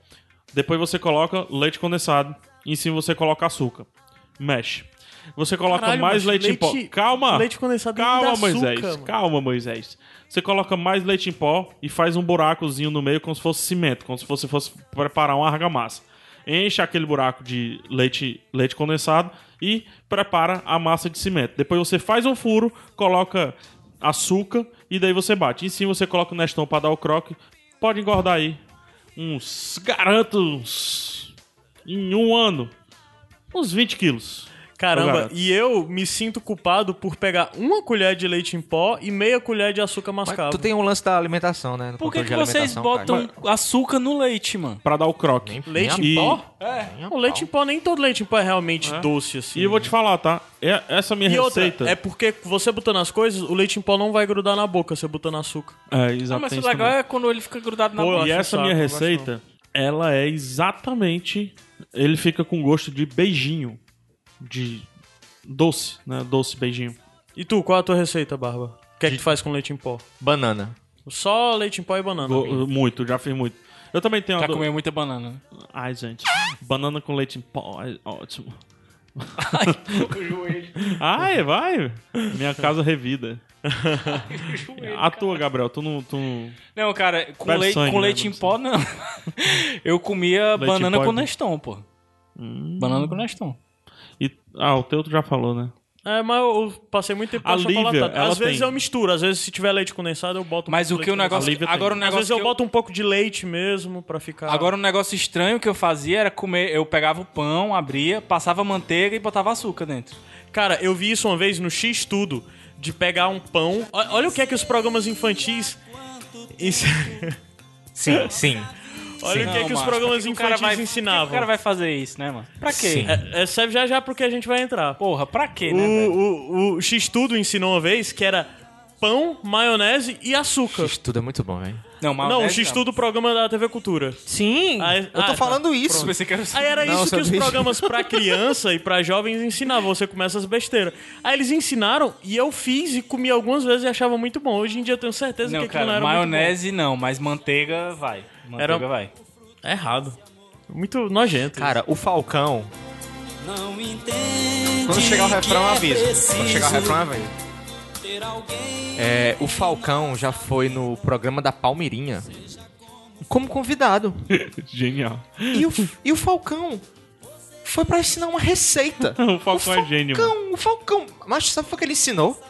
[SPEAKER 3] Depois você coloca leite condensado. E em cima você coloca açúcar. Mexe. Você coloca
[SPEAKER 1] Caralho, mas
[SPEAKER 3] mais leite, em pó.
[SPEAKER 1] leite-
[SPEAKER 3] Calma!
[SPEAKER 1] leite condensado não
[SPEAKER 3] Calma,
[SPEAKER 1] dá açúcar,
[SPEAKER 3] Moisés.
[SPEAKER 1] mano.
[SPEAKER 3] Calma, Moisés. Você coloca mais leite em pó e faz um buracozinho no meio como se fosse cimento, como se você fosse preparar uma argamassa. Enche aquele buraco de leite, leite condensado e prepara a massa de cimento. Depois você faz um furo, coloca açúcar e daí você bate. Em cima você coloca o Neston para dar o croque. Pode engordar aí. Uns garantos em um ano. Uns 20 quilos. Eu
[SPEAKER 1] Caramba,
[SPEAKER 3] garanto.
[SPEAKER 1] e eu me sinto culpado por pegar uma colher de leite em pó e meia colher de açúcar
[SPEAKER 2] Mas
[SPEAKER 1] mascavo.
[SPEAKER 2] tu tem um lance da alimentação, né? Do
[SPEAKER 4] Por que,
[SPEAKER 2] controle de
[SPEAKER 4] que vocês
[SPEAKER 2] alimentação,
[SPEAKER 4] botam
[SPEAKER 2] cara.
[SPEAKER 4] açúcar no leite, mano?
[SPEAKER 3] Pra dar o croque.
[SPEAKER 1] Leite
[SPEAKER 3] E-
[SPEAKER 1] em pó? É. O leite em pó, nem todo leite em pó é realmente doce, assim.
[SPEAKER 3] E eu vou te falar, tá? É- essa minha
[SPEAKER 1] E outra,
[SPEAKER 3] receita.
[SPEAKER 1] é porque você botando as coisas, o leite em pó não vai grudar na boca você botando açúcar.
[SPEAKER 3] É,
[SPEAKER 4] Ah,
[SPEAKER 3] exatamente.
[SPEAKER 4] mas o legal é quando ele fica grudado na
[SPEAKER 3] Pô,
[SPEAKER 4] boca.
[SPEAKER 3] e essa
[SPEAKER 1] saco,
[SPEAKER 3] minha
[SPEAKER 1] eu
[SPEAKER 3] receita, ela é exatamente. Ele fica com gosto de beijinho. De doce, né? Doce, beijinho.
[SPEAKER 1] E tu, qual é a tua receita, Barba? O que é que tu faz com leite em pó?
[SPEAKER 2] Banana.
[SPEAKER 1] Só leite em pó e banana.
[SPEAKER 3] Go- muito, já fiz muito. Eu também tenho.
[SPEAKER 4] Já
[SPEAKER 3] uma do-
[SPEAKER 4] comeu muita banana. né?
[SPEAKER 3] Ai, gente. Banana com leite em pó. ai, ótimo. Ai, vai. Minha casa revida. A tua, Gabriel, tu não. Tu não...
[SPEAKER 4] Não, cara, com,
[SPEAKER 3] Bebe
[SPEAKER 4] lei-
[SPEAKER 3] sangue,
[SPEAKER 4] com
[SPEAKER 3] né,
[SPEAKER 4] leite em
[SPEAKER 3] Bruno?
[SPEAKER 4] pó, não. (laughs) Eu comia
[SPEAKER 3] Leite em
[SPEAKER 4] banana
[SPEAKER 3] pó é
[SPEAKER 4] com
[SPEAKER 3] bom.
[SPEAKER 4] Neston, pô. Banana com Neston.
[SPEAKER 3] E, ah, o teu tu já falou, né?
[SPEAKER 1] É, mas eu passei muito tempo
[SPEAKER 3] A
[SPEAKER 1] com
[SPEAKER 3] Lívia,
[SPEAKER 1] achocolatado.
[SPEAKER 3] ela
[SPEAKER 1] Às vezes
[SPEAKER 3] tem.
[SPEAKER 1] eu misturo, às vezes se tiver leite condensado eu boto um
[SPEAKER 4] Mas
[SPEAKER 1] pouco
[SPEAKER 4] o
[SPEAKER 1] de
[SPEAKER 4] que o
[SPEAKER 1] leite condensado.
[SPEAKER 4] negócio.
[SPEAKER 3] Olivia tem.
[SPEAKER 4] Agora um
[SPEAKER 1] Às
[SPEAKER 4] negócio.
[SPEAKER 1] vezes eu
[SPEAKER 4] que
[SPEAKER 1] boto um pouco de leite mesmo pra ficar.
[SPEAKER 4] Agora um negócio estranho que eu fazia era comer. Eu pegava o pão, abria, passava manteiga e botava açúcar dentro.
[SPEAKER 1] Cara, eu vi isso uma vez no X Tudo de pegar um pão. O- Olha o que é que os programas infantis. Isso-
[SPEAKER 2] Sim, sim.
[SPEAKER 1] (laughs)
[SPEAKER 2] (laughs)
[SPEAKER 1] Olha o que é que os
[SPEAKER 4] macho,
[SPEAKER 1] programas
[SPEAKER 4] pra que que o cara
[SPEAKER 1] infantis
[SPEAKER 4] vai-
[SPEAKER 1] ensinavam.
[SPEAKER 4] por que que O cara vai fazer isso, né, mano? Pra quê?
[SPEAKER 2] Sim.
[SPEAKER 1] É, é, serve já já porque a gente vai entrar.
[SPEAKER 4] Porra, pra quê, né,
[SPEAKER 1] o,
[SPEAKER 4] velho?
[SPEAKER 1] o, o X Tudo ensinou uma vez que era pão, maionese e açúcar.
[SPEAKER 2] Isso tudo é muito bom, velho.
[SPEAKER 4] Não,
[SPEAKER 1] Não, o
[SPEAKER 4] maionese
[SPEAKER 1] X Tudo programa da TV Cultura.
[SPEAKER 2] Sim,
[SPEAKER 1] Ah, é-
[SPEAKER 2] eu tô
[SPEAKER 1] ah, tá.
[SPEAKER 2] falando isso.
[SPEAKER 4] Pronto, pensei que era
[SPEAKER 1] Aí era
[SPEAKER 2] Não,
[SPEAKER 1] isso que os
[SPEAKER 2] sanduíche.
[SPEAKER 1] programas pra criança e pra jovens ensinavam. Você começa as besteiras. Aí eles ensinaram e eu fiz e comi algumas vezes e achava muito bom. Hoje em dia eu tenho certeza
[SPEAKER 4] Não,
[SPEAKER 1] que aquilo
[SPEAKER 4] cara,
[SPEAKER 1] não era muito
[SPEAKER 4] maionese não, mas manteiga vai. Manteiga
[SPEAKER 1] Era-
[SPEAKER 4] vai.
[SPEAKER 1] bom. É errado. Muito nojento.
[SPEAKER 2] Cara, o Falcão,
[SPEAKER 6] Não entende.
[SPEAKER 2] Quando chegar o refrão, eu
[SPEAKER 6] que é
[SPEAKER 2] aviso. Quando
[SPEAKER 6] preciso
[SPEAKER 2] chegar o refrão, eu aviso.
[SPEAKER 6] ter alguém
[SPEAKER 2] É, o Falcão já foi no programa da Palmeirinha como convidado.
[SPEAKER 3] Genial.
[SPEAKER 2] E o, e o Falcão foi pra ensinar uma receita.
[SPEAKER 3] (laughs) O Falcão é gênio,
[SPEAKER 2] Falcão, o Falcão. Mas sabe o que ele ensinou?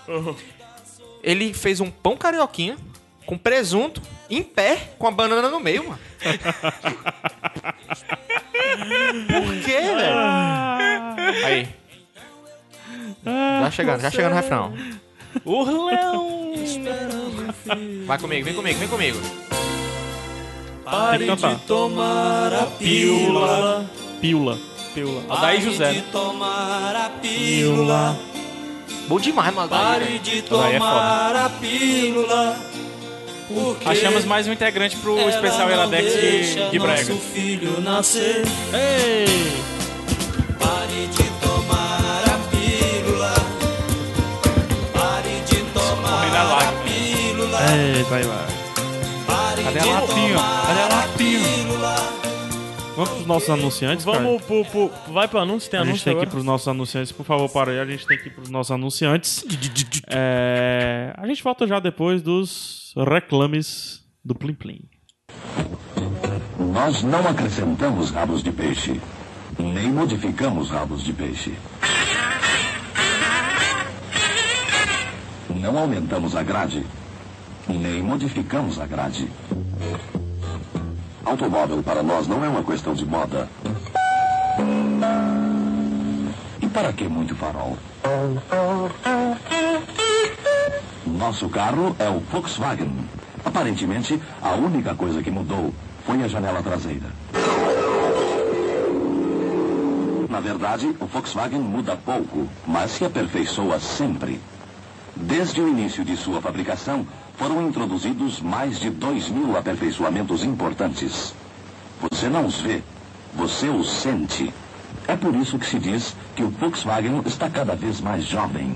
[SPEAKER 2] Ele fez um pão carioquinha com presunto em pé com a banana no meio,
[SPEAKER 3] (laughs)
[SPEAKER 2] mano. Por quê, velho?
[SPEAKER 3] Ah.
[SPEAKER 2] Aí. Já chegando, já chegando no refrão.
[SPEAKER 3] é
[SPEAKER 4] Urlão!
[SPEAKER 2] Vai comigo, vem comigo, vem comigo.
[SPEAKER 3] Pare de
[SPEAKER 6] tomar a
[SPEAKER 3] pílula. Pílula.
[SPEAKER 4] Daí José,
[SPEAKER 6] de
[SPEAKER 4] né?
[SPEAKER 6] tomar a pílula.
[SPEAKER 2] Bom demais, mano.
[SPEAKER 6] Pare de
[SPEAKER 4] Daí é foda.
[SPEAKER 6] tomar a pílula. Porque
[SPEAKER 4] Achamos mais um integrante pro
[SPEAKER 6] ela
[SPEAKER 4] especial
[SPEAKER 6] não
[SPEAKER 4] Eladex de,
[SPEAKER 6] deixa
[SPEAKER 4] de Brega.
[SPEAKER 6] nosso filho nascer.
[SPEAKER 1] Ei!
[SPEAKER 6] Pare de tomar a pílula. Pare de tomar
[SPEAKER 4] da
[SPEAKER 6] a
[SPEAKER 4] lágrima.
[SPEAKER 6] pílula.
[SPEAKER 3] É, vai lá.
[SPEAKER 6] Pare
[SPEAKER 4] Cadê
[SPEAKER 6] de
[SPEAKER 4] a lapinha? Cadê a
[SPEAKER 6] tomar a
[SPEAKER 4] lapinha?
[SPEAKER 6] pílula.
[SPEAKER 3] Vamos pros nossos anunciantes,
[SPEAKER 1] Vamos pro, pro- Vai pro anúncio, tem
[SPEAKER 3] cara? A
[SPEAKER 1] anúncio
[SPEAKER 3] gente tem que ir
[SPEAKER 1] agora?
[SPEAKER 3] pros nossos anunciantes. Por favor, para aí. A gente tem que ir pros nossos anunciantes. É, A gente volta já depois dos reclames do Plim Plim.
[SPEAKER 9] Nós não acrescentamos rabos de peixe, nem modificamos rabos de peixe. Não aumentamos a grade, nem modificamos a grade. Automóvel para nós não é uma questão de moda. E para que muito farol? Nosso carro é o Volkswagen. Aparentemente, a única coisa que mudou foi a janela traseira. Na verdade, o Volkswagen muda pouco, mas se aperfeiçoa sempre. Desde o início de sua fabricação, foram introduzidos mais de 2 mil aperfeiçoamentos importantes. Você não os vê, você os sente. É por isso que se diz que o Volkswagen está cada vez mais jovem.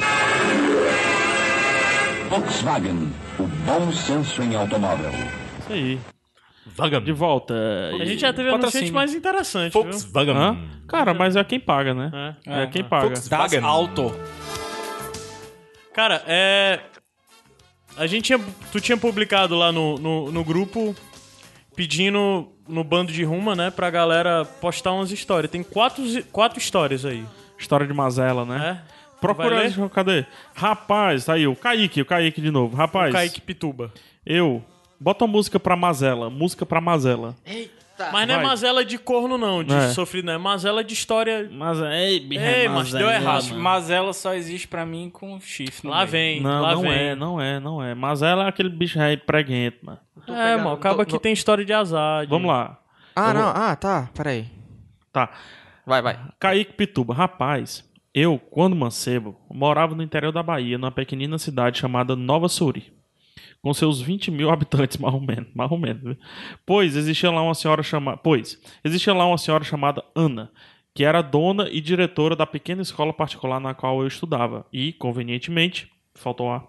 [SPEAKER 9] Volkswagen, o bom senso em automóvel.
[SPEAKER 3] Isso aí. De volta.
[SPEAKER 1] A gente já teve anunciante
[SPEAKER 4] Patrocínio.
[SPEAKER 1] mais interessante, viu?
[SPEAKER 3] Hã? Cara, mas é quem paga, né?
[SPEAKER 1] É.
[SPEAKER 3] É, quem paga.
[SPEAKER 4] Das Auto.
[SPEAKER 1] Cara, é. A gente tinha. Tu tinha publicado lá no, no, no grupo pedindo no bando de ruma, né, pra galera postar umas histórias. Tem quatro, zi- quatro histórias aí.
[SPEAKER 3] História de mazela, né?
[SPEAKER 1] É? Vai
[SPEAKER 3] Procura.
[SPEAKER 1] ler?
[SPEAKER 3] Cadê? Rapaz, tá aí. O Kaique, o Kaique de novo. Rapaz.
[SPEAKER 1] Kaique Pituba.
[SPEAKER 3] Eu. Bota música pra mazela. Música pra mazela.
[SPEAKER 1] Mas não é
[SPEAKER 3] Vai.
[SPEAKER 1] mazela de corno, não, de
[SPEAKER 3] É.
[SPEAKER 1] sofrido, não. É mazela de história.
[SPEAKER 3] Mas ei,
[SPEAKER 1] Ei, mas deu errado.
[SPEAKER 4] Mas ela só existe pra mim com chifre. no
[SPEAKER 1] Lá
[SPEAKER 4] meio.
[SPEAKER 1] vem,
[SPEAKER 3] Não,
[SPEAKER 1] lá
[SPEAKER 3] não
[SPEAKER 1] vem.
[SPEAKER 3] é, não é, não é. Mazela é aquele bicho aí preguento, mano.
[SPEAKER 1] É, mano, acaba que tem história de azar. de-
[SPEAKER 3] Vamos lá.
[SPEAKER 2] Ah, não. Ah, tá. Peraí.
[SPEAKER 3] Tá.
[SPEAKER 2] Vai, vai.
[SPEAKER 3] Kaique Pituba, rapaz, eu, quando mancebo, morava no interior da Bahia, numa pequenina cidade chamada Nova Suri, com seus 20 mil (laughs) habitantes, mais ou menos, mais ou menos. viu? Pois existia lá uma senhora chamada. Pois, existia lá uma senhora chamada Ana, que era dona e diretora da pequena escola particular na qual eu estudava. E, convenientemente, faltou a.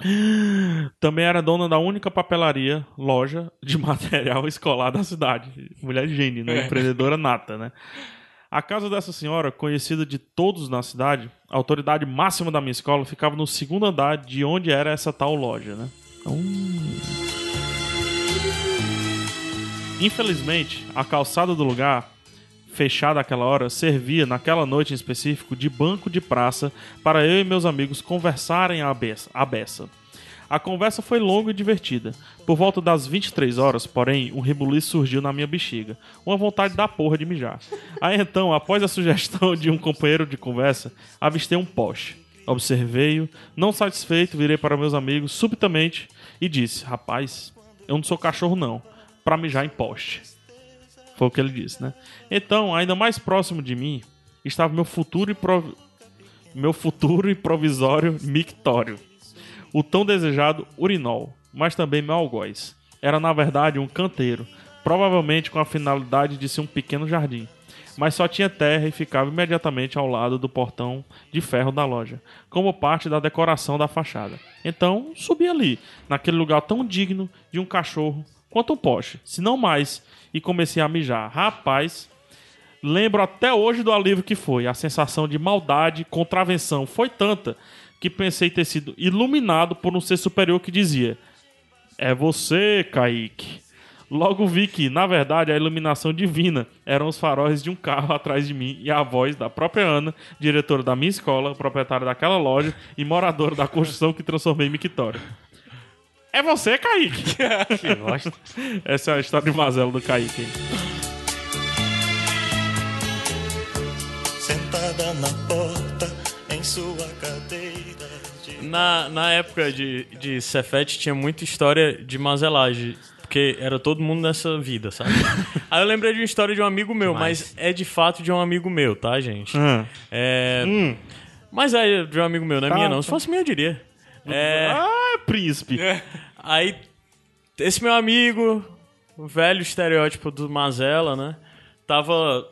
[SPEAKER 3] (gasps) Também era dona da única papelaria, loja de (laughs) material escolar da cidade. Mulher gênio, né? Empreendedora nata, né? A casa dessa senhora, conhecida de todos na cidade, a autoridade máxima da minha escola, ficava no segundo andar de onde era essa tal loja, né? Então... Infelizmente, a calçada do lugar fechada aquela hora, servia, naquela noite em específico, de banco de praça para eu e meus amigos conversarem à beça. à beça. A conversa foi longa e divertida. Por volta das 23 horas, porém, um rebuliço surgiu na minha bexiga. Uma vontade da porra de mijar. Aí então, após a sugestão de um companheiro de conversa, avistei um poste. Observei-o, não satisfeito, virei para meus amigos subitamente e disse: Rapaz, eu não sou cachorro, não, pra mijar em poste. Foi o que ele disse, né? Então, ainda mais próximo de mim estava meu futuro e prov... meu futuro e provisório mictório. O tão desejado urinol, mas também meu algoz. Era na verdade um canteiro, provavelmente com a finalidade de ser um pequeno jardim. Mas só tinha terra e ficava imediatamente ao lado do portão de ferro da loja, como parte da decoração da fachada. Então, subi ali, naquele lugar tão digno de um cachorro quanto um poste, se não mais, e comecei a mijar. Rapaz, Lembro até hoje do alívio que foi. A sensação de maldade, contravenção foi tanta que pensei ter sido iluminado por um ser superior que dizia: É você, Kaique. Logo vi que, na verdade, a iluminação divina eram os faróis de um carro (laughs) atrás de mim e a voz da própria Ana, diretora da minha escola, proprietária daquela loja e moradora da construção que transformei em mictório. É você, Kaique! Essa é a história de mazela do Kaique. hein?
[SPEAKER 6] Sentada na porta, em sua cadeira. de-
[SPEAKER 1] Na, na época de, de Cefete tinha muita história de mazelagem. Porque era todo mundo nessa vida, sabe? Aí eu lembrei de uma história de um amigo meu, mas é de fato de um amigo meu, tá, gente? É... Mas é de um amigo meu, não é minha não. Se fosse minha, eu diria. É...
[SPEAKER 3] Ah, príncipe!
[SPEAKER 1] (laughs) Aí, esse meu amigo, o velho estereótipo do Mazela, né? Tava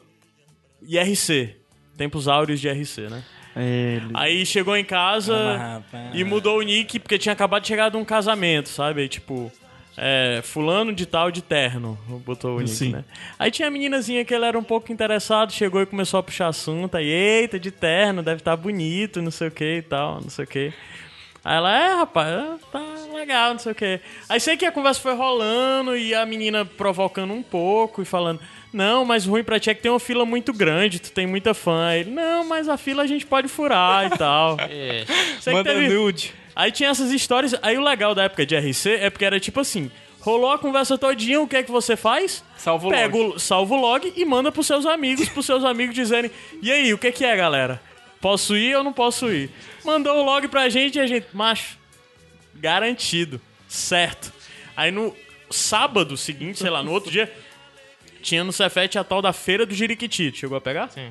[SPEAKER 1] IRC. Tempos áureos de IRC, né?
[SPEAKER 3] Ele. Ah,
[SPEAKER 1] Aí chegou em casa e mudou o nick porque tinha acabado de chegar de um casamento, sabe? Aí, tipo, é, fulano de tal de terno, botou o nick,
[SPEAKER 3] Sim.
[SPEAKER 1] né? Aí tinha a meninazinha que ele era um pouco interessado, chegou e começou a puxar assunto. Aí, eita, de terno, deve estar bonito, não sei o que e tal, não sei o que. Aí ela, é, rapaz, é, tá legal, não sei o quê. Aí sei que a conversa foi rolando e a menina provocando um pouco e falando: Não, mas o ruim pra ti é que tem uma fila muito grande, tu tem muita fã. Aí ele, não, mas a fila a gente pode furar e tal. Sei que
[SPEAKER 4] Manda
[SPEAKER 1] teve-
[SPEAKER 4] nude.
[SPEAKER 1] Aí tinha essas histórias. Aí o legal da época de RC é porque era tipo assim: rolou a conversa todinha, o que é que você faz?
[SPEAKER 4] Salva o
[SPEAKER 1] Pega o, salva o log e manda pros seus amigos, pros seus amigos dizerem: E aí, o que é que é, galera? Posso ir ou não posso ir? Mandou o log pra gente e a gente, macho, garantido, certo. Aí no sábado seguinte, sei lá, no outro dia, tinha no Cefete a tal da Feira do Jiriquiti. Tu Chegou a pegar? Sim.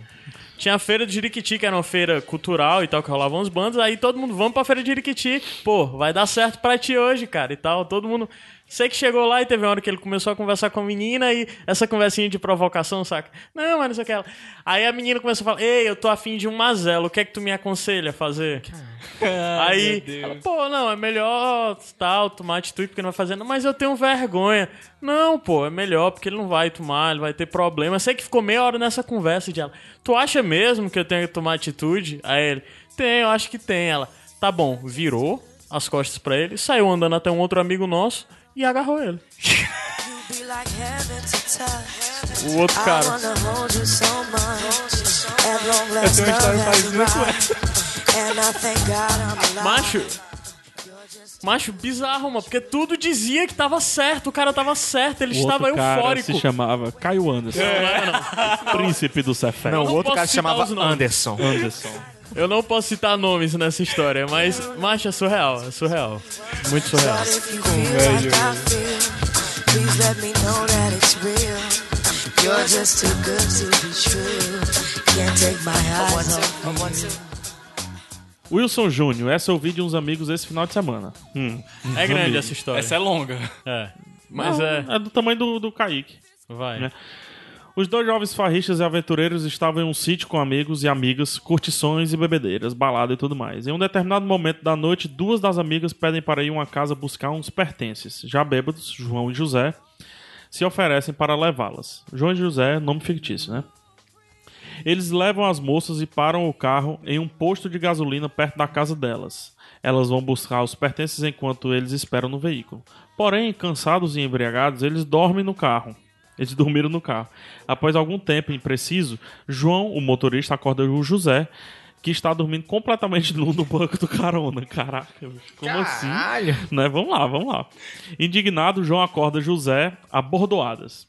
[SPEAKER 1] Tinha a Feira do Jiriquiti, que era uma feira cultural e tal, que rolavam uns bandos. Aí todo mundo, vamos pra Feira do Jiriquiti. Pô, vai dar certo pra ti hoje, cara, e tal. Todo mundo... Sei que chegou lá e teve uma hora que ele começou a conversar com a menina e essa conversinha de provocação, saca? Não, mas não sei o que ela. Aí a menina começou a falar, ei, eu tô afim de um mazelo, o que é que tu me aconselha a fazer? Aí, ela, pô, não, é melhor tal, tomar atitude porque não vai fazer. Não, Mas eu tenho vergonha. Não, pô, é melhor porque ele não vai tomar, ele vai ter problema. Eu sei que ficou meia hora nessa conversa de ela. Tu acha mesmo que eu tenho que tomar atitude? Aí ele, tem, eu acho que tem. Ela, tá bom, virou as costas pra ele, saiu andando até um outro amigo nosso e agarrou ele.
[SPEAKER 7] Be like heaven to touch.
[SPEAKER 1] O outro cara.
[SPEAKER 7] Eu
[SPEAKER 8] tenho uma história parecida com
[SPEAKER 1] Macho. Macho, bizarro, mano, porque tudo dizia que tava certo, o cara tava certo, ele
[SPEAKER 3] O
[SPEAKER 1] estava
[SPEAKER 3] outro cara
[SPEAKER 1] eufórico.
[SPEAKER 3] se chamava Caio Anderson. Príncipe do Cefé.
[SPEAKER 2] Não,
[SPEAKER 1] não
[SPEAKER 2] o outro
[SPEAKER 1] posso
[SPEAKER 2] cara se
[SPEAKER 1] citar
[SPEAKER 2] chamava
[SPEAKER 1] os nomes.
[SPEAKER 2] Anderson.
[SPEAKER 3] Anderson.
[SPEAKER 1] Eu não posso citar nomes nessa história, mas, macho, é surreal, é surreal. Muito surreal.
[SPEAKER 3] Wilson Júnior, essa eu vi de uns amigos esse final de semana. Hum.
[SPEAKER 1] É grande essa história.
[SPEAKER 4] Essa é longa.
[SPEAKER 1] É. Mas
[SPEAKER 3] Não,
[SPEAKER 1] é.
[SPEAKER 3] É do tamanho do, do Kaique.
[SPEAKER 1] Vai.
[SPEAKER 3] né? Os dois jovens farristas e aventureiros estavam em um sítio com amigos e amigas, curtições e bebedeiras, balada e tudo mais. Em um determinado momento da noite, duas das amigas pedem para ir a uma casa buscar uns pertences. Já bêbados, João e José se oferecem para levá-las. João e José, nome fictício, né? Eles levam as moças e param o carro em um posto de gasolina perto da casa delas. Elas vão buscar os pertences enquanto eles esperam no veículo. Porém, cansados e embriagados, eles dormem no carro. Eles (laughs) dormiram no carro. Após algum tempo impreciso, João, o motorista, acorda o José, que está dormindo completamente nu no banco do carona. Caraca, bicho, como assim? Né? Vamos lá, vamos lá. Indignado, João acorda José abordoadas.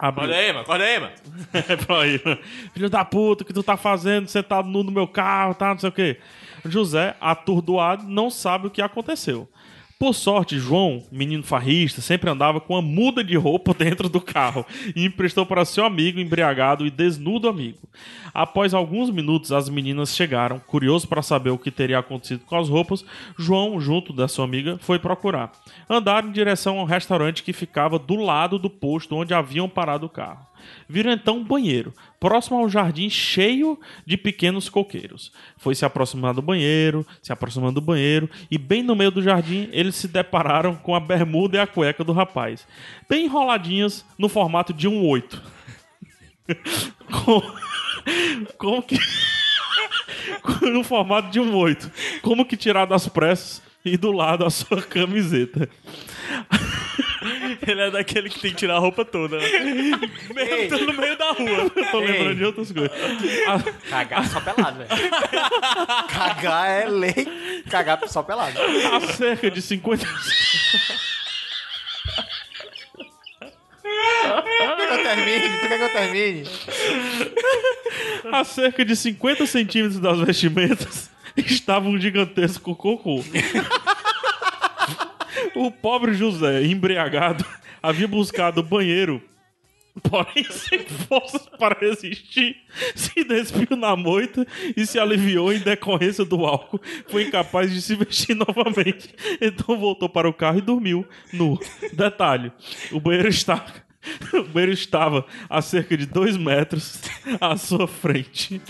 [SPEAKER 3] Abriu-
[SPEAKER 1] Acorda aí, mano. Acorda aí, mano.
[SPEAKER 3] é pra aí, né? Filho da puta, o que tu tá fazendo? Sentado nu no meu carro, tá? Não sei o quê. José, atordoado, não sabe o que aconteceu. Por sorte, João, menino farrista, sempre andava com uma muda de roupa (laughs) dentro do carro e emprestou para seu amigo embriagado e desnudo amigo. Após alguns minutos, as meninas chegaram, curioso para saber o que teria acontecido com as roupas. João, junto da sua amiga, foi procurar. Andaram em direção a um restaurante que ficava do lado do posto onde haviam parado o carro. Viram então um banheiro, próximo a um jardim cheio de pequenos coqueiros. Foi se aproximando do banheiro, se aproximando do banheiro, e bem no meio do jardim eles se depararam com a bermuda e a cueca do rapaz, bem enroladinhas no formato de um oito. (laughs) Como, como que. (laughs) no formato de um oito. Como que tirar das pressas e do lado a sua camiseta.
[SPEAKER 1] (laughs) Ele é daquele que tem que tirar a roupa toda. Né? Mesmo tô no meio da rua.
[SPEAKER 3] Eu tô lembrando de outras coisas. A-
[SPEAKER 8] Cagar só pelado, velho. (laughs) Cagar é lei. Cagar só pelado.
[SPEAKER 3] Há cerca de 50
[SPEAKER 8] Quer que eu termine? Tu quer que eu termine?
[SPEAKER 3] A cerca de 50 centímetros das vestimentas (laughs) estava um gigantesco cocô. o pobre José, embriagado, havia buscado o banheiro, porém (laughs) sem forças para resistir, se despiu na moita e se aliviou em decorrência do álcool. Foi incapaz de se vestir (laughs) novamente, então voltou para o carro e dormiu nu. Detalhe: o banheiro estava. (laughs) O banheiro estava a cerca de dois metros à sua frente. (laughs)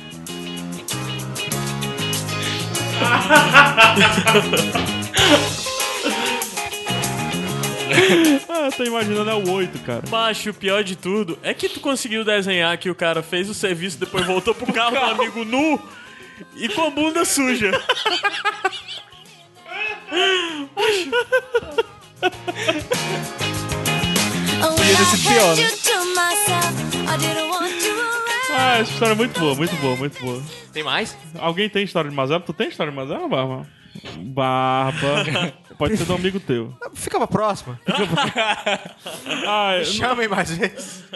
[SPEAKER 3] Ah, eu tô imaginando é o 8, cara.
[SPEAKER 1] Macho, o pior de tudo é que tu conseguiu desenhar que o cara fez o serviço, depois voltou pro carro do amigo nu e com a bunda suja.
[SPEAKER 7] Oh, when I had you to myself, I didn't want you around.
[SPEAKER 3] Ah, essa história é muito boa, muito boa, muito boa.
[SPEAKER 2] Tem mais?
[SPEAKER 3] Alguém tem história de mazela? Tu tem história de mazela, Barba? Barba. Pode ser do amigo teu.
[SPEAKER 2] Fica pra próxima.
[SPEAKER 3] Ah, eu-
[SPEAKER 2] Chamem mais vezes.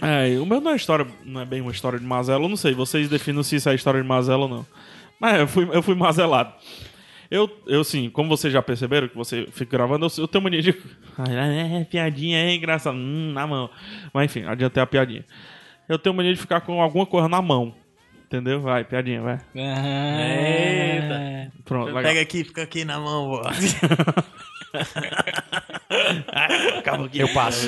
[SPEAKER 3] é, o meu não é história, não é bem uma história de mazela, eu não sei, vocês definam se isso é história de mazela ou não. Mas eu fui, eu fui mazelado. Eu, eu, assim, como vocês já perceberam que você fica gravando, eu, eu tenho mania de. (laughs) Ah, é, piadinha, é engraçado. Hum, na mão. Mas enfim, adiantei a piadinha. Eu tenho mania de ficar com alguma coisa na mão. Entendeu? Vai, piadinha, vai.
[SPEAKER 1] É. Eita.
[SPEAKER 3] Pronto, legal.
[SPEAKER 1] aqui, fica aqui na mão, (laughs) vó.
[SPEAKER 2] Eu passo.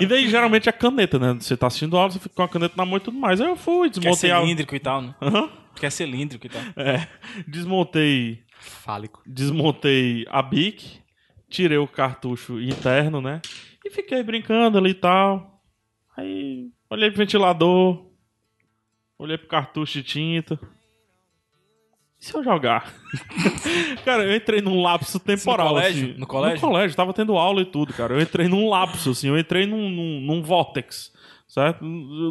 [SPEAKER 3] E daí geralmente é caneta, né? Você tá assistindo aula, você fica com a caneta na mão e tudo mais. Aí eu fui,
[SPEAKER 4] Que é
[SPEAKER 3] desmontei a.
[SPEAKER 4] cilíndrico e tal, né?
[SPEAKER 3] Hã?
[SPEAKER 4] Que é cilíndrico e tal.
[SPEAKER 3] É, desmontei.
[SPEAKER 2] Fálico.
[SPEAKER 3] Desmontei a BIC, tirei o cartucho interno, né? E fiquei brincando ali e tal. Aí olhei pro ventilador, olhei pro cartucho de tinta. E se eu jogar? (laughs) cara, eu entrei num lapso temporal.
[SPEAKER 4] colégio?
[SPEAKER 3] assim.
[SPEAKER 4] No colégio?
[SPEAKER 3] No colégio, tava tendo aula e tudo, cara. Eu entrei num lapso, assim, eu entrei num, num, num vórtex, certo?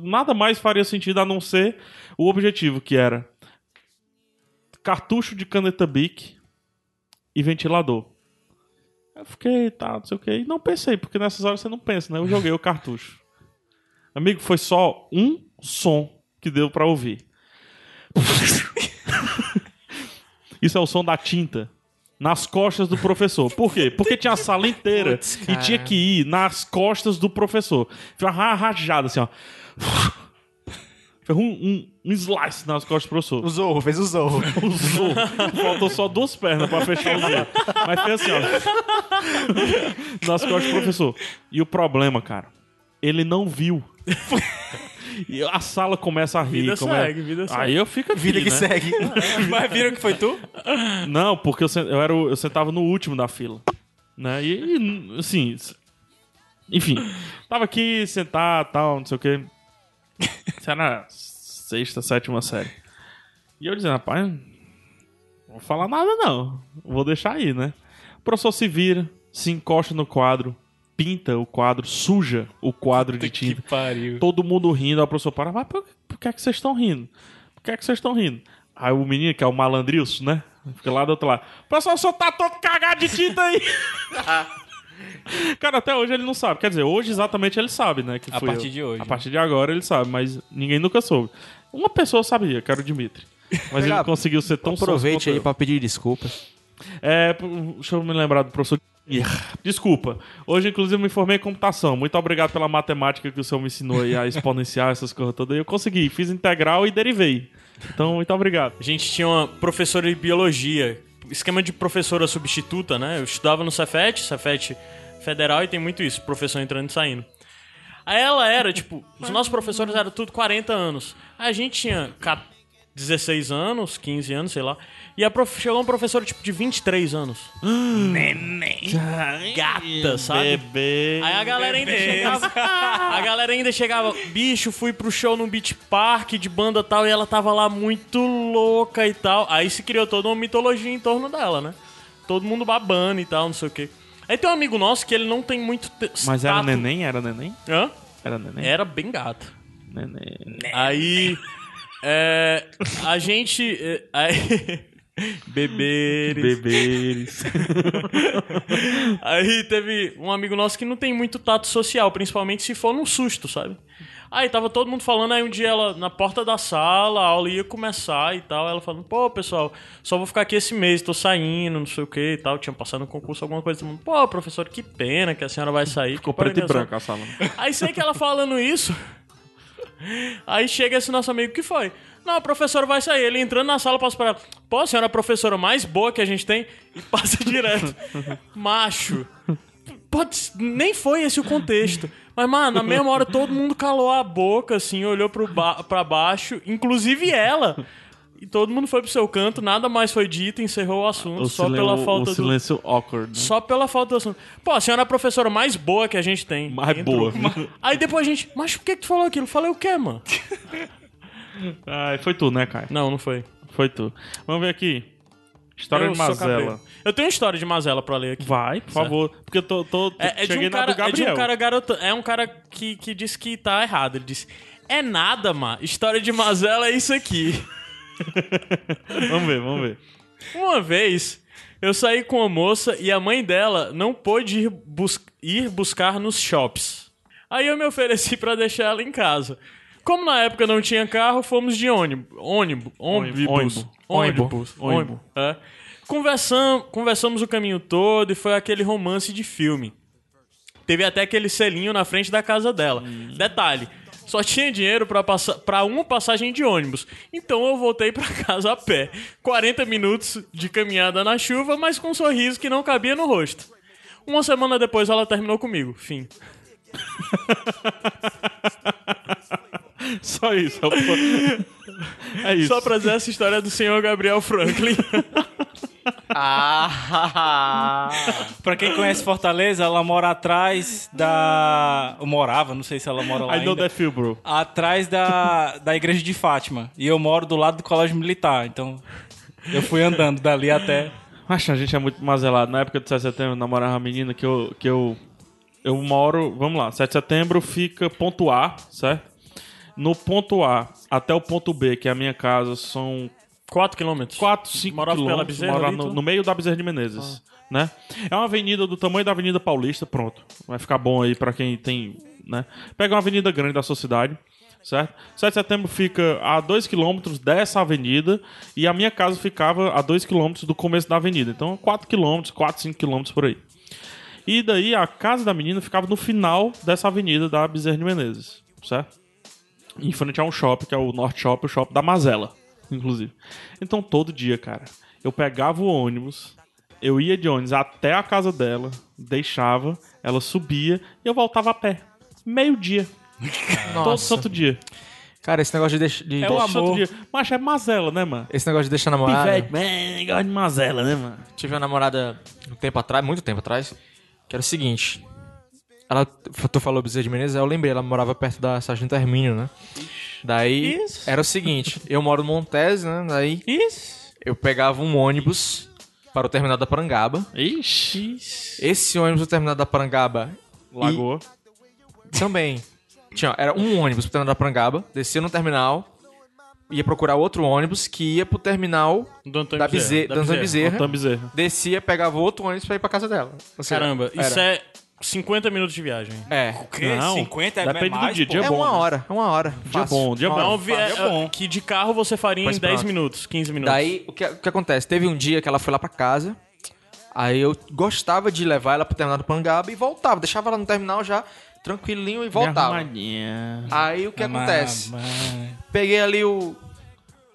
[SPEAKER 3] Nada mais faria sentido a não ser o objetivo, que era cartucho de caneta Bic e ventilador. Eu fiquei, tá, não sei o que. E não pensei, porque nessas horas você não pensa, né? Eu joguei o cartucho. Amigo, foi só um som que deu pra ouvir. (laughs) Isso é o som da tinta. Nas costas do professor. Por quê? Porque tinha a sala inteira e tinha que ir nas costas do professor. Foi uma rajada, assim, ó. Foi um, um, um slice nas costas do professor
[SPEAKER 8] O Zorro, fez o Zorro.
[SPEAKER 3] usou. Faltou só duas pernas pra fechar o dedo. Mas foi assim, ó. Nas costas do professor. E o problema, cara, ele não viu. E a sala começa a rir.
[SPEAKER 1] Vida
[SPEAKER 3] come-
[SPEAKER 1] segue, vida
[SPEAKER 3] Aí eu fico aqui,
[SPEAKER 8] Vida que
[SPEAKER 3] né?
[SPEAKER 8] segue.
[SPEAKER 4] (laughs) Mas viram que foi tu?
[SPEAKER 3] Não, porque eu, sen- eu era o- eu sentava no último da fila. Né? E, e, assim. s- Enfim, tava aqui, sentar tal, não sei o quê. Isso era sexta, sétima série. E eu dizendo, rapaz, não vou falar nada não. Vou deixar aí, né? O professor se vira, se encosta no quadro, pinta o quadro, suja o quadro de tinta.
[SPEAKER 4] pariu.
[SPEAKER 3] Todo mundo rindo, a professora para, mas por, por que é que vocês estão rindo? Por que é que vocês estão rindo? Aí o menino, que é o malandrilso, né? Fica lá do outro lado. O pessoal só tá todo cagado de tinta
[SPEAKER 4] (laughs)
[SPEAKER 3] aí. Cara, até hoje ele não sabe. Quer dizer, hoje exatamente ele sabe, né? Que
[SPEAKER 4] A
[SPEAKER 3] fui
[SPEAKER 4] partir
[SPEAKER 3] eu.
[SPEAKER 4] de hoje,
[SPEAKER 3] A
[SPEAKER 4] né?
[SPEAKER 3] partir de agora ele sabe, mas ninguém nunca soube. Uma pessoa sabia, que era o Dimitri. Mas ele
[SPEAKER 2] Cara,
[SPEAKER 3] conseguiu ser tão
[SPEAKER 2] Então Aproveite
[SPEAKER 3] solto
[SPEAKER 2] aí
[SPEAKER 3] quanto eu.
[SPEAKER 2] pra pedir desculpas.
[SPEAKER 3] É, p- deixa eu me lembrar do professor. Ih, Desculpa. Hoje, inclusive, eu me formei em computação. Muito obrigado pela matemática que o senhor me ensinou aí, a exponencial, (laughs) essas coisas todas. E Eu consegui, fiz integral e derivei. Então, muito obrigado.
[SPEAKER 1] A gente tinha uma professora de biologia, esquema de professora substituta, né? Eu estudava no Cefet, Cefet Federal, e tem muito isso, professor entrando e saindo. Aí ela era, tipo, os nossos professores eram tudo 40 anos. A gente tinha ca- 16 anos, 15 anos, sei lá. E a prof... chegou um professor, tipo, de 23 anos. (gasps) Neném. Gata, sabe?
[SPEAKER 3] Bebê.
[SPEAKER 1] Aí a galera ainda chegava. (laughs) A galera ainda chegava. Bicho, fui pro show num beach park de banda tal e ela tava lá muito louca e tal. Aí se criou toda uma mitologia em torno dela, né? Todo mundo babando e tal, não sei o quê. Aí tem um amigo nosso que ele não tem muito. te-
[SPEAKER 3] Mas era
[SPEAKER 1] tato-
[SPEAKER 3] neném? Era neném?
[SPEAKER 1] Hã?
[SPEAKER 3] Era neném?
[SPEAKER 1] Era bem gato.
[SPEAKER 3] Neném.
[SPEAKER 1] Aí. É, a gente. é, aí, (laughs) beberes.
[SPEAKER 3] Beberes.
[SPEAKER 1] Aí teve um amigo nosso que não tem muito tato social, principalmente se for num susto, sabe? Aí tava todo mundo falando, aí um dia ela na porta da sala, a aula ia começar e tal, ela falando, pô, pessoal, só vou ficar aqui esse mês, tô saindo, não sei o que e tal, tinha passado no concurso alguma coisa, todo mundo, pô, professor, que pena que a senhora vai sair.
[SPEAKER 3] Ficou
[SPEAKER 1] que pena
[SPEAKER 3] preto e
[SPEAKER 1] que a senhora-
[SPEAKER 3] branco a sala.
[SPEAKER 1] Aí sei que ela falando isso. Aí chega esse nosso amigo, que foi? Não, a professora vai sair. Ele entrando na sala, passa pra ela. Pô, a senhora é a professora mais boa que a gente tem. E passa (laughs) direto. Macho. Pode, nem foi esse o contexto. Mas, mano, na mesma hora todo mundo calou a boca, assim, olhou pro ba pra baixo, inclusive ela. E todo mundo foi pro seu canto, nada mais foi dito, encerrou o assunto,
[SPEAKER 3] O
[SPEAKER 1] só
[SPEAKER 3] silen-
[SPEAKER 1] pela
[SPEAKER 3] o-
[SPEAKER 1] falta
[SPEAKER 3] o
[SPEAKER 1] do.
[SPEAKER 3] silêncio awkward. Né?
[SPEAKER 1] Só pela falta do assunto. Pô, a senhora é a professora mais boa que a gente tem.
[SPEAKER 3] Mais né? boa.
[SPEAKER 1] (laughs) Aí depois a gente, mas por que, que tu falou aquilo? Eu Falei o quê,
[SPEAKER 3] (laughs)
[SPEAKER 1] mano?
[SPEAKER 3] Ai, foi tu, né, Caio?
[SPEAKER 1] Não, não foi.
[SPEAKER 3] Foi tu. Vamos ver aqui. História
[SPEAKER 1] Eu
[SPEAKER 3] de
[SPEAKER 1] sou
[SPEAKER 3] Mazela.
[SPEAKER 1] cabreiro. Eu tenho uma história de mazela pra ler aqui.
[SPEAKER 3] Vai, por
[SPEAKER 1] Certo.
[SPEAKER 3] favor. Porque eu tô. tô
[SPEAKER 1] É, é de
[SPEAKER 3] cheguei
[SPEAKER 1] um cara,
[SPEAKER 3] na do
[SPEAKER 1] é de
[SPEAKER 3] Gabriel.
[SPEAKER 1] um cara garoto, é um cara que, que disse que tá errado. Ele disse, é nada, mano. História de mazela é isso
[SPEAKER 3] (laughs)
[SPEAKER 1] aqui.
[SPEAKER 3] Vamos ver, vamos ver.
[SPEAKER 1] Uma vez, eu saí com uma moça e a mãe dela não pôde ir, bus- ir buscar nos shops. Aí eu me ofereci pra deixar ela em casa. Como na época não tinha carro, fomos de ônibus. Ônibus. Ônibus. Ônibus. Ônibus. É. Conversam- Conversamos o caminho todo e foi aquele romance de filme. Teve até aquele selinho na frente da casa dela. Detalhe, só tinha dinheiro pra passa- pra uma passagem de ônibus. Então eu voltei pra (laughs) casa a pé. 40 minutos de caminhada na chuva, mas com um sorriso que não cabia no rosto. Uma semana depois ela terminou comigo. Fim.
[SPEAKER 3] Só isso.
[SPEAKER 1] (laughs)
[SPEAKER 3] É, o- é isso.
[SPEAKER 1] Só pra dizer essa história do senhor Gabriel Franklin.
[SPEAKER 4] Pra quem conhece Fortaleza, ela mora atrás da. Eu morava, não sei se ela mora lá.
[SPEAKER 3] I know
[SPEAKER 4] ainda.
[SPEAKER 3] that feel, bro.
[SPEAKER 4] Atrás da, da igreja de Fátima. E eu moro do lado do colégio militar, então. Eu fui andando dali até.
[SPEAKER 3] Acho que a gente é muito mazelado. Na época do 7 de setembro, eu namorava uma menina que eu. Que eu, eu moro. Vamos lá, 7 de setembro fica ponto A, certo? No ponto A até o ponto B, que é a minha casa, são
[SPEAKER 1] 4 quilômetros.
[SPEAKER 3] 4, 5
[SPEAKER 1] Morava pela
[SPEAKER 3] quilômetros.
[SPEAKER 1] Bezerra
[SPEAKER 3] morava
[SPEAKER 1] ali, Ah.
[SPEAKER 3] no,
[SPEAKER 1] tu?
[SPEAKER 3] no meio da Bezerra de Menezes, né? É uma avenida do tamanho da Avenida Paulista, pronto. Vai ficar bom aí pra quem tem, né? Pega uma avenida grande da sua cidade, certo? 7 de setembro fica a 2 quilômetros dessa avenida e a minha casa ficava a 2 quilômetros do começo da avenida. Então, 4 quilômetros, 4, 5 quilômetros por aí. E daí a casa da menina ficava no final dessa avenida da Bezerra de Menezes, certo? em frente a um shopping, que é o Norte Shopping, o shopping da Mazela, inclusive. Então todo dia, cara, eu pegava o ônibus, eu ia de ônibus até a casa dela, deixava, ela subia e eu voltava a pé. Meio-dia. Todo santo dia.
[SPEAKER 2] Cara, esse negócio de deixar. De
[SPEAKER 4] É o
[SPEAKER 2] deixar-
[SPEAKER 4] amor.
[SPEAKER 3] Santo dia. Mas é Mazela, né, mano?
[SPEAKER 2] Esse negócio de deixar namorada.
[SPEAKER 3] Pivete, man, gosta de Mazela, né, mano?
[SPEAKER 2] Tive uma namorada um tempo atrás, muito tempo atrás, que era o seguinte. Ela, tu falou Bezerra de Menezes, aí eu lembrei, ela morava perto da Sargento Hermínio, né? Daí
[SPEAKER 4] Isso.
[SPEAKER 2] era o seguinte, eu moro no Montes, né? Daí
[SPEAKER 4] Isso.
[SPEAKER 2] eu pegava um ônibus para o terminal da Parangaba.
[SPEAKER 3] Ixi.
[SPEAKER 2] Esse ônibus do terminal da Parangaba
[SPEAKER 3] Lagoa.
[SPEAKER 2] Também. Tinha, era um ônibus pro Tanarapangaba, descia no terminal, ia procurar outro ônibus que ia pro terminal
[SPEAKER 1] Do Antônio
[SPEAKER 2] da Bezerra, da Antônio Bezerra,
[SPEAKER 3] Antônio Bezerra.
[SPEAKER 2] descia, pegava outro ônibus pra ir pra casa dela. Ou seja,
[SPEAKER 1] Caramba,
[SPEAKER 2] era-
[SPEAKER 1] isso é 50 minutos de viagem.
[SPEAKER 2] É.
[SPEAKER 4] O quê?
[SPEAKER 3] Não,
[SPEAKER 4] 50 é
[SPEAKER 3] depende do
[SPEAKER 4] mais,
[SPEAKER 3] dia,
[SPEAKER 4] pô.
[SPEAKER 3] dia
[SPEAKER 2] É
[SPEAKER 3] bom,
[SPEAKER 2] uma
[SPEAKER 3] né?
[SPEAKER 2] hora, é uma hora.
[SPEAKER 3] Dia bom, dia
[SPEAKER 2] uma
[SPEAKER 3] bom.
[SPEAKER 2] hora.
[SPEAKER 1] Então, vi- é,
[SPEAKER 2] Dia bom.
[SPEAKER 1] que de carro você faria
[SPEAKER 2] Pois
[SPEAKER 1] em 10
[SPEAKER 2] pronto.
[SPEAKER 1] minutos, 15 minutos.
[SPEAKER 2] Daí, o que, o que acontece? Teve um dia que ela foi lá pra casa, aí eu gostava de levar ela pro terminal do Pangaba e voltava. Deixava ela no terminal já, tranquilinho, e voltava.
[SPEAKER 3] Arrumadinha.
[SPEAKER 2] Aí o que
[SPEAKER 4] Mas-
[SPEAKER 2] acontece?
[SPEAKER 4] mas-
[SPEAKER 2] Peguei ali o...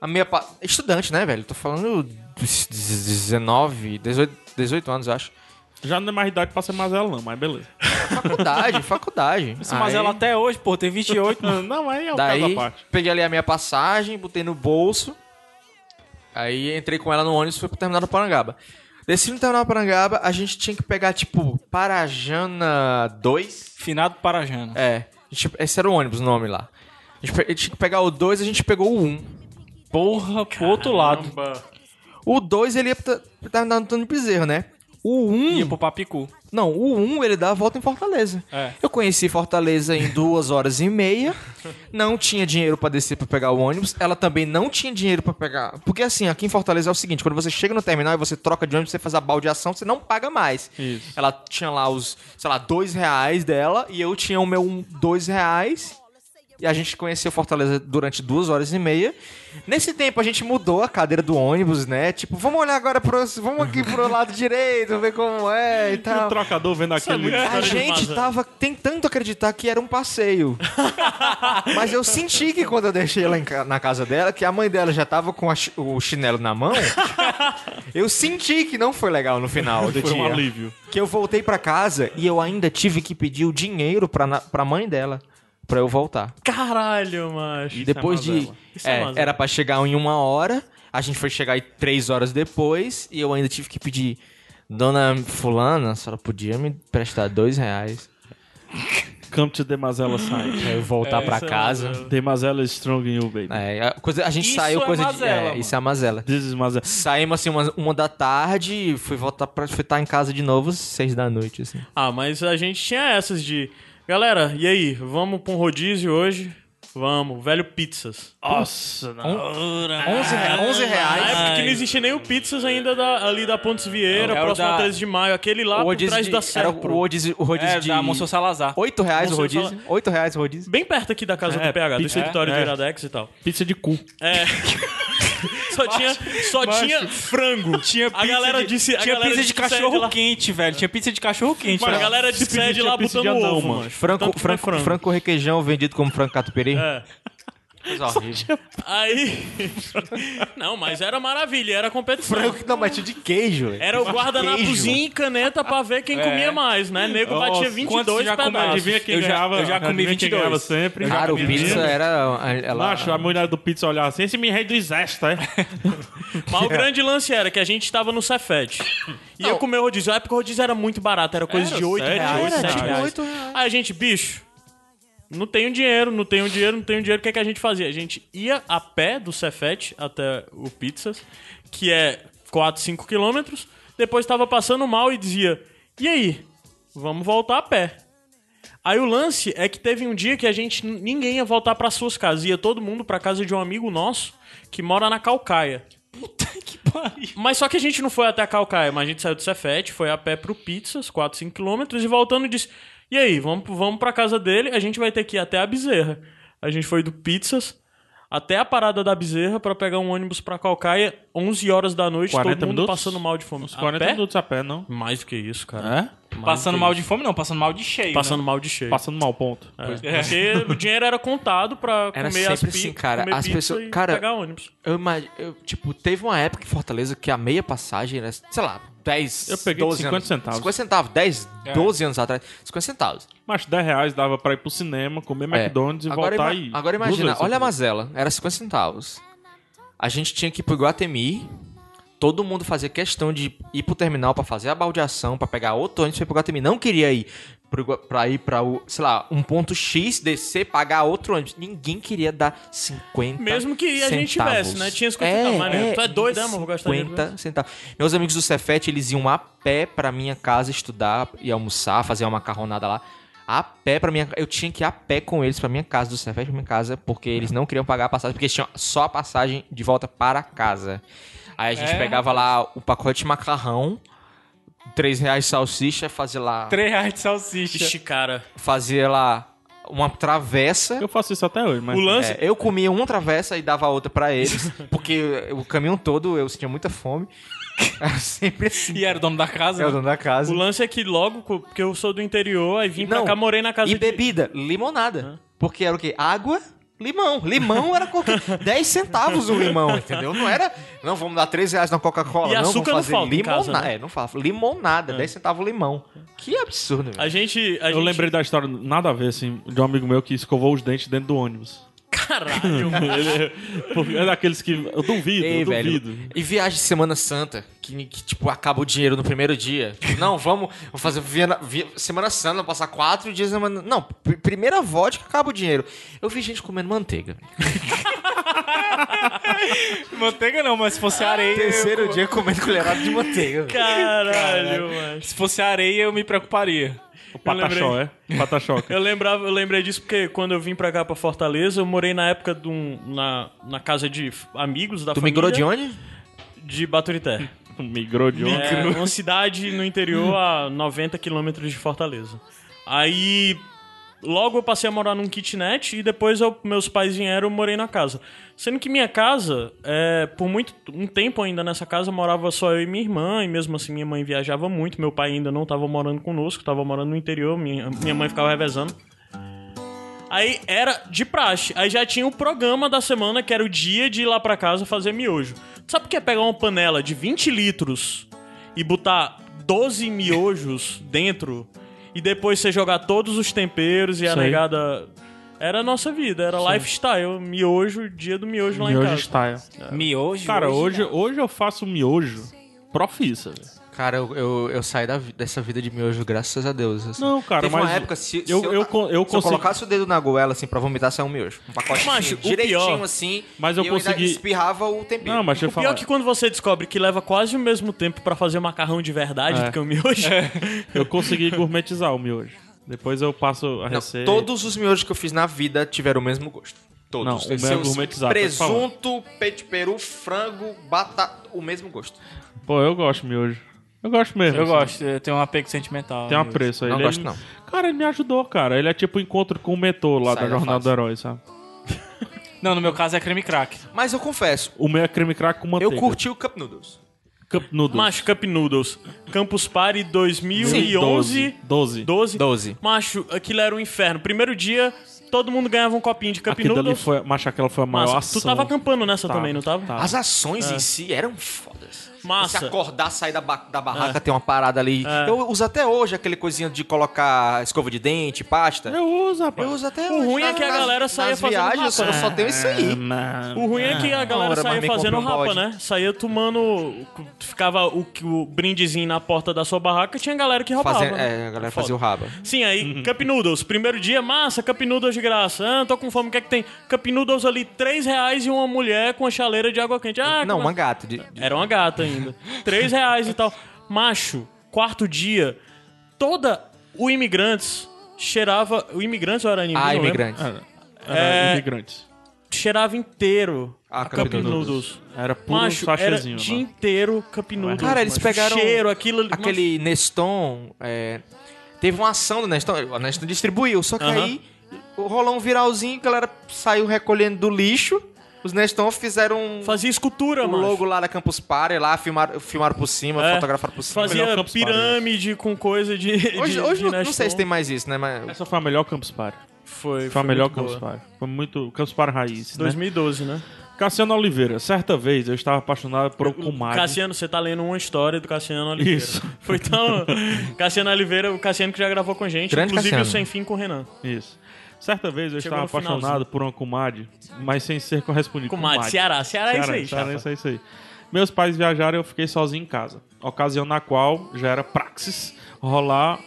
[SPEAKER 2] A minha... pa- Estudante, né, velho? Tô falando dos 19, 18, 18 anos, eu acho.
[SPEAKER 3] Já não é mais idade pra ser mazela, não, mas beleza.
[SPEAKER 2] Faculdade, (laughs) faculdade.
[SPEAKER 4] Esse Mazela
[SPEAKER 2] Aí-
[SPEAKER 4] até hoje, pô,
[SPEAKER 2] (laughs)
[SPEAKER 4] tem 28, mano.
[SPEAKER 3] Não, aí é o caso
[SPEAKER 2] Daí,
[SPEAKER 3] da parte.
[SPEAKER 2] peguei ali a minha passagem, botei no bolso. Aí entrei com ela no ônibus e fui pro terminal do Parangaba. Desci no terminal do Parangaba, a gente tinha que pegar, tipo, Parajana 2.
[SPEAKER 4] Finado Parajana.
[SPEAKER 2] É, a gente- esse era o ônibus, o nome lá. A gente, pe- a gente tinha que pegar o 2, a gente pegou o 1.
[SPEAKER 4] Porra, pro outro lado.
[SPEAKER 1] Caramba.
[SPEAKER 2] O 2 ele ia pro ter- pro terminal do Antônio Bezerra, né? O 1.
[SPEAKER 4] Ia pro Papicu.
[SPEAKER 2] Não, o 1 ele dá a volta em Fortaleza.
[SPEAKER 4] É.
[SPEAKER 2] Eu conheci Fortaleza em duas horas e meia. Não tinha dinheiro pra descer pra pegar o ônibus. Ela também não tinha dinheiro pra pegar. Porque assim, aqui em Fortaleza é o seguinte: quando você chega no terminal e você troca de ônibus, você faz a baldeação, você não paga mais.
[SPEAKER 3] Isso.
[SPEAKER 2] Ela tinha lá os, sei lá, dois reais dela e eu tinha o meu um- dois reais. E a gente conheceu Fortaleza durante duas horas e meia. Nesse tempo a gente mudou a cadeira do ônibus, né? Tipo, vamos olhar agora pro. Vamos aqui pro lado direito, ver como é e
[SPEAKER 3] E o
[SPEAKER 2] tal.
[SPEAKER 3] trocador vendo aquele.
[SPEAKER 2] A
[SPEAKER 1] História de
[SPEAKER 2] gente
[SPEAKER 1] Mazan.
[SPEAKER 2] tava tentando acreditar que era um
[SPEAKER 3] (laughs)
[SPEAKER 2] passeio. Mas eu senti que quando eu deixei ela em ca- na casa dela, que a mãe dela já tava com a chi- o chinelo na
[SPEAKER 3] (laughs)
[SPEAKER 2] mão, eu senti que não foi legal no final do
[SPEAKER 3] Foi um
[SPEAKER 2] dia.
[SPEAKER 3] alívio.
[SPEAKER 2] Que eu voltei pra casa e eu ainda tive que pedir o dinheiro pra, na- pra mãe dela pra eu voltar.
[SPEAKER 1] Caralho, macho.
[SPEAKER 3] Isso é
[SPEAKER 2] Depois de.
[SPEAKER 3] mazela.
[SPEAKER 1] Isso é
[SPEAKER 2] é,
[SPEAKER 1] mazela.
[SPEAKER 2] era pra chegar em uma hora, a gente foi chegar aí três horas depois e eu ainda tive que pedir. Dona Fulana, a senhora podia me prestar dois reais?
[SPEAKER 3] Camp to the Mazela side.
[SPEAKER 2] Aí eu voltar pra
[SPEAKER 1] isso é
[SPEAKER 2] casa.
[SPEAKER 1] mazela.
[SPEAKER 3] The Mazela is strong in you, baby.
[SPEAKER 2] É, a, coisa- a gente
[SPEAKER 4] Isso
[SPEAKER 2] saiu
[SPEAKER 4] é
[SPEAKER 2] coisa
[SPEAKER 4] mazela,
[SPEAKER 2] de. É,
[SPEAKER 4] mano.
[SPEAKER 2] isso é a mazela.
[SPEAKER 3] This is Mazela.
[SPEAKER 2] Saímos assim uma, uma da tarde, fui voltar pra fui estar em casa de novo às seis da noite, assim.
[SPEAKER 1] Ah, mas a gente tinha essas de. Galera, e aí? Vamos pra um rodízio hoje? Vamos, velho pizzas.
[SPEAKER 3] Nossa,
[SPEAKER 4] É.
[SPEAKER 3] não.
[SPEAKER 1] É,
[SPEAKER 2] Onze,
[SPEAKER 4] né?
[SPEAKER 2] re- onze
[SPEAKER 1] Na
[SPEAKER 2] reais.
[SPEAKER 1] época que não existia nem o pizzas ainda da- ali da Pontes Vieira,
[SPEAKER 4] É o
[SPEAKER 1] próximo
[SPEAKER 4] da-
[SPEAKER 1] a 13 de maio, aquele lá
[SPEAKER 2] O
[SPEAKER 1] por
[SPEAKER 2] rodízio
[SPEAKER 1] trás
[SPEAKER 2] de-
[SPEAKER 1] da
[SPEAKER 2] era
[SPEAKER 1] Serra.
[SPEAKER 2] o rodízio, o rodízio
[SPEAKER 4] É,
[SPEAKER 2] de...
[SPEAKER 4] da Monsenhor Salazar.
[SPEAKER 2] Oito reais o
[SPEAKER 1] Monsenhor
[SPEAKER 2] rodízio.
[SPEAKER 1] Salazar.
[SPEAKER 2] Oito reais o rodízio.
[SPEAKER 1] Bem perto aqui da casa
[SPEAKER 3] É,
[SPEAKER 1] do PH, do
[SPEAKER 3] pizza-
[SPEAKER 1] escritório
[SPEAKER 3] é,
[SPEAKER 1] do
[SPEAKER 3] é.
[SPEAKER 1] Iradex e tal.
[SPEAKER 3] Pizza de cu.
[SPEAKER 1] É. só tinha, só tinha frango.
[SPEAKER 4] Tinha
[SPEAKER 1] a galera disse, a
[SPEAKER 4] tinha
[SPEAKER 1] galera
[SPEAKER 4] pizza de
[SPEAKER 1] disse que saiu
[SPEAKER 4] cachorro
[SPEAKER 1] lá-
[SPEAKER 4] quente, velho. Tinha pizza de cachorro quente.
[SPEAKER 1] Mano, a
[SPEAKER 4] velho. (laughs)
[SPEAKER 1] galera de
[SPEAKER 3] Pizza
[SPEAKER 1] sede
[SPEAKER 3] de-
[SPEAKER 1] lá
[SPEAKER 3] pizza
[SPEAKER 1] botando
[SPEAKER 3] de anão,
[SPEAKER 1] ovo,
[SPEAKER 3] mano.
[SPEAKER 1] mano. Tanto
[SPEAKER 2] Franco,
[SPEAKER 1] que
[SPEAKER 2] franco,
[SPEAKER 1] foi
[SPEAKER 2] franco requeijão vendido como frango catupiry.
[SPEAKER 1] É.
[SPEAKER 2] Coisa horrível.
[SPEAKER 1] Aí. (laughs) Não, mas era maravilha, era competição.
[SPEAKER 2] Frango não, mas tinha de queijo. velho.
[SPEAKER 1] Era o
[SPEAKER 2] Tinha de
[SPEAKER 1] guardanapozinho e caneta pra ver quem comia mais, né? Nego batia
[SPEAKER 3] É. Nossa, quantos
[SPEAKER 1] 22
[SPEAKER 4] já comeu?
[SPEAKER 1] pedaços.
[SPEAKER 3] Adivinha quem
[SPEAKER 4] Eu já-
[SPEAKER 3] ganhava?
[SPEAKER 4] eu já comi
[SPEAKER 3] adivinha quem
[SPEAKER 4] 22.
[SPEAKER 3] ganhava sempre.
[SPEAKER 2] queijo. Cara, o
[SPEAKER 3] Adivinha?
[SPEAKER 2] pizza era... é, Ela...
[SPEAKER 3] Macho, a mulher do pizza olhava assim, esse me reduz esta, é?
[SPEAKER 1] Mas o grande lance era que a gente tava no Cefete. E eu comeu rodízio. Na época o rodízio era muito barato, era coisa
[SPEAKER 3] Era
[SPEAKER 1] de 8
[SPEAKER 3] sete,
[SPEAKER 1] reais,
[SPEAKER 3] oito
[SPEAKER 1] 7
[SPEAKER 3] reais.
[SPEAKER 1] reais. Aí a gente, bicho, não tenho dinheiro, não tenho dinheiro, não tenho dinheiro. O que, é que a gente fazia? A gente ia a pé do Cefete até o Pizzas, que é 4, 5 quilômetros. Depois tava passando mal e dizia, e aí? Vamos voltar a pé. Aí o lance é que teve um dia que a gente ninguém ia voltar para suas casas, ia todo mundo para casa de um amigo nosso que mora na Calcaia. Mas só que a gente não foi até a Calcaia, mas a gente saiu do Cefete, foi a pé pro Pizzas, 4, 5 quilômetros, e voltando disse: E aí, vamos, vamos pra casa dele, a gente vai ter que ir até a Bezerra. A gente foi do Pizzas até a parada da Bezerra pra pegar um ônibus pra Calcaia, 11 horas da noite, todo
[SPEAKER 3] 40
[SPEAKER 1] mundo
[SPEAKER 3] minutos?
[SPEAKER 1] passando mal de fome.
[SPEAKER 3] Uns 40
[SPEAKER 1] a pé?
[SPEAKER 3] minutos a pé, não.
[SPEAKER 1] Mais do que isso,
[SPEAKER 4] Ah,
[SPEAKER 1] cara. Mais
[SPEAKER 4] Passando
[SPEAKER 1] do que
[SPEAKER 4] mal
[SPEAKER 1] isso.
[SPEAKER 4] de fome, não. Passando mal de cheio. né?
[SPEAKER 1] Passando mal de cheio.
[SPEAKER 3] Passando mal, ponto.
[SPEAKER 1] É. Porque o dinheiro era contado pra
[SPEAKER 2] Era
[SPEAKER 1] comer as
[SPEAKER 2] sempre
[SPEAKER 1] pi-
[SPEAKER 2] assim, cara.
[SPEAKER 1] comer
[SPEAKER 2] As
[SPEAKER 1] pizza
[SPEAKER 2] pessoas-
[SPEAKER 1] e
[SPEAKER 2] cara,
[SPEAKER 1] pegar ônibus.
[SPEAKER 2] Eu imagino, tipo, teve uma época em Fortaleza que a meia passagem era, sei lá, 10,
[SPEAKER 3] Eu peguei
[SPEAKER 2] 12
[SPEAKER 3] 50
[SPEAKER 2] anos.
[SPEAKER 3] centavos. É.
[SPEAKER 2] 50 centavos, 10, 12 anos atrás. 50 centavos.
[SPEAKER 3] Mas 10 reais dava pra ir pro cinema, comer
[SPEAKER 2] É.
[SPEAKER 3] McDonald's e
[SPEAKER 2] agora,
[SPEAKER 3] voltar
[SPEAKER 2] ima-
[SPEAKER 3] aí.
[SPEAKER 2] Agora imagina, olha a mazela, era 50 centavos. A gente tinha que ir pro Guatemi, todo mundo fazia questão de ir pro terminal pra fazer a baldeação, pra pegar outro ônibus pra ir pro Guatemi. Não queria ir pro, Gua- pra ir pra, o, sei lá, um ponto X, descer, pagar outro ônibus. Ninguém queria dar 50
[SPEAKER 1] Mesmo que a gente
[SPEAKER 2] centavos.
[SPEAKER 1] tivesse, né? Tinha 50 centavos, mas, né? Tu é doido, né, amor? Vou gastar dinheiro
[SPEAKER 2] 50 centavos. Meus amigos do Cefete, eles iam a pé pra minha casa estudar e almoçar, fazer uma macarronada lá. a pé pra minha Eu tinha que ir a pé com eles pra minha casa, do Cefete pra minha casa, porque eles não queriam pagar a passagem, porque eles tinham só a passagem de volta para casa. Aí a gente
[SPEAKER 4] É,
[SPEAKER 2] pegava lá o pacote de macarrão, 3 reais salsicha, fazia lá.
[SPEAKER 4] 3 reais de salsicha.
[SPEAKER 1] Ixi, cara.
[SPEAKER 2] Fazia lá uma travessa.
[SPEAKER 3] Eu faço isso até hoje, mas.
[SPEAKER 1] O lance.
[SPEAKER 2] É, eu comia uma travessa e dava a outra pra eles, (laughs) porque o caminho todo eu sentia muita fome. (laughs) Era sempre assim.
[SPEAKER 4] E era o dono da casa. né?
[SPEAKER 2] É o dono da casa.
[SPEAKER 1] O lance é que logo, co- porque eu sou do interior, aí vim
[SPEAKER 2] Não,
[SPEAKER 1] pra cá, morei na casa
[SPEAKER 2] E
[SPEAKER 1] de-
[SPEAKER 2] bebida, limonada. Porque era o quê? Água, limão. Limão
[SPEAKER 1] (laughs)
[SPEAKER 2] era qualquer 10 centavos o limão, entendeu? Não era, não, vamos dar 3 reais na Coca-Cola.
[SPEAKER 1] E
[SPEAKER 2] não,
[SPEAKER 1] açúcar não
[SPEAKER 2] vamos fazer
[SPEAKER 1] falta em
[SPEAKER 2] limonada.
[SPEAKER 1] casa, né?
[SPEAKER 2] É, não falta. Limonada, 10 centavos o limão. Que absurdo, velho.
[SPEAKER 1] A gente. a
[SPEAKER 3] Eu
[SPEAKER 1] gente-
[SPEAKER 3] lembrei da história, nada a ver, assim, de um amigo meu que escovou os dentes dentro do ônibus.
[SPEAKER 2] (laughs)
[SPEAKER 1] Caralho.
[SPEAKER 3] Ele- porque é daqueles que. Eu duvido,
[SPEAKER 2] Ei,
[SPEAKER 3] eu duvido.
[SPEAKER 2] velho. E viagem de Semana Santa, que, que, tipo, acaba o dinheiro no primeiro dia. Tipo, Não, vamos, vamos fazer Viena- Vi- Semana Santa, vamos passar quatro dias na semana. Não, pr- primeira vodka acaba o dinheiro. Eu vi gente comendo manteiga.
[SPEAKER 4] Manteiga não, mas se fosse areia. eu...
[SPEAKER 2] dia comendo colherada de manteiga.
[SPEAKER 1] Caralho, mano.
[SPEAKER 4] Se fosse areia, eu me preocuparia.
[SPEAKER 3] O Pataxó, é? Pataxoca. (laughs)
[SPEAKER 1] Eu, lembrava, eu lembrei disso porque quando eu vim pra cá, pra Fortaleza, eu morei na época de um, na, na casa de f- amigos da
[SPEAKER 2] Tu
[SPEAKER 1] família.
[SPEAKER 2] migrou de onde?
[SPEAKER 1] De Baturité.
[SPEAKER 3] Migrou de ônibus.
[SPEAKER 1] É, uma cidade no interior a 90 quilômetros de Fortaleza. Aí, logo eu passei a morar num kitnet e depois eu- meus pais vieram eu morei na casa. Sendo que minha casa, é, por muito um tempo ainda nessa casa, morava só eu e minha irmã, e mesmo assim minha mãe viajava muito, meu pai ainda não tava morando conosco, tava morando no interior, minha, minha mãe ficava revezando. Aí era de praxe. Aí já tinha o programa da semana, que era o dia de ir lá pra casa fazer miojo. Sabe o que é pegar uma panela de 20 litros e botar 12 miojos dentro e depois você jogar todos os temperos e a
[SPEAKER 3] Isso aí.
[SPEAKER 1] negada. Era a nossa vida, era lifestyle. Miojo, dia do miojo, lá em
[SPEAKER 3] Miojo
[SPEAKER 1] casa.
[SPEAKER 3] style.
[SPEAKER 4] Miojo.
[SPEAKER 3] Cara, hoje, hoje eu faço miojo profissa, velho.
[SPEAKER 2] Cara, eu, eu, eu saí da vi- dessa vida de miojo, graças a Deus. assim.
[SPEAKER 3] Não, cara,
[SPEAKER 2] Teve
[SPEAKER 3] mas.
[SPEAKER 2] uma época, se, se
[SPEAKER 3] eu, eu, con- eu
[SPEAKER 2] se eu
[SPEAKER 3] consegui.
[SPEAKER 2] colocasse o dedo na goela, assim, pra vomitar, saiu um miojo. Um pacote
[SPEAKER 1] Macho, o
[SPEAKER 2] direitinho,
[SPEAKER 1] pior-
[SPEAKER 2] assim,
[SPEAKER 3] Mas eu
[SPEAKER 2] e ainda
[SPEAKER 3] consegui-
[SPEAKER 2] espirrava o tempero.
[SPEAKER 3] Não, mas deixa eu
[SPEAKER 1] O pior
[SPEAKER 3] falar.
[SPEAKER 1] é que quando você descobre que leva quase o mesmo tempo pra fazer macarrão de verdade
[SPEAKER 3] É.
[SPEAKER 1] do que o miojo. (laughs)
[SPEAKER 3] Eu consegui gourmetizar o miojo. Depois eu passo a
[SPEAKER 2] Não,
[SPEAKER 3] receita.
[SPEAKER 2] todos os miojos que eu fiz na vida tiveram o mesmo gosto.
[SPEAKER 3] Não,
[SPEAKER 2] Todos.
[SPEAKER 3] o meu é
[SPEAKER 2] Seus
[SPEAKER 3] gourmetizado, pode
[SPEAKER 2] Presunto, peito de peru, frango, batata, o mesmo gosto.
[SPEAKER 3] Pô, eu gosto de miojo. Eu gosto mesmo.
[SPEAKER 4] Eu
[SPEAKER 3] assim.
[SPEAKER 4] gosto, eu tenho um apego sentimental.
[SPEAKER 3] Tem um
[SPEAKER 4] miojo.
[SPEAKER 3] apreço aí.
[SPEAKER 2] Não
[SPEAKER 3] ele
[SPEAKER 2] gosto,
[SPEAKER 3] é-
[SPEAKER 2] não.
[SPEAKER 3] Cara, ele me ajudou, cara. Ele é tipo o encontro com o metrô lá
[SPEAKER 2] Sai
[SPEAKER 3] da
[SPEAKER 2] da
[SPEAKER 3] Jornada
[SPEAKER 2] face.
[SPEAKER 3] do Herói, sabe?
[SPEAKER 4] Não, no meu caso é creme crack.
[SPEAKER 2] Mas eu confesso,
[SPEAKER 3] O meu é creme crack com manteiga.
[SPEAKER 2] eu curti o Cup Noodles.
[SPEAKER 3] Cup noodles.
[SPEAKER 1] Macho Cup Noodles. Campus Party 2011.
[SPEAKER 3] 12.
[SPEAKER 1] 12.
[SPEAKER 2] 12.
[SPEAKER 1] Macho, aquilo era um inferno. Primeiro dia, todo mundo ganhava um copinho de Cup
[SPEAKER 3] Aquilo ali
[SPEAKER 1] Noodles.
[SPEAKER 3] foi... Macho, aquela foi a maior
[SPEAKER 1] Massa.
[SPEAKER 3] ação. Tá,
[SPEAKER 1] Tu tava acampando nessa
[SPEAKER 3] Tava,
[SPEAKER 1] também, não tava?
[SPEAKER 3] tava.
[SPEAKER 2] As ações em si eram fodas.
[SPEAKER 1] Massa. É.
[SPEAKER 2] Você acordar, sair da, ba- da barraca, ter uma parada ali. Eu uso até hoje aquele coisinha de colocar escova de dente, pasta.
[SPEAKER 3] Eu uso, rapaz.
[SPEAKER 2] Eu uso até
[SPEAKER 1] O
[SPEAKER 2] hoje.
[SPEAKER 1] ruim é que a
[SPEAKER 2] Nas-
[SPEAKER 1] galera
[SPEAKER 2] nas
[SPEAKER 1] saía fazendo
[SPEAKER 2] viagens,
[SPEAKER 1] massa, né?
[SPEAKER 2] eu só tenho isso aí.
[SPEAKER 1] O ruim é que a galera
[SPEAKER 2] hora, mas
[SPEAKER 1] saía
[SPEAKER 2] me
[SPEAKER 1] fazendo
[SPEAKER 2] comprou um
[SPEAKER 1] rapa,
[SPEAKER 2] balde.
[SPEAKER 1] né? Saía tomando. Ficava o, o brindezinho na porta da sua barraca, tinha galera que roubava.
[SPEAKER 2] Fazendo-
[SPEAKER 1] né?
[SPEAKER 2] é, a galera
[SPEAKER 1] Foda.
[SPEAKER 2] fazia o rabo.
[SPEAKER 1] Sim,
[SPEAKER 3] Uhum.
[SPEAKER 1] aí Cup Noodles. Primeiro dia, massa, Cup Noodles de graça. Ah, tô com fome, o que é que tem? Cup Noodles ali, 3 reais e uma mulher com a chaleira de água quente. Ah,
[SPEAKER 2] Não,
[SPEAKER 1] como-
[SPEAKER 2] uma gata. de- de-
[SPEAKER 1] Era uma gata ainda. Três reais e tal. Macho, quarto dia, toda o Imigrantes cheirava... O Imigrantes ou era anime?
[SPEAKER 2] Ah,
[SPEAKER 1] Não lembro.
[SPEAKER 2] imigrante.
[SPEAKER 3] Era, era
[SPEAKER 1] É.
[SPEAKER 3] imigrantes.
[SPEAKER 1] Cheirava inteiro
[SPEAKER 2] Ah,
[SPEAKER 1] a Cup
[SPEAKER 2] Cup Noodles.
[SPEAKER 1] Noodles.
[SPEAKER 3] Era puro
[SPEAKER 1] Macho, era
[SPEAKER 3] sachezinho.
[SPEAKER 1] dia
[SPEAKER 3] né?
[SPEAKER 1] inteiro Cup Noodles.
[SPEAKER 2] Cara, eles
[SPEAKER 1] macho.
[SPEAKER 2] pegaram
[SPEAKER 1] Cheiro, aquilo... ali-
[SPEAKER 2] aquele Neston. é, teve uma ação do Neston, o Neston distribuiu, só que
[SPEAKER 1] Aham.
[SPEAKER 2] aí rolou um viralzinho, a galera saiu recolhendo do lixo. Os Neston fizeram um,
[SPEAKER 1] Nossa, Fazia escultura,
[SPEAKER 2] um
[SPEAKER 1] mano.
[SPEAKER 2] logo lá da Campus Party, lá filmaram, filmaram por cima,
[SPEAKER 1] É.
[SPEAKER 2] fotografaram por cima.
[SPEAKER 1] Fazia
[SPEAKER 3] Melhor Campus Party. né?
[SPEAKER 1] pirâmide com coisa de...
[SPEAKER 2] Hoje,
[SPEAKER 1] de-
[SPEAKER 2] hoje
[SPEAKER 1] de
[SPEAKER 2] não, não
[SPEAKER 1] Neston.
[SPEAKER 2] sei se tem mais isso, né? Mas
[SPEAKER 3] Essa foi a melhor Campus Party.
[SPEAKER 1] Foi,
[SPEAKER 3] Foi a melhor
[SPEAKER 1] muito boa.
[SPEAKER 3] Campus Party. Foi muito... Campus Party raiz, né?
[SPEAKER 1] 2012, né?
[SPEAKER 3] Cassiano Oliveira. Certa vez eu estava apaixonado por um comadre.
[SPEAKER 1] Cassiano, você tá lendo uma história do Cassiano Oliveira.
[SPEAKER 3] Isso.
[SPEAKER 1] (laughs) Foi tão. Cassiano Oliveira, o Cassiano que já gravou com a gente,
[SPEAKER 2] Grande
[SPEAKER 1] inclusive
[SPEAKER 2] Cassiano.
[SPEAKER 1] o Sem Fim com o Renan.
[SPEAKER 3] Isso. Certa vez eu
[SPEAKER 1] Chegou
[SPEAKER 3] estava
[SPEAKER 1] no finalzinho.
[SPEAKER 3] apaixonado por uma comadre, mas sem ser correspondido.
[SPEAKER 1] Comadre, Ceará. Ceará é isso aí,
[SPEAKER 3] Ceará,
[SPEAKER 1] chapa.
[SPEAKER 3] é isso aí. Meus pais viajaram e eu fiquei sozinho em casa. Ocasião na qual já era praxis rolar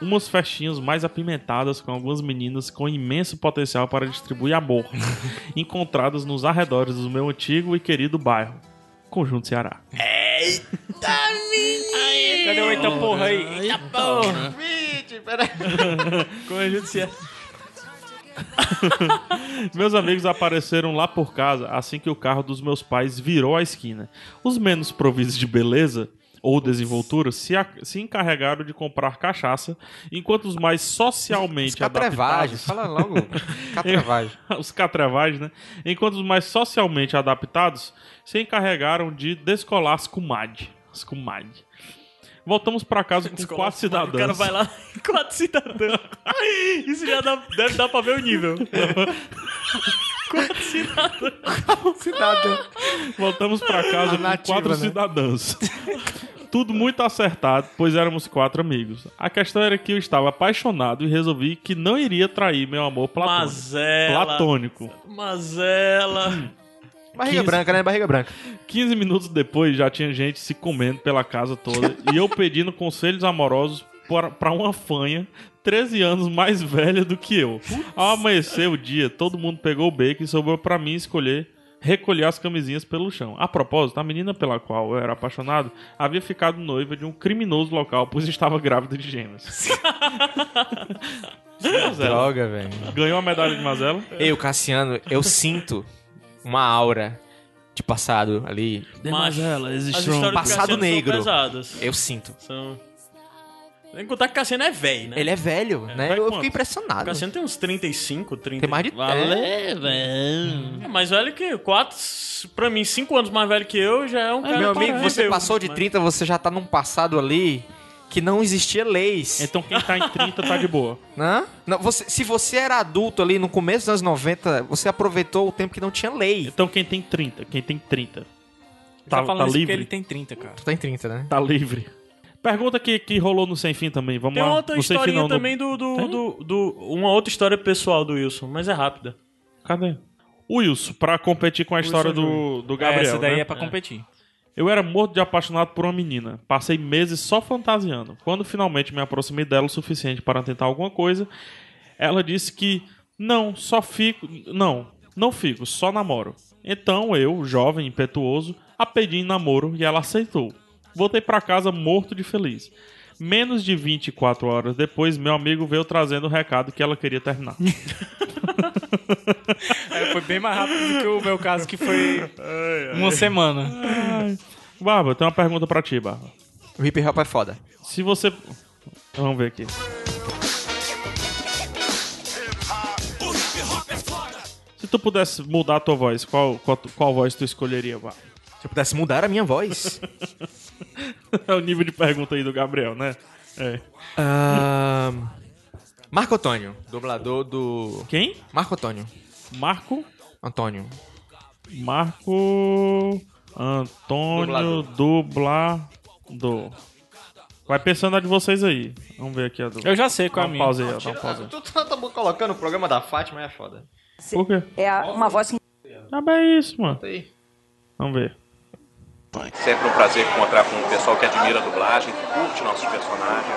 [SPEAKER 3] umas festinhas mais apimentadas com algumas meninas com imenso potencial para distribuir amor, (laughs) encontradas nos arredores do meu antigo e querido bairro, Conjunto Ceará.
[SPEAKER 4] Cadê o então porra aí? Eita porra!
[SPEAKER 1] Peraí. Corrigir se é.
[SPEAKER 3] (laughs) Meus amigos apareceram lá por casa assim que o carro dos meus pais virou a esquina. Os menos providos de beleza ou desenvoltura se, a- se encarregaram de comprar cachaça, enquanto os mais socialmente
[SPEAKER 2] Catrevagem,
[SPEAKER 3] adaptados...
[SPEAKER 2] é fala
[SPEAKER 1] (laughs)
[SPEAKER 2] logo. Catrevagem.
[SPEAKER 3] (laughs) os catrevais, né? Enquanto os mais socialmente adaptados se encarregaram de descolar as comadre. As comadre. Voltamos
[SPEAKER 1] (laughs)
[SPEAKER 3] pra casa com quatro cidadãos.
[SPEAKER 1] O cara vai lá, (laughs) quatro cidadãos. Isso já dá- deve dar pra ver o nível. quatro cidadãos. né?
[SPEAKER 2] Cidadão.
[SPEAKER 3] Voltamos pra casa com
[SPEAKER 2] nativa,
[SPEAKER 3] quatro
[SPEAKER 2] né?
[SPEAKER 3] cidadãos. Tudo muito acertado, pois éramos quatro amigos. A questão era que eu estava apaixonado e resolvi que não iria trair meu amor platônico.
[SPEAKER 1] Mas ela.
[SPEAKER 3] platônico.
[SPEAKER 1] Mas ela.
[SPEAKER 2] Barriga branca, né? Barriga branca.
[SPEAKER 3] 15 minutos depois já tinha gente se comendo pela casa
[SPEAKER 4] (laughs)
[SPEAKER 3] toda e eu pedindo conselhos amorosos para- para uma fanha 13 anos mais velha do que eu. Ao amanhecer o dia, todo mundo pegou o beco e sobrou para mim escolher recolher as camisinhas pelo chão. A propósito, a menina pela qual eu era apaixonado havia ficado noiva de um criminoso local, pois estava grávida de
[SPEAKER 4] (laughs)
[SPEAKER 3] gêmeos.
[SPEAKER 1] é.
[SPEAKER 3] Mazela.
[SPEAKER 2] Droga, velho.
[SPEAKER 3] Ganhou a medalha de Mazela.
[SPEAKER 2] Eu, Cassiano, eu sinto uma aura de passado ali.
[SPEAKER 1] Mas ela existe um
[SPEAKER 2] passado negro.
[SPEAKER 1] São pesadas.
[SPEAKER 2] Eu sinto.
[SPEAKER 1] São. Tem que contar que Cassiano é velho, né?
[SPEAKER 2] Ele é velho, né?
[SPEAKER 3] vai
[SPEAKER 2] Eu
[SPEAKER 3] quanto?
[SPEAKER 2] fiquei impressionado.
[SPEAKER 1] Cassiano tem uns 35, 30.
[SPEAKER 2] Tem mais de-
[SPEAKER 4] É,
[SPEAKER 1] Valeu, velho. É mais velho que quatro. Pra mim, cinco anos mais velho que eu já é um cara. né?
[SPEAKER 2] Meu amigo,
[SPEAKER 1] parecido.
[SPEAKER 2] você passou de
[SPEAKER 1] Mas-
[SPEAKER 2] 30, você já tá num passado ali que não existia leis.
[SPEAKER 3] Então quem tá em 30 tá de
[SPEAKER 4] (laughs)
[SPEAKER 3] boa.
[SPEAKER 2] Né? Não, você- se você era adulto ali no começo dos anos 90, você aproveitou o tempo que não tinha lei.
[SPEAKER 3] Então quem tem 30, quem tem 30. Tá,
[SPEAKER 4] Tá, falando
[SPEAKER 3] tá
[SPEAKER 4] isso porque
[SPEAKER 3] livre?
[SPEAKER 4] ele tem 30, cara.
[SPEAKER 2] Tu tá em 30, né?
[SPEAKER 3] Tá livre. Pergunta que, que rolou no Sem Fim também,
[SPEAKER 2] um
[SPEAKER 3] vamos
[SPEAKER 1] Tem
[SPEAKER 3] lá.
[SPEAKER 1] uma outra
[SPEAKER 3] no Sem Fim
[SPEAKER 1] historinha
[SPEAKER 3] não, no-
[SPEAKER 1] também do, do,
[SPEAKER 3] Tem?
[SPEAKER 1] do, do- Uma outra história pessoal do Wilson, mas é rápida.
[SPEAKER 3] Cadê? O Wilson, pra competir com a história do, do Gabriel,
[SPEAKER 4] É, essa daí
[SPEAKER 3] né?
[SPEAKER 4] é pra competir.
[SPEAKER 3] Eu era morto de apaixonado por uma menina. Passei meses só fantasiando. Quando finalmente me aproximei dela o suficiente para tentar alguma coisa, ela disse que não, só fico. Não, não fico, só namoro. Então eu, jovem, impetuoso, a pedi em namoro e ela aceitou. Voltei pra casa morto de feliz. Menos de 24 horas depois, meu amigo veio trazendo o recado que ela queria terminar.
[SPEAKER 4] É, foi bem mais rápido do que o meu caso, que foi uma semana.
[SPEAKER 3] Barba, tem uma pergunta pra ti, Barba.
[SPEAKER 2] O hip hop é foda.
[SPEAKER 3] Se você. Vamos ver aqui. Se tu pudesse mudar a tua voz, qual, qual, tu- qual voz tu escolheria? Vá? (laughs)
[SPEAKER 2] Se eu pudesse mudar a minha voz.
[SPEAKER 3] É o nível de pergunta aí do Gabriel, né? É.
[SPEAKER 2] (laughs) Ahn, Marco Antônio, dublador do.
[SPEAKER 3] Quem?
[SPEAKER 2] Marco Antônio.
[SPEAKER 3] Marco.
[SPEAKER 2] Antônio.
[SPEAKER 3] Marco. Antônio Dublador. Vai pensando na de vocês aí. Vamos ver aqui a do.
[SPEAKER 4] Eu já sei qual é
[SPEAKER 3] Dá
[SPEAKER 4] a
[SPEAKER 3] uma
[SPEAKER 4] minha.
[SPEAKER 3] pausa aí, ó, dá uma pausa aí.
[SPEAKER 2] Tu tá colocando o programa da Fátima, é foda.
[SPEAKER 3] Por quê?
[SPEAKER 10] É a- uma voz que
[SPEAKER 3] Ah, mas é isso, mano.
[SPEAKER 2] aí.
[SPEAKER 3] Vamos ver.
[SPEAKER 9] Sempre um prazer encontrar com o pessoal que admira a dublagem, que curte nossos personagens,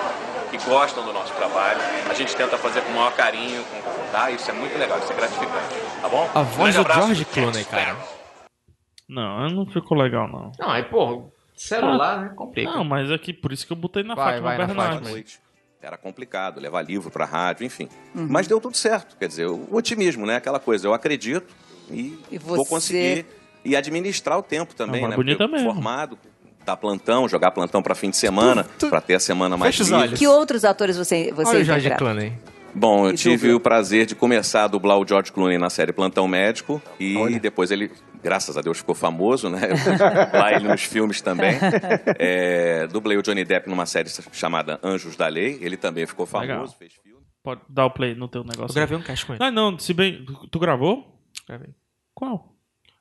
[SPEAKER 9] que gostam do nosso trabalho. A gente tenta fazer com o maior carinho, com tá? Isso é muito legal, isso é gratificante. Tá bom?
[SPEAKER 2] A voz
[SPEAKER 9] Grande
[SPEAKER 2] do
[SPEAKER 9] abraço.
[SPEAKER 2] George Clooney, cara.
[SPEAKER 3] Não, não ficou legal, não.
[SPEAKER 2] Não, aí, pô, celular né, complica.
[SPEAKER 3] Não, mas é que por isso que eu botei na
[SPEAKER 2] Vai,
[SPEAKER 3] Fátima
[SPEAKER 2] vai na
[SPEAKER 9] Trabalho à
[SPEAKER 3] Bernardes.
[SPEAKER 9] noite. Era complicado levar livro para rádio, enfim. Mas deu tudo certo. Quer dizer, o otimismo, né? Aquela coisa, eu acredito e,
[SPEAKER 10] E
[SPEAKER 9] vou
[SPEAKER 10] você-
[SPEAKER 9] conseguir. E administrar o tempo também,
[SPEAKER 3] Ah, mas
[SPEAKER 9] né?
[SPEAKER 3] bonita
[SPEAKER 9] Porque eu
[SPEAKER 3] mesmo.
[SPEAKER 9] Formado, dar plantão, jogar plantão para fim de semana, para ter a semana mais
[SPEAKER 2] Fecha os
[SPEAKER 9] livre.
[SPEAKER 2] olhos.
[SPEAKER 10] Que outros atores você, você
[SPEAKER 2] Olha o George
[SPEAKER 10] interpreta?
[SPEAKER 2] Clooney.
[SPEAKER 9] Bom, eu
[SPEAKER 10] E
[SPEAKER 9] tive
[SPEAKER 10] dupla?
[SPEAKER 9] o prazer de começar a dublar o George Clooney na série Plantão Médico e depois ele, graças a Deus, ficou famoso, né? (laughs) Lá ele nos filmes também. É, dublei o Johnny Depp numa série chamada Anjos da Lei, ele também ficou famoso,
[SPEAKER 3] Legal.
[SPEAKER 9] fez filme.
[SPEAKER 3] Pode dar o play no teu negócio.
[SPEAKER 2] Eu gravei um cast com ele.
[SPEAKER 3] Ah, não, se bem. tu- Tu gravou?
[SPEAKER 2] Gravei.
[SPEAKER 3] Qual?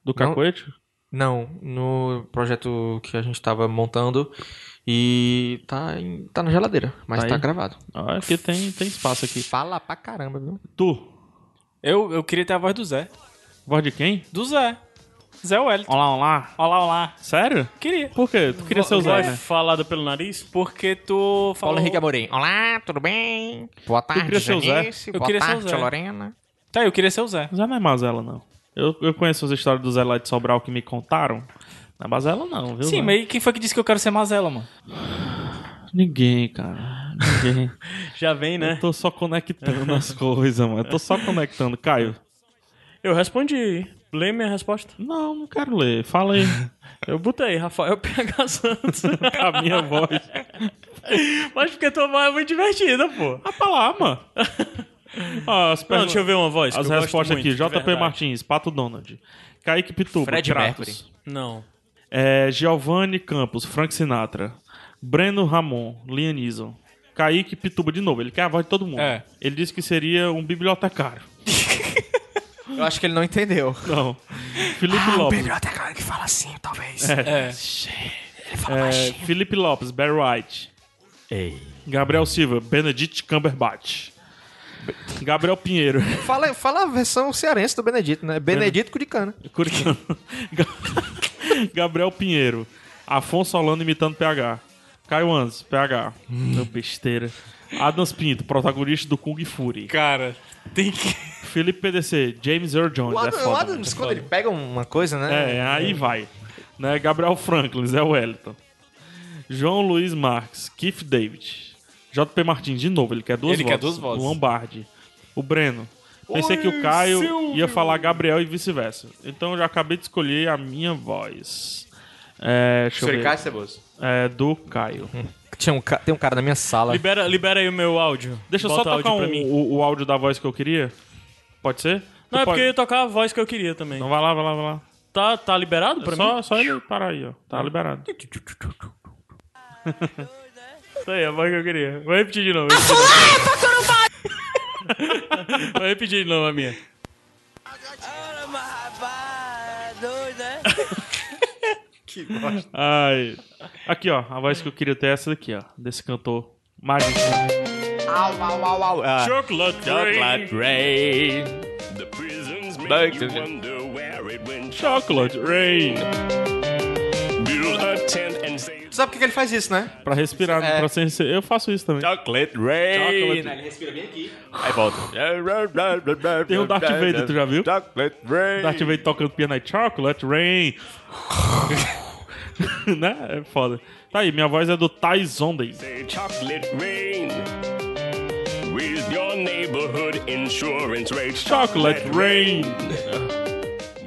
[SPEAKER 3] Do
[SPEAKER 2] Não.
[SPEAKER 3] Cacoete?
[SPEAKER 2] Não, no projeto que a gente tava montando e tá, em- tá na geladeira, mas
[SPEAKER 3] Tá
[SPEAKER 2] tá,
[SPEAKER 3] aí?
[SPEAKER 2] gravado.
[SPEAKER 3] Ah, aqui tem, tem espaço aqui.
[SPEAKER 2] Fala pra caramba, viu?
[SPEAKER 3] Tu,
[SPEAKER 4] Eu, eu queria ter a voz do Zé.
[SPEAKER 3] voz de quem?
[SPEAKER 4] Do Zé. Zé Wellington.
[SPEAKER 3] Olá, olá.
[SPEAKER 4] Olá, olá.
[SPEAKER 3] Sério?
[SPEAKER 4] Queria.
[SPEAKER 3] Por quê? Tu queria ser o Zé,
[SPEAKER 1] Vai
[SPEAKER 3] né?
[SPEAKER 1] falada pelo nariz?
[SPEAKER 4] Porque tu falou...
[SPEAKER 2] Paulo Henrique Amorim. Olá, tudo bem? Boa tarde,
[SPEAKER 3] queria ser o Zé?
[SPEAKER 2] Janice.
[SPEAKER 4] Eu
[SPEAKER 2] Boa
[SPEAKER 4] queria ser o
[SPEAKER 2] tarde,
[SPEAKER 4] Zé.
[SPEAKER 2] Lorena.
[SPEAKER 4] Tá, eu queria ser o Zé.
[SPEAKER 3] Zé não é Mazela, não. Eu, eu conheço as histórias do Zé lá de Sobral que me contaram. Não é Mazela, não, viu?
[SPEAKER 4] Sim,
[SPEAKER 3] Zé?
[SPEAKER 4] mas quem foi que disse que eu quero ser Mazela, mano?
[SPEAKER 3] Ninguém, cara. (laughs) Ninguém.
[SPEAKER 1] Já vem, né?
[SPEAKER 3] Eu tô só conectando as coisas, mano. Eu tô só conectando. Caio,
[SPEAKER 1] Eu respondi. Lê minha resposta.
[SPEAKER 3] Não, não quero ler. Fala aí.
[SPEAKER 1] Eu botei Rafael (laughs) PH Santos.
[SPEAKER 3] (laughs) a minha voz.
[SPEAKER 1] Mas porque tua voz é muito divertida, pô.
[SPEAKER 3] Ah, pra lá, mano. Ah, as
[SPEAKER 1] Não,
[SPEAKER 3] perna-
[SPEAKER 1] deixa eu ver uma voz. que
[SPEAKER 3] As
[SPEAKER 1] eu gosto
[SPEAKER 3] respostas
[SPEAKER 1] muito, de
[SPEAKER 3] aqui. JP
[SPEAKER 1] verdade.
[SPEAKER 3] Martins, Pato Donald. Kaique Pituba,
[SPEAKER 2] Fred
[SPEAKER 3] Kratos.
[SPEAKER 1] Não.
[SPEAKER 3] É, Giovanni Campos, Frank Sinatra. Breno Ramon, Lianison. Kaique Pituba de novo. Ele quer a voz de todo mundo.
[SPEAKER 4] É.
[SPEAKER 3] Ele disse que seria um bibliotecário.
[SPEAKER 2] Eu acho que ele não entendeu.
[SPEAKER 3] Não. (laughs) Felipe Lopes.
[SPEAKER 2] bibliotecário que fala assim, talvez.
[SPEAKER 4] É.
[SPEAKER 3] É, Felipe Lopes, Barry White. Gabriel Silva, Benedict Cumberbatch. Gabriel Pinheiro.
[SPEAKER 2] Fala, fala a versão cearense do Benedito, né? Benedito Curicana.
[SPEAKER 3] É Curitiba. Ga- (laughs) Gabriel Pinheiro. Afonso Holanda imitando PH. Caio Andes, PH. Meu besteira. Adams Pinto, protagonista do Kung Fury.
[SPEAKER 4] Cara, tem que.
[SPEAKER 3] Felipe PDC, James Earl Jones.
[SPEAKER 2] O Adam-
[SPEAKER 3] é
[SPEAKER 2] o
[SPEAKER 3] foda,
[SPEAKER 2] Adams, quando ele pega uma coisa, né?
[SPEAKER 3] É, aí vai. Né? Gabriel Franklin, Zé Wellington. João Luiz Marques, Keith David. JP Martins, de novo, ele quer duas
[SPEAKER 4] Ele quer
[SPEAKER 3] vozes.
[SPEAKER 4] duas vozes.
[SPEAKER 3] Lombardi. O Breno. Pensei que o Caio ia falar Gabriel e vice-versa. Então eu já acabei de escolher a minha voz. É, deixa eu ver.
[SPEAKER 2] Ceboso.
[SPEAKER 3] É, do Caio.
[SPEAKER 1] Hum.
[SPEAKER 2] Tinha um ca- Tem um cara na minha sala.
[SPEAKER 1] Libera, libera aí o meu áudio.
[SPEAKER 3] Deixa eu
[SPEAKER 1] Bota
[SPEAKER 3] só
[SPEAKER 1] áudio
[SPEAKER 3] tocar
[SPEAKER 1] pra
[SPEAKER 3] um-
[SPEAKER 1] mim.
[SPEAKER 3] o, o áudio da voz que eu queria. Pode ser?
[SPEAKER 1] Não,
[SPEAKER 3] Tu
[SPEAKER 1] é
[SPEAKER 3] pode-
[SPEAKER 1] porque eu ia tocar a voz que eu queria também.
[SPEAKER 3] Então vai lá, vai lá, vai lá.
[SPEAKER 1] Tá, tá liberado pra
[SPEAKER 3] só,
[SPEAKER 1] mim?
[SPEAKER 3] só ele parar aí, ó. Tá liberado. (laughs)
[SPEAKER 1] Isso
[SPEAKER 3] é
[SPEAKER 1] aí, a voz que eu queria. Vou repetir de novo.
[SPEAKER 3] (laughs)
[SPEAKER 1] Vou repetir de novo a minha. (laughs)
[SPEAKER 3] Ai. Aqui, ó. A voz que eu queria ter é essa daqui, ó. Desse cantor mágico.
[SPEAKER 1] Chocolate
[SPEAKER 3] Rain. Chocolate Rain.
[SPEAKER 2] Sabe por que ele faz isso, né?
[SPEAKER 3] Pra respirar,
[SPEAKER 2] É.
[SPEAKER 3] pra sem Eu faço isso também.
[SPEAKER 8] Chocolate Rain.
[SPEAKER 3] Chocolate.
[SPEAKER 8] Aí volta.
[SPEAKER 3] Tem o Darth Vader, tu já viu?
[SPEAKER 8] Chocolate Rain.
[SPEAKER 3] Darth Vader tocando piano aí. Chocolate Rain. (laughs) né? É foda. Tá aí, minha voz é do Ty Zonday.
[SPEAKER 11] Chocolate rain with your neighborhood insurance rate.
[SPEAKER 3] Chocolate Rain.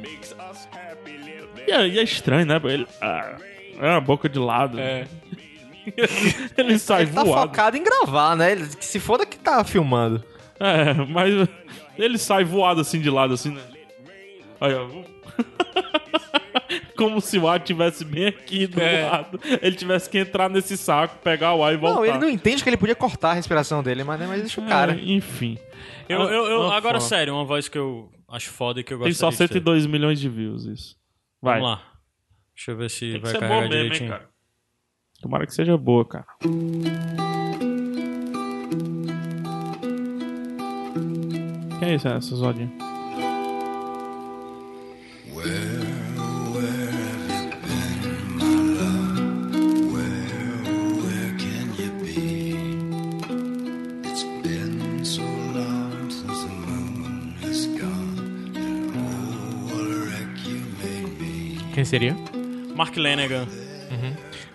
[SPEAKER 11] makes us happy little
[SPEAKER 3] E é, e é estranho, né? Ele, ah, é a boca de lado.
[SPEAKER 1] É.
[SPEAKER 3] (laughs) Ele sai
[SPEAKER 2] Ele tá
[SPEAKER 3] voado.
[SPEAKER 2] focado em gravar, né? Ele, que se foda que tá filmando.
[SPEAKER 3] É, mas ele sai voado assim de lado, assim, né? Aí, ó. (laughs) Como se o ar tivesse bem aqui do
[SPEAKER 1] É.
[SPEAKER 3] lado. Ele tivesse que entrar nesse saco, pegar o ar e voltar.
[SPEAKER 2] Não, ele não entende que ele podia cortar a respiração dele, mas, né, mas deixa o cara.
[SPEAKER 3] tá. É, enfim.
[SPEAKER 1] Eu, eu, eu-
[SPEAKER 3] Ah,
[SPEAKER 1] agora,
[SPEAKER 3] foda.
[SPEAKER 1] sério, uma voz que eu acho foda e que eu gosto
[SPEAKER 3] Tem só 102 milhões de views, isso. Vai.
[SPEAKER 1] Vamos lá. Deixa eu ver se
[SPEAKER 3] Tem que
[SPEAKER 1] vai
[SPEAKER 3] ser
[SPEAKER 1] carregar
[SPEAKER 3] é bom mesmo, hein,
[SPEAKER 1] direitinho.
[SPEAKER 3] cara. Tomara que seja boa, cara. Que é isso, essa zoadinha?
[SPEAKER 2] Quem seria?
[SPEAKER 1] Mark Lanegan.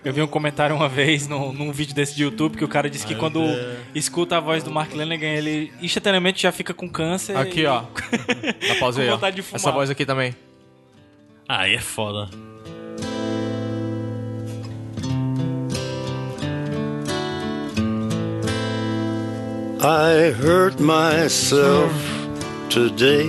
[SPEAKER 4] Eu vi um comentário uma vez num, num vídeo desse de YouTube que o cara disse que quando escuta a voz do Mark Lanegan, ele instantaneamente já fica com câncer.
[SPEAKER 2] Aqui, ó. Dá pausa aí,
[SPEAKER 4] Com
[SPEAKER 2] ó.
[SPEAKER 4] vontade de fumar.
[SPEAKER 2] Essa voz aqui também.
[SPEAKER 1] Aí é foda.
[SPEAKER 11] I hurt myself today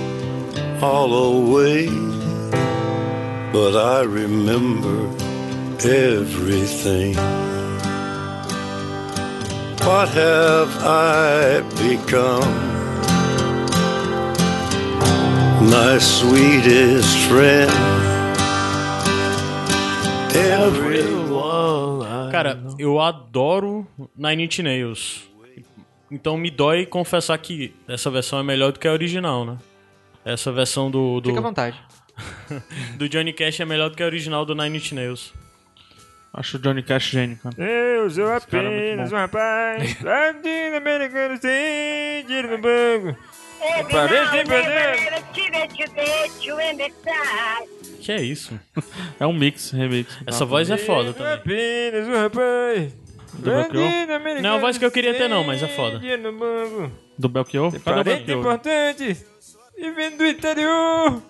[SPEAKER 11] all away. But I remember everything. What have I become? My sweetest friend.
[SPEAKER 1] Cara, eu adoro Nine Inch Nails. Então me dói confessar que essa versão é melhor do que a original, né? Essa versão do. do
[SPEAKER 2] Fica à vontade.
[SPEAKER 1] do Johnny Cash é melhor do que a original do Nine Inch Nails.
[SPEAKER 3] Acho o Johnny Cash gênio, cara.
[SPEAKER 1] Eu sou
[SPEAKER 3] cara é muito bom.
[SPEAKER 1] um rapaz. Latino-americano sem dinheiro no banco. Que é isso?
[SPEAKER 3] É um mix, remix.
[SPEAKER 1] Essa voz é foda também. um Não é a voz que eu queria ter, não, mas é foda.
[SPEAKER 3] Do Belchior? Cadê o Belchior?
[SPEAKER 1] importante e vem do interior.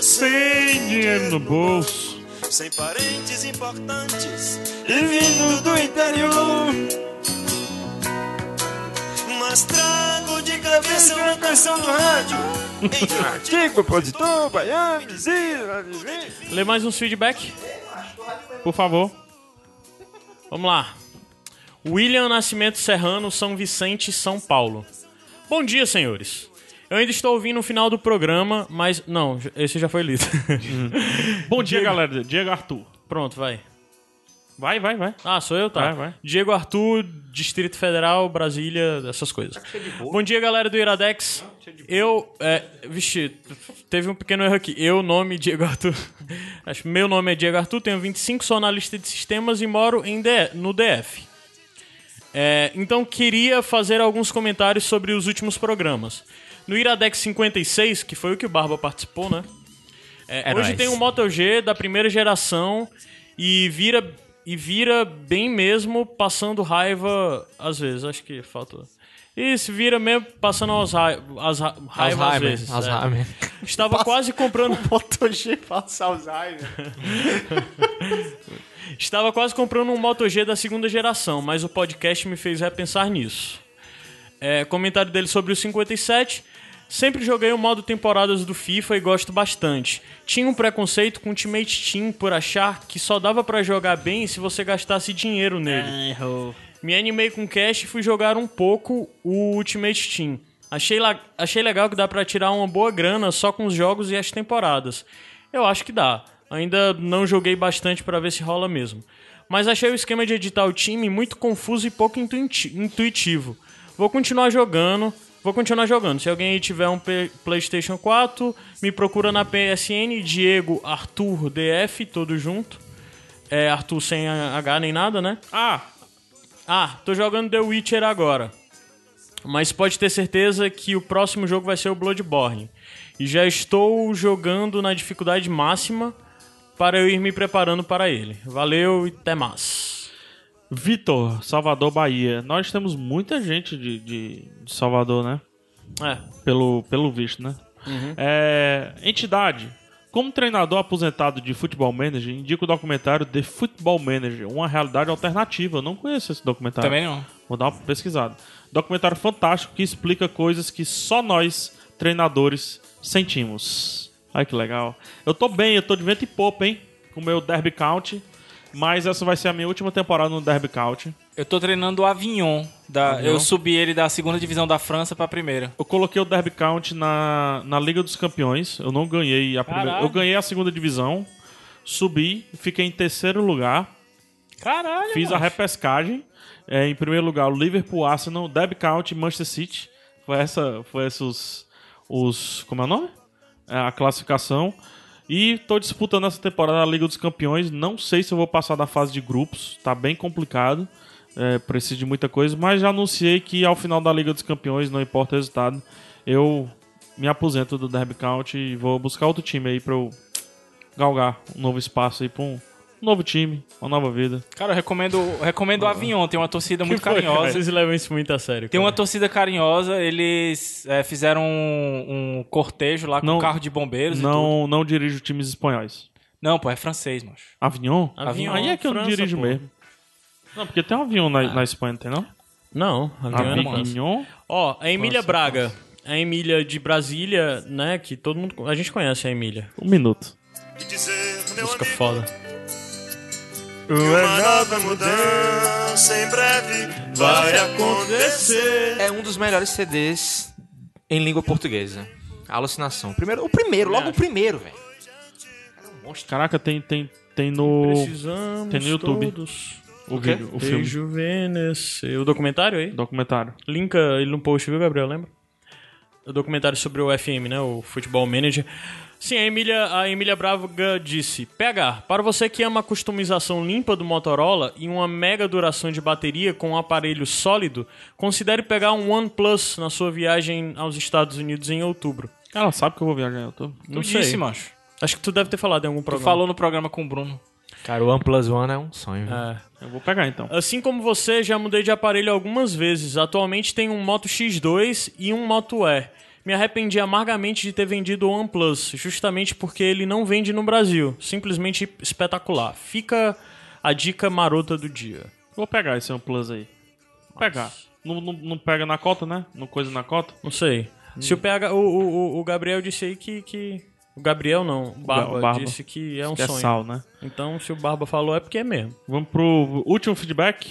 [SPEAKER 3] Sem dinheiro no bolso.
[SPEAKER 6] Sem parentes importantes e vindo do interior. Mas trago de cabeça uma canção do rádio. Em
[SPEAKER 1] Antigo compositor, baiano, Lê mais uns feedback? Por favor. Vamos lá. William Nascimento Serrano, São Vicente, São Paulo. Bom dia, senhores. Eu ainda estou ouvindo o final do programa, mas. Não, esse já foi lido.
[SPEAKER 3] (laughs) Bom dia, galera. Diego Arthur.
[SPEAKER 1] Pronto, vai.
[SPEAKER 3] Vai, vai, vai.
[SPEAKER 1] Ah, sou eu, tá.
[SPEAKER 3] Vai, vai.
[SPEAKER 1] Diego Arthur, Distrito Federal, Brasília, essas coisas. Bom dia, galera do Iradex. Eu, é, vixe, teve um pequeno erro aqui. Eu, nome Diego Arthur. Acho que meu nome é Diego Arthur, tenho 25, sou analista de sistemas e moro em D- no DF. É, então queria fazer alguns comentários sobre os últimos programas. No Iradex 56, que foi o que o Barba participou, né? É,
[SPEAKER 8] É
[SPEAKER 1] hoje
[SPEAKER 8] nóis.
[SPEAKER 1] tem um Moto G da primeira geração e vira e vira bem mesmo passando raiva às vezes, acho que faltou. Isso, vira mesmo passando as raiva, as ra- raiva às
[SPEAKER 2] Alzheimer,
[SPEAKER 1] vezes. é.
[SPEAKER 2] Alzheimer.
[SPEAKER 1] Estava quase comprando
[SPEAKER 8] (laughs) Moto G passa Alzheimer.
[SPEAKER 1] (laughs) Estava quase comprando um Moto G da segunda geração, mas o podcast me fez repensar nisso. É, comentário dele sobre o 57. Sempre joguei o modo temporadas do FIFA e gosto bastante. Tinha um preconceito com o Ultimate Team por achar que só dava pra jogar bem se você gastasse dinheiro nele. Me animei com cash e fui jogar um pouco o Ultimate Team. Achei, la- achei legal que dá pra tirar uma boa grana só com os jogos e as temporadas. Eu acho que dá. Ainda não joguei bastante pra ver se rola mesmo. Mas achei o esquema de editar o time muito confuso e pouco intuiti- intuitivo. Vou continuar jogando. Vou continuar jogando. Se alguém aí tiver um P- PlayStation 4, me procura na PSN Diego Arthur DF, todo junto. É Arthur sem H nem nada, né?
[SPEAKER 3] Ah,
[SPEAKER 1] Ah, tô jogando The Witcher agora. Mas pode ter certeza que o próximo jogo vai ser o Bloodborne. E já estou jogando na dificuldade máxima para eu ir me preparando para ele. Valeu e até mais.
[SPEAKER 3] Vitor, Salvador, Bahia. Nós temos muita gente de, de, de Salvador, né?
[SPEAKER 1] É.
[SPEAKER 3] Pelo, pelo visto, né?
[SPEAKER 1] Uhum.
[SPEAKER 3] É, entidade. Como treinador aposentado de Futebol Manager, indico o documentário The Football Manager, uma realidade alternativa. Eu não conheço esse documentário.
[SPEAKER 4] Também não.
[SPEAKER 3] Vou dar uma pesquisada. Documentário fantástico que explica coisas que só nós, treinadores, sentimos. Ai que legal. Eu tô bem, eu tô de vento e popa, hein? Com o meu Derby County. Mas essa vai ser a minha última temporada no Derby County.
[SPEAKER 4] Eu tô treinando o Avignon. da-
[SPEAKER 3] Avignon?
[SPEAKER 4] Eu subi ele da segunda divisão da França pra primeira.
[SPEAKER 3] Eu coloquei o Derby County na, na Liga dos Campeões. Eu não ganhei a primeira.
[SPEAKER 4] Caralho.
[SPEAKER 3] Eu ganhei a segunda divisão. Subi, fiquei em terceiro lugar.
[SPEAKER 4] Caralho,
[SPEAKER 3] Fiz a
[SPEAKER 4] macho.
[SPEAKER 3] repescagem. É, em primeiro lugar, o Liverpool, Arsenal, Derby County, Manchester City. Foi essa, foi esses os como é o nome? É, a classificação. E tô disputando essa temporada a Liga dos Campeões. Não sei se eu vou passar da fase de grupos. Tá bem complicado. É, preciso de muita coisa, mas já anunciei que ao final da Liga dos Campeões, não importa o resultado, eu me aposento do Derby County e vou buscar outro time aí pra eu galgar um novo espaço aí pra um novo time, uma nova vida.
[SPEAKER 4] Cara, eu recomendo, eu recomendo o Avignon. Tem uma torcida muito
[SPEAKER 3] foi,
[SPEAKER 4] (laughs) carinhosa.
[SPEAKER 1] Vocês levam isso muito a sério.
[SPEAKER 4] Tem
[SPEAKER 1] cara.
[SPEAKER 4] uma torcida carinhosa. Eles é, fizeram um, um cortejo lá com
[SPEAKER 3] Não-
[SPEAKER 4] um carro de bombeiros e tudo.
[SPEAKER 3] Não, não dirijo times espanhóis.
[SPEAKER 4] Não, pô, é francês, macho.
[SPEAKER 3] Avignon?
[SPEAKER 4] Avignon,
[SPEAKER 3] Aí é que eu não
[SPEAKER 4] França,
[SPEAKER 3] dirijo
[SPEAKER 4] pô.
[SPEAKER 3] mesmo. Não, porque tem um avião na, na Espanha, não tem não?
[SPEAKER 1] Não,
[SPEAKER 4] Ah,
[SPEAKER 1] Avignon Ah. é na
[SPEAKER 4] assim?
[SPEAKER 3] Avignon.
[SPEAKER 1] Ó, a Emília Braga. A Emília de Brasília, né? Que todo mundo. A gente conhece a Emília.
[SPEAKER 3] Um minuto.
[SPEAKER 1] Música foda.
[SPEAKER 3] é
[SPEAKER 6] Uma nova mudança em breve vai acontecer.
[SPEAKER 2] É um dos melhores CDs em língua portuguesa. Alucinação. Primeiro, o primeiro, logo o primeiro, velho.
[SPEAKER 3] Caraca, tem, tem, tem no.
[SPEAKER 1] Precisamos
[SPEAKER 3] tem no YouTube.
[SPEAKER 1] todos.
[SPEAKER 3] O,
[SPEAKER 1] O quê?
[SPEAKER 3] vídeo, o filme.
[SPEAKER 1] Rejuvenescer. O
[SPEAKER 6] é
[SPEAKER 1] documentário aí?
[SPEAKER 3] Documentário.
[SPEAKER 1] Linka ele no post, viu, Gabriel? Lembra? O documentário sobre o FM, né? O Futebol Manager. Sim, a Emília, a Emília Braga disse: PH, para você que ama a customização limpa do Motorola e uma mega duração de bateria com um aparelho sólido, considere pegar um OnePlus na sua viagem aos Estados Unidos em outubro.
[SPEAKER 3] Ela sabe que eu vou viajar, eu tô.
[SPEAKER 1] Não
[SPEAKER 4] Tu
[SPEAKER 1] sei.
[SPEAKER 4] disse, macho.
[SPEAKER 1] Acho que tu deve ter falado em algum
[SPEAKER 4] Tu
[SPEAKER 1] programa.
[SPEAKER 4] falou no programa com o Bruno.
[SPEAKER 2] Cara, o OnePlus One é um sonho.
[SPEAKER 1] É.
[SPEAKER 3] Eu vou pegar então.
[SPEAKER 1] Assim como você, já mudei de aparelho algumas vezes. Atualmente tenho um Moto X2 e um Moto E. Me arrependi amargamente de ter vendido o OnePlus, justamente porque ele não vende no Brasil. Simplesmente espetacular. Fica a dica marota do dia.
[SPEAKER 3] Vou pegar esse OnePlus aí. Vou pegar. Não, não, não pega na cota, né? Não coisa na cota.
[SPEAKER 1] Não sei. Se
[SPEAKER 3] Hum.
[SPEAKER 1] o, PH, o, o, o- o Gabriel disse aí que, que. O Gabriel não, o Barba,
[SPEAKER 3] o Barba.
[SPEAKER 1] disse que é um
[SPEAKER 3] Que é
[SPEAKER 1] sonho.
[SPEAKER 3] sal, né?
[SPEAKER 1] Então, se o Barba falou, é porque é mesmo.
[SPEAKER 3] Vamos pro último feedback.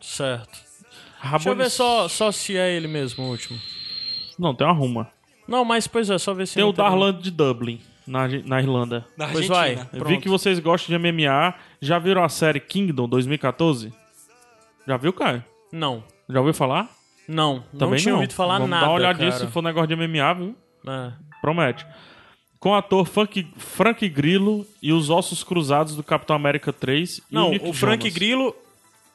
[SPEAKER 1] Certo. Deixa eu
[SPEAKER 3] Rabones-
[SPEAKER 1] ver só, só se é ele mesmo o último.
[SPEAKER 3] Não, tem uma ruma.
[SPEAKER 1] Não, mas pois é, só ver se
[SPEAKER 3] Tem
[SPEAKER 1] ele
[SPEAKER 3] o
[SPEAKER 1] tá bom.
[SPEAKER 3] Darlan de Dublin, na, Arge- na Irlanda.
[SPEAKER 4] Na
[SPEAKER 1] Pois
[SPEAKER 4] Argentina.
[SPEAKER 1] vai.
[SPEAKER 3] Eu Vi
[SPEAKER 1] Pronto.
[SPEAKER 3] que vocês gostam de MMA. Já viram a série Kingdom 2014? Já viu, Caio?
[SPEAKER 1] Não,
[SPEAKER 3] Já ouviu falar?
[SPEAKER 1] não. não
[SPEAKER 3] Também
[SPEAKER 1] tinha ouvido falar
[SPEAKER 3] Vamos
[SPEAKER 1] nada.
[SPEAKER 3] Dá uma olhadinha
[SPEAKER 1] cara.
[SPEAKER 3] se for negócio de MMA, viu?
[SPEAKER 1] É.
[SPEAKER 3] Promete. Com o ator Frank, Frank Grillo e os Ossos Cruzados do Capitão América 3. e
[SPEAKER 1] Não,
[SPEAKER 3] Nick
[SPEAKER 1] o Frank
[SPEAKER 3] Jonas.
[SPEAKER 1] Grillo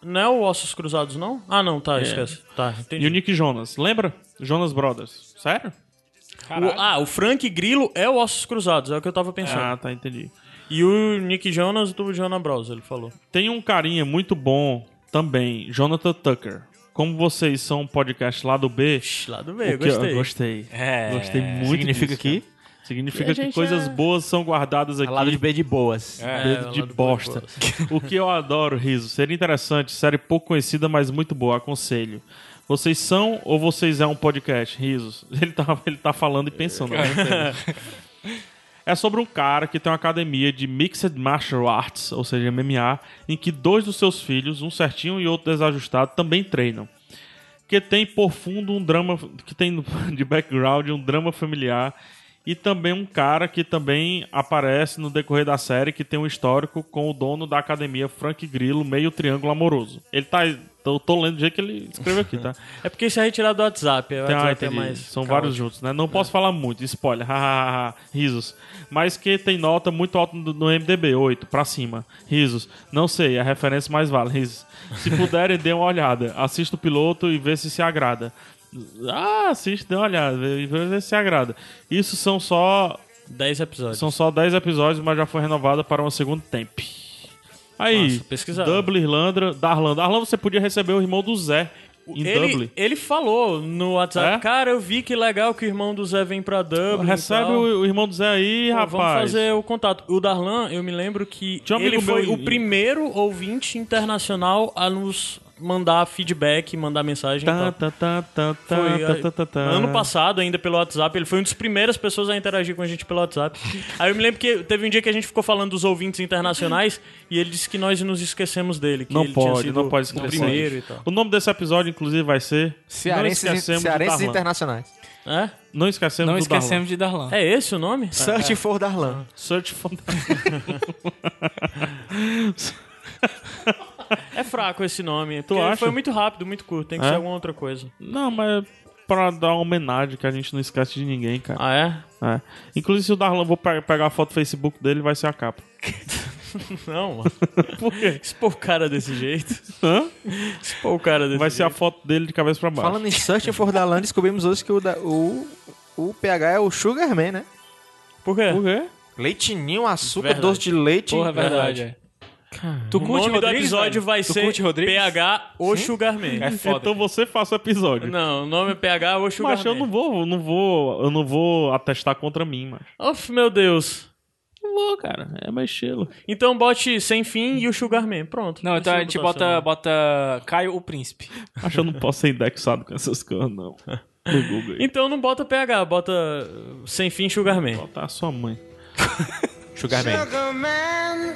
[SPEAKER 1] não é o Ossos Cruzados, não? Ah, não, tá, esquece. Tá, entendi.
[SPEAKER 3] É. E o Nick Jonas. Lembra? Jonas Brothers. Sério?
[SPEAKER 1] O- ah, o Frank Grillo é o Ossos Cruzados, é o que eu tava pensando.
[SPEAKER 3] Ah, tá, entendi.
[SPEAKER 1] E o Nick Jonas do Jonas Bros, ele falou.
[SPEAKER 3] Tem um carinha muito bom também, Jonathan Tucker. Como vocês são um podcast lá do B,
[SPEAKER 1] Lá do meio,
[SPEAKER 3] o que eu-
[SPEAKER 1] gostei.
[SPEAKER 3] gostei.
[SPEAKER 4] É.
[SPEAKER 3] Gostei muito.
[SPEAKER 2] Significa
[SPEAKER 3] disso, cara.
[SPEAKER 2] que?
[SPEAKER 3] Significa que coisas boas são guardadas aqui.
[SPEAKER 2] Ao lado de B de boas.
[SPEAKER 1] É,
[SPEAKER 3] Dedo
[SPEAKER 1] lá
[SPEAKER 3] de
[SPEAKER 1] do
[SPEAKER 2] (laughs)
[SPEAKER 3] bosta.
[SPEAKER 1] Boas.
[SPEAKER 3] o que eu adoro, riso. Seria interessante, série pouco conhecida, mas muito boa, aconselho. Vocês são ou vocês é um podcast? Risos. (laughs) Ele tá, ele tá falando e pensando. né? É sobre um cara que tem uma academia de Mixed Martial Arts, ou seja, MMA, em que dois dos seus filhos, um certinho e outro desajustado, também treinam. Que tem por fundo um drama, que tem (laughs) de background um drama familiar e também um cara que também aparece no decorrer da série que tem um histórico com o dono da academia Frank Grillo, meio triângulo amoroso. Ele tá, eu tô lendo do jeito que ele escreveu aqui, tá?
[SPEAKER 1] É porque isso é retirado do WhatsApp. O
[SPEAKER 3] Ah,
[SPEAKER 1] WhatsApp é
[SPEAKER 3] entendi.
[SPEAKER 1] mais
[SPEAKER 3] São
[SPEAKER 1] caótico.
[SPEAKER 3] vários juntos, né? Não posso falar muito, spoiler, (laughs) hahaha, risos. Mas que tem nota muito alta no no MDB, 8, pra cima. Risos. Não sei, a referência mais vale, risos. Se puderem, (laughs) dê uma olhada. Assista o piloto e vê se se agrada. Ah, assiste, dê uma olhada e vê vê se se agrada. Isso são só
[SPEAKER 1] 10 episódios.
[SPEAKER 3] são só 10 episódios, mas já foi renovada para uma segunda temp. Aí,
[SPEAKER 1] Nossa, pesquisaram.
[SPEAKER 3] Dublin, Irlanda, Darlan. Darlan, você podia receber o irmão do Zé em Dublin.
[SPEAKER 1] Ele, ele falou no WhatsApp,
[SPEAKER 3] É?
[SPEAKER 1] cara, eu vi que legal que o irmão do Zé vem pra Dublin. e
[SPEAKER 3] Recebe
[SPEAKER 1] tal."
[SPEAKER 3] o, o irmão do Zé aí,
[SPEAKER 1] Então, Pô,
[SPEAKER 3] rapaz.
[SPEAKER 1] Vamos fazer o contato. O Darlan, eu me lembro que
[SPEAKER 3] Tinha um amigo
[SPEAKER 1] ele foi
[SPEAKER 3] meu em-
[SPEAKER 1] o primeiro ouvinte internacional a nos mandar feedback, mandar mensagem. e
[SPEAKER 3] Tá,
[SPEAKER 1] tal.
[SPEAKER 3] tá, tá, tá, tá,
[SPEAKER 1] então. Foi,
[SPEAKER 3] tá,
[SPEAKER 1] é,
[SPEAKER 3] tá, tá, tá.
[SPEAKER 1] Ano passado, ainda pelo WhatsApp, ele foi uma das primeiras pessoas a interagir com a gente pelo
[SPEAKER 3] (laughs)
[SPEAKER 1] WhatsApp. Aí eu me lembro que teve um dia que a gente ficou falando dos ouvintes internacionais e ele disse que nós nos esquecemos dele. Que
[SPEAKER 3] Não
[SPEAKER 1] ele tinha
[SPEAKER 3] pode,
[SPEAKER 1] sido
[SPEAKER 3] não pode
[SPEAKER 1] o
[SPEAKER 3] esquecer.
[SPEAKER 1] primeiro e tal.
[SPEAKER 3] O nome desse episódio, inclusive, vai ser Não
[SPEAKER 2] Cearenses,
[SPEAKER 3] esquecemos
[SPEAKER 2] cearenses
[SPEAKER 3] do Darlan.
[SPEAKER 2] internacionais.
[SPEAKER 1] É?
[SPEAKER 3] Não esquecemos
[SPEAKER 4] Não
[SPEAKER 3] do Darlan.
[SPEAKER 4] esquecemos de Darlan.
[SPEAKER 1] É esse o nome?
[SPEAKER 2] Search for Darlan.
[SPEAKER 3] Search for
[SPEAKER 1] É fraco esse nome. Tu
[SPEAKER 3] acha?
[SPEAKER 1] Foi muito rápido, muito curto. Tem que
[SPEAKER 3] É?
[SPEAKER 1] ser alguma outra coisa.
[SPEAKER 3] Não, mas é pra dar uma homenagem, que a gente não esquece de ninguém, cara.
[SPEAKER 1] Ah, é?
[SPEAKER 3] É. Inclusive, se o Darlan vou pe- pegar a foto do Facebook dele, vai ser a capa.
[SPEAKER 1] Não, mano.
[SPEAKER 3] Por quê?
[SPEAKER 1] (laughs) Expor o cara desse jeito.
[SPEAKER 3] Hã?
[SPEAKER 1] Expor o cara desse
[SPEAKER 3] Vai ser
[SPEAKER 1] jeito.
[SPEAKER 3] a foto dele de cabeça pra baixo.
[SPEAKER 2] Falando em Search for Darlan, descobrimos hoje que o, da- o, o PH é o Sugarman, né?
[SPEAKER 1] Por quê?
[SPEAKER 3] Por quê?
[SPEAKER 2] Leitinho, açúcar,
[SPEAKER 1] Verdade.
[SPEAKER 2] doce de leite.
[SPEAKER 4] um Porra, é verdade. é. Tu
[SPEAKER 1] O
[SPEAKER 4] curte
[SPEAKER 1] nome do
[SPEAKER 4] Rodrigues,
[SPEAKER 1] episódio
[SPEAKER 4] velho?
[SPEAKER 1] vai
[SPEAKER 4] tu
[SPEAKER 1] ser
[SPEAKER 4] curte Rodrigues?
[SPEAKER 1] PH ou Sugarman.
[SPEAKER 4] É foda.
[SPEAKER 3] então você faça o episódio.
[SPEAKER 1] Não, o nome é PH ou Sugarman.
[SPEAKER 3] Mas eu não vou, eu não vou, eu não vou atestar contra mim, mas.
[SPEAKER 1] Of, meu Deus.
[SPEAKER 3] Não vou, cara. É meu estilo.
[SPEAKER 1] Então bote Sem Fim e o Sugarman. Pronto.
[SPEAKER 4] Não, então a
[SPEAKER 1] Precisa
[SPEAKER 4] gente
[SPEAKER 1] botar
[SPEAKER 4] bota, bota Caio o Príncipe.
[SPEAKER 3] Acho que eu não posso ser indexado com essas coisas, não. No Google
[SPEAKER 1] seu nome.
[SPEAKER 3] aí.
[SPEAKER 1] Então não bota PH, bota uh, Sem Fim e Sugarman.
[SPEAKER 3] Botar a sua mãe.
[SPEAKER 2] Sugarman.
[SPEAKER 6] Sugar man,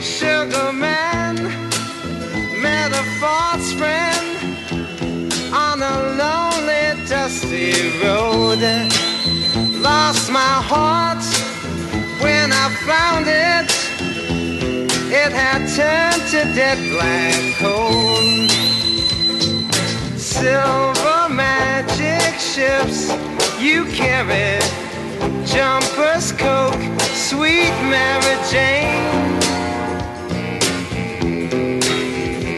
[SPEAKER 2] Sugar man, metaphor's friend, on a lonely, dusty road. Lost my heart when I found it. It had turned to dead black coal. Silver magic ships you carry. Jumpers, coke, sweet Mary Jane.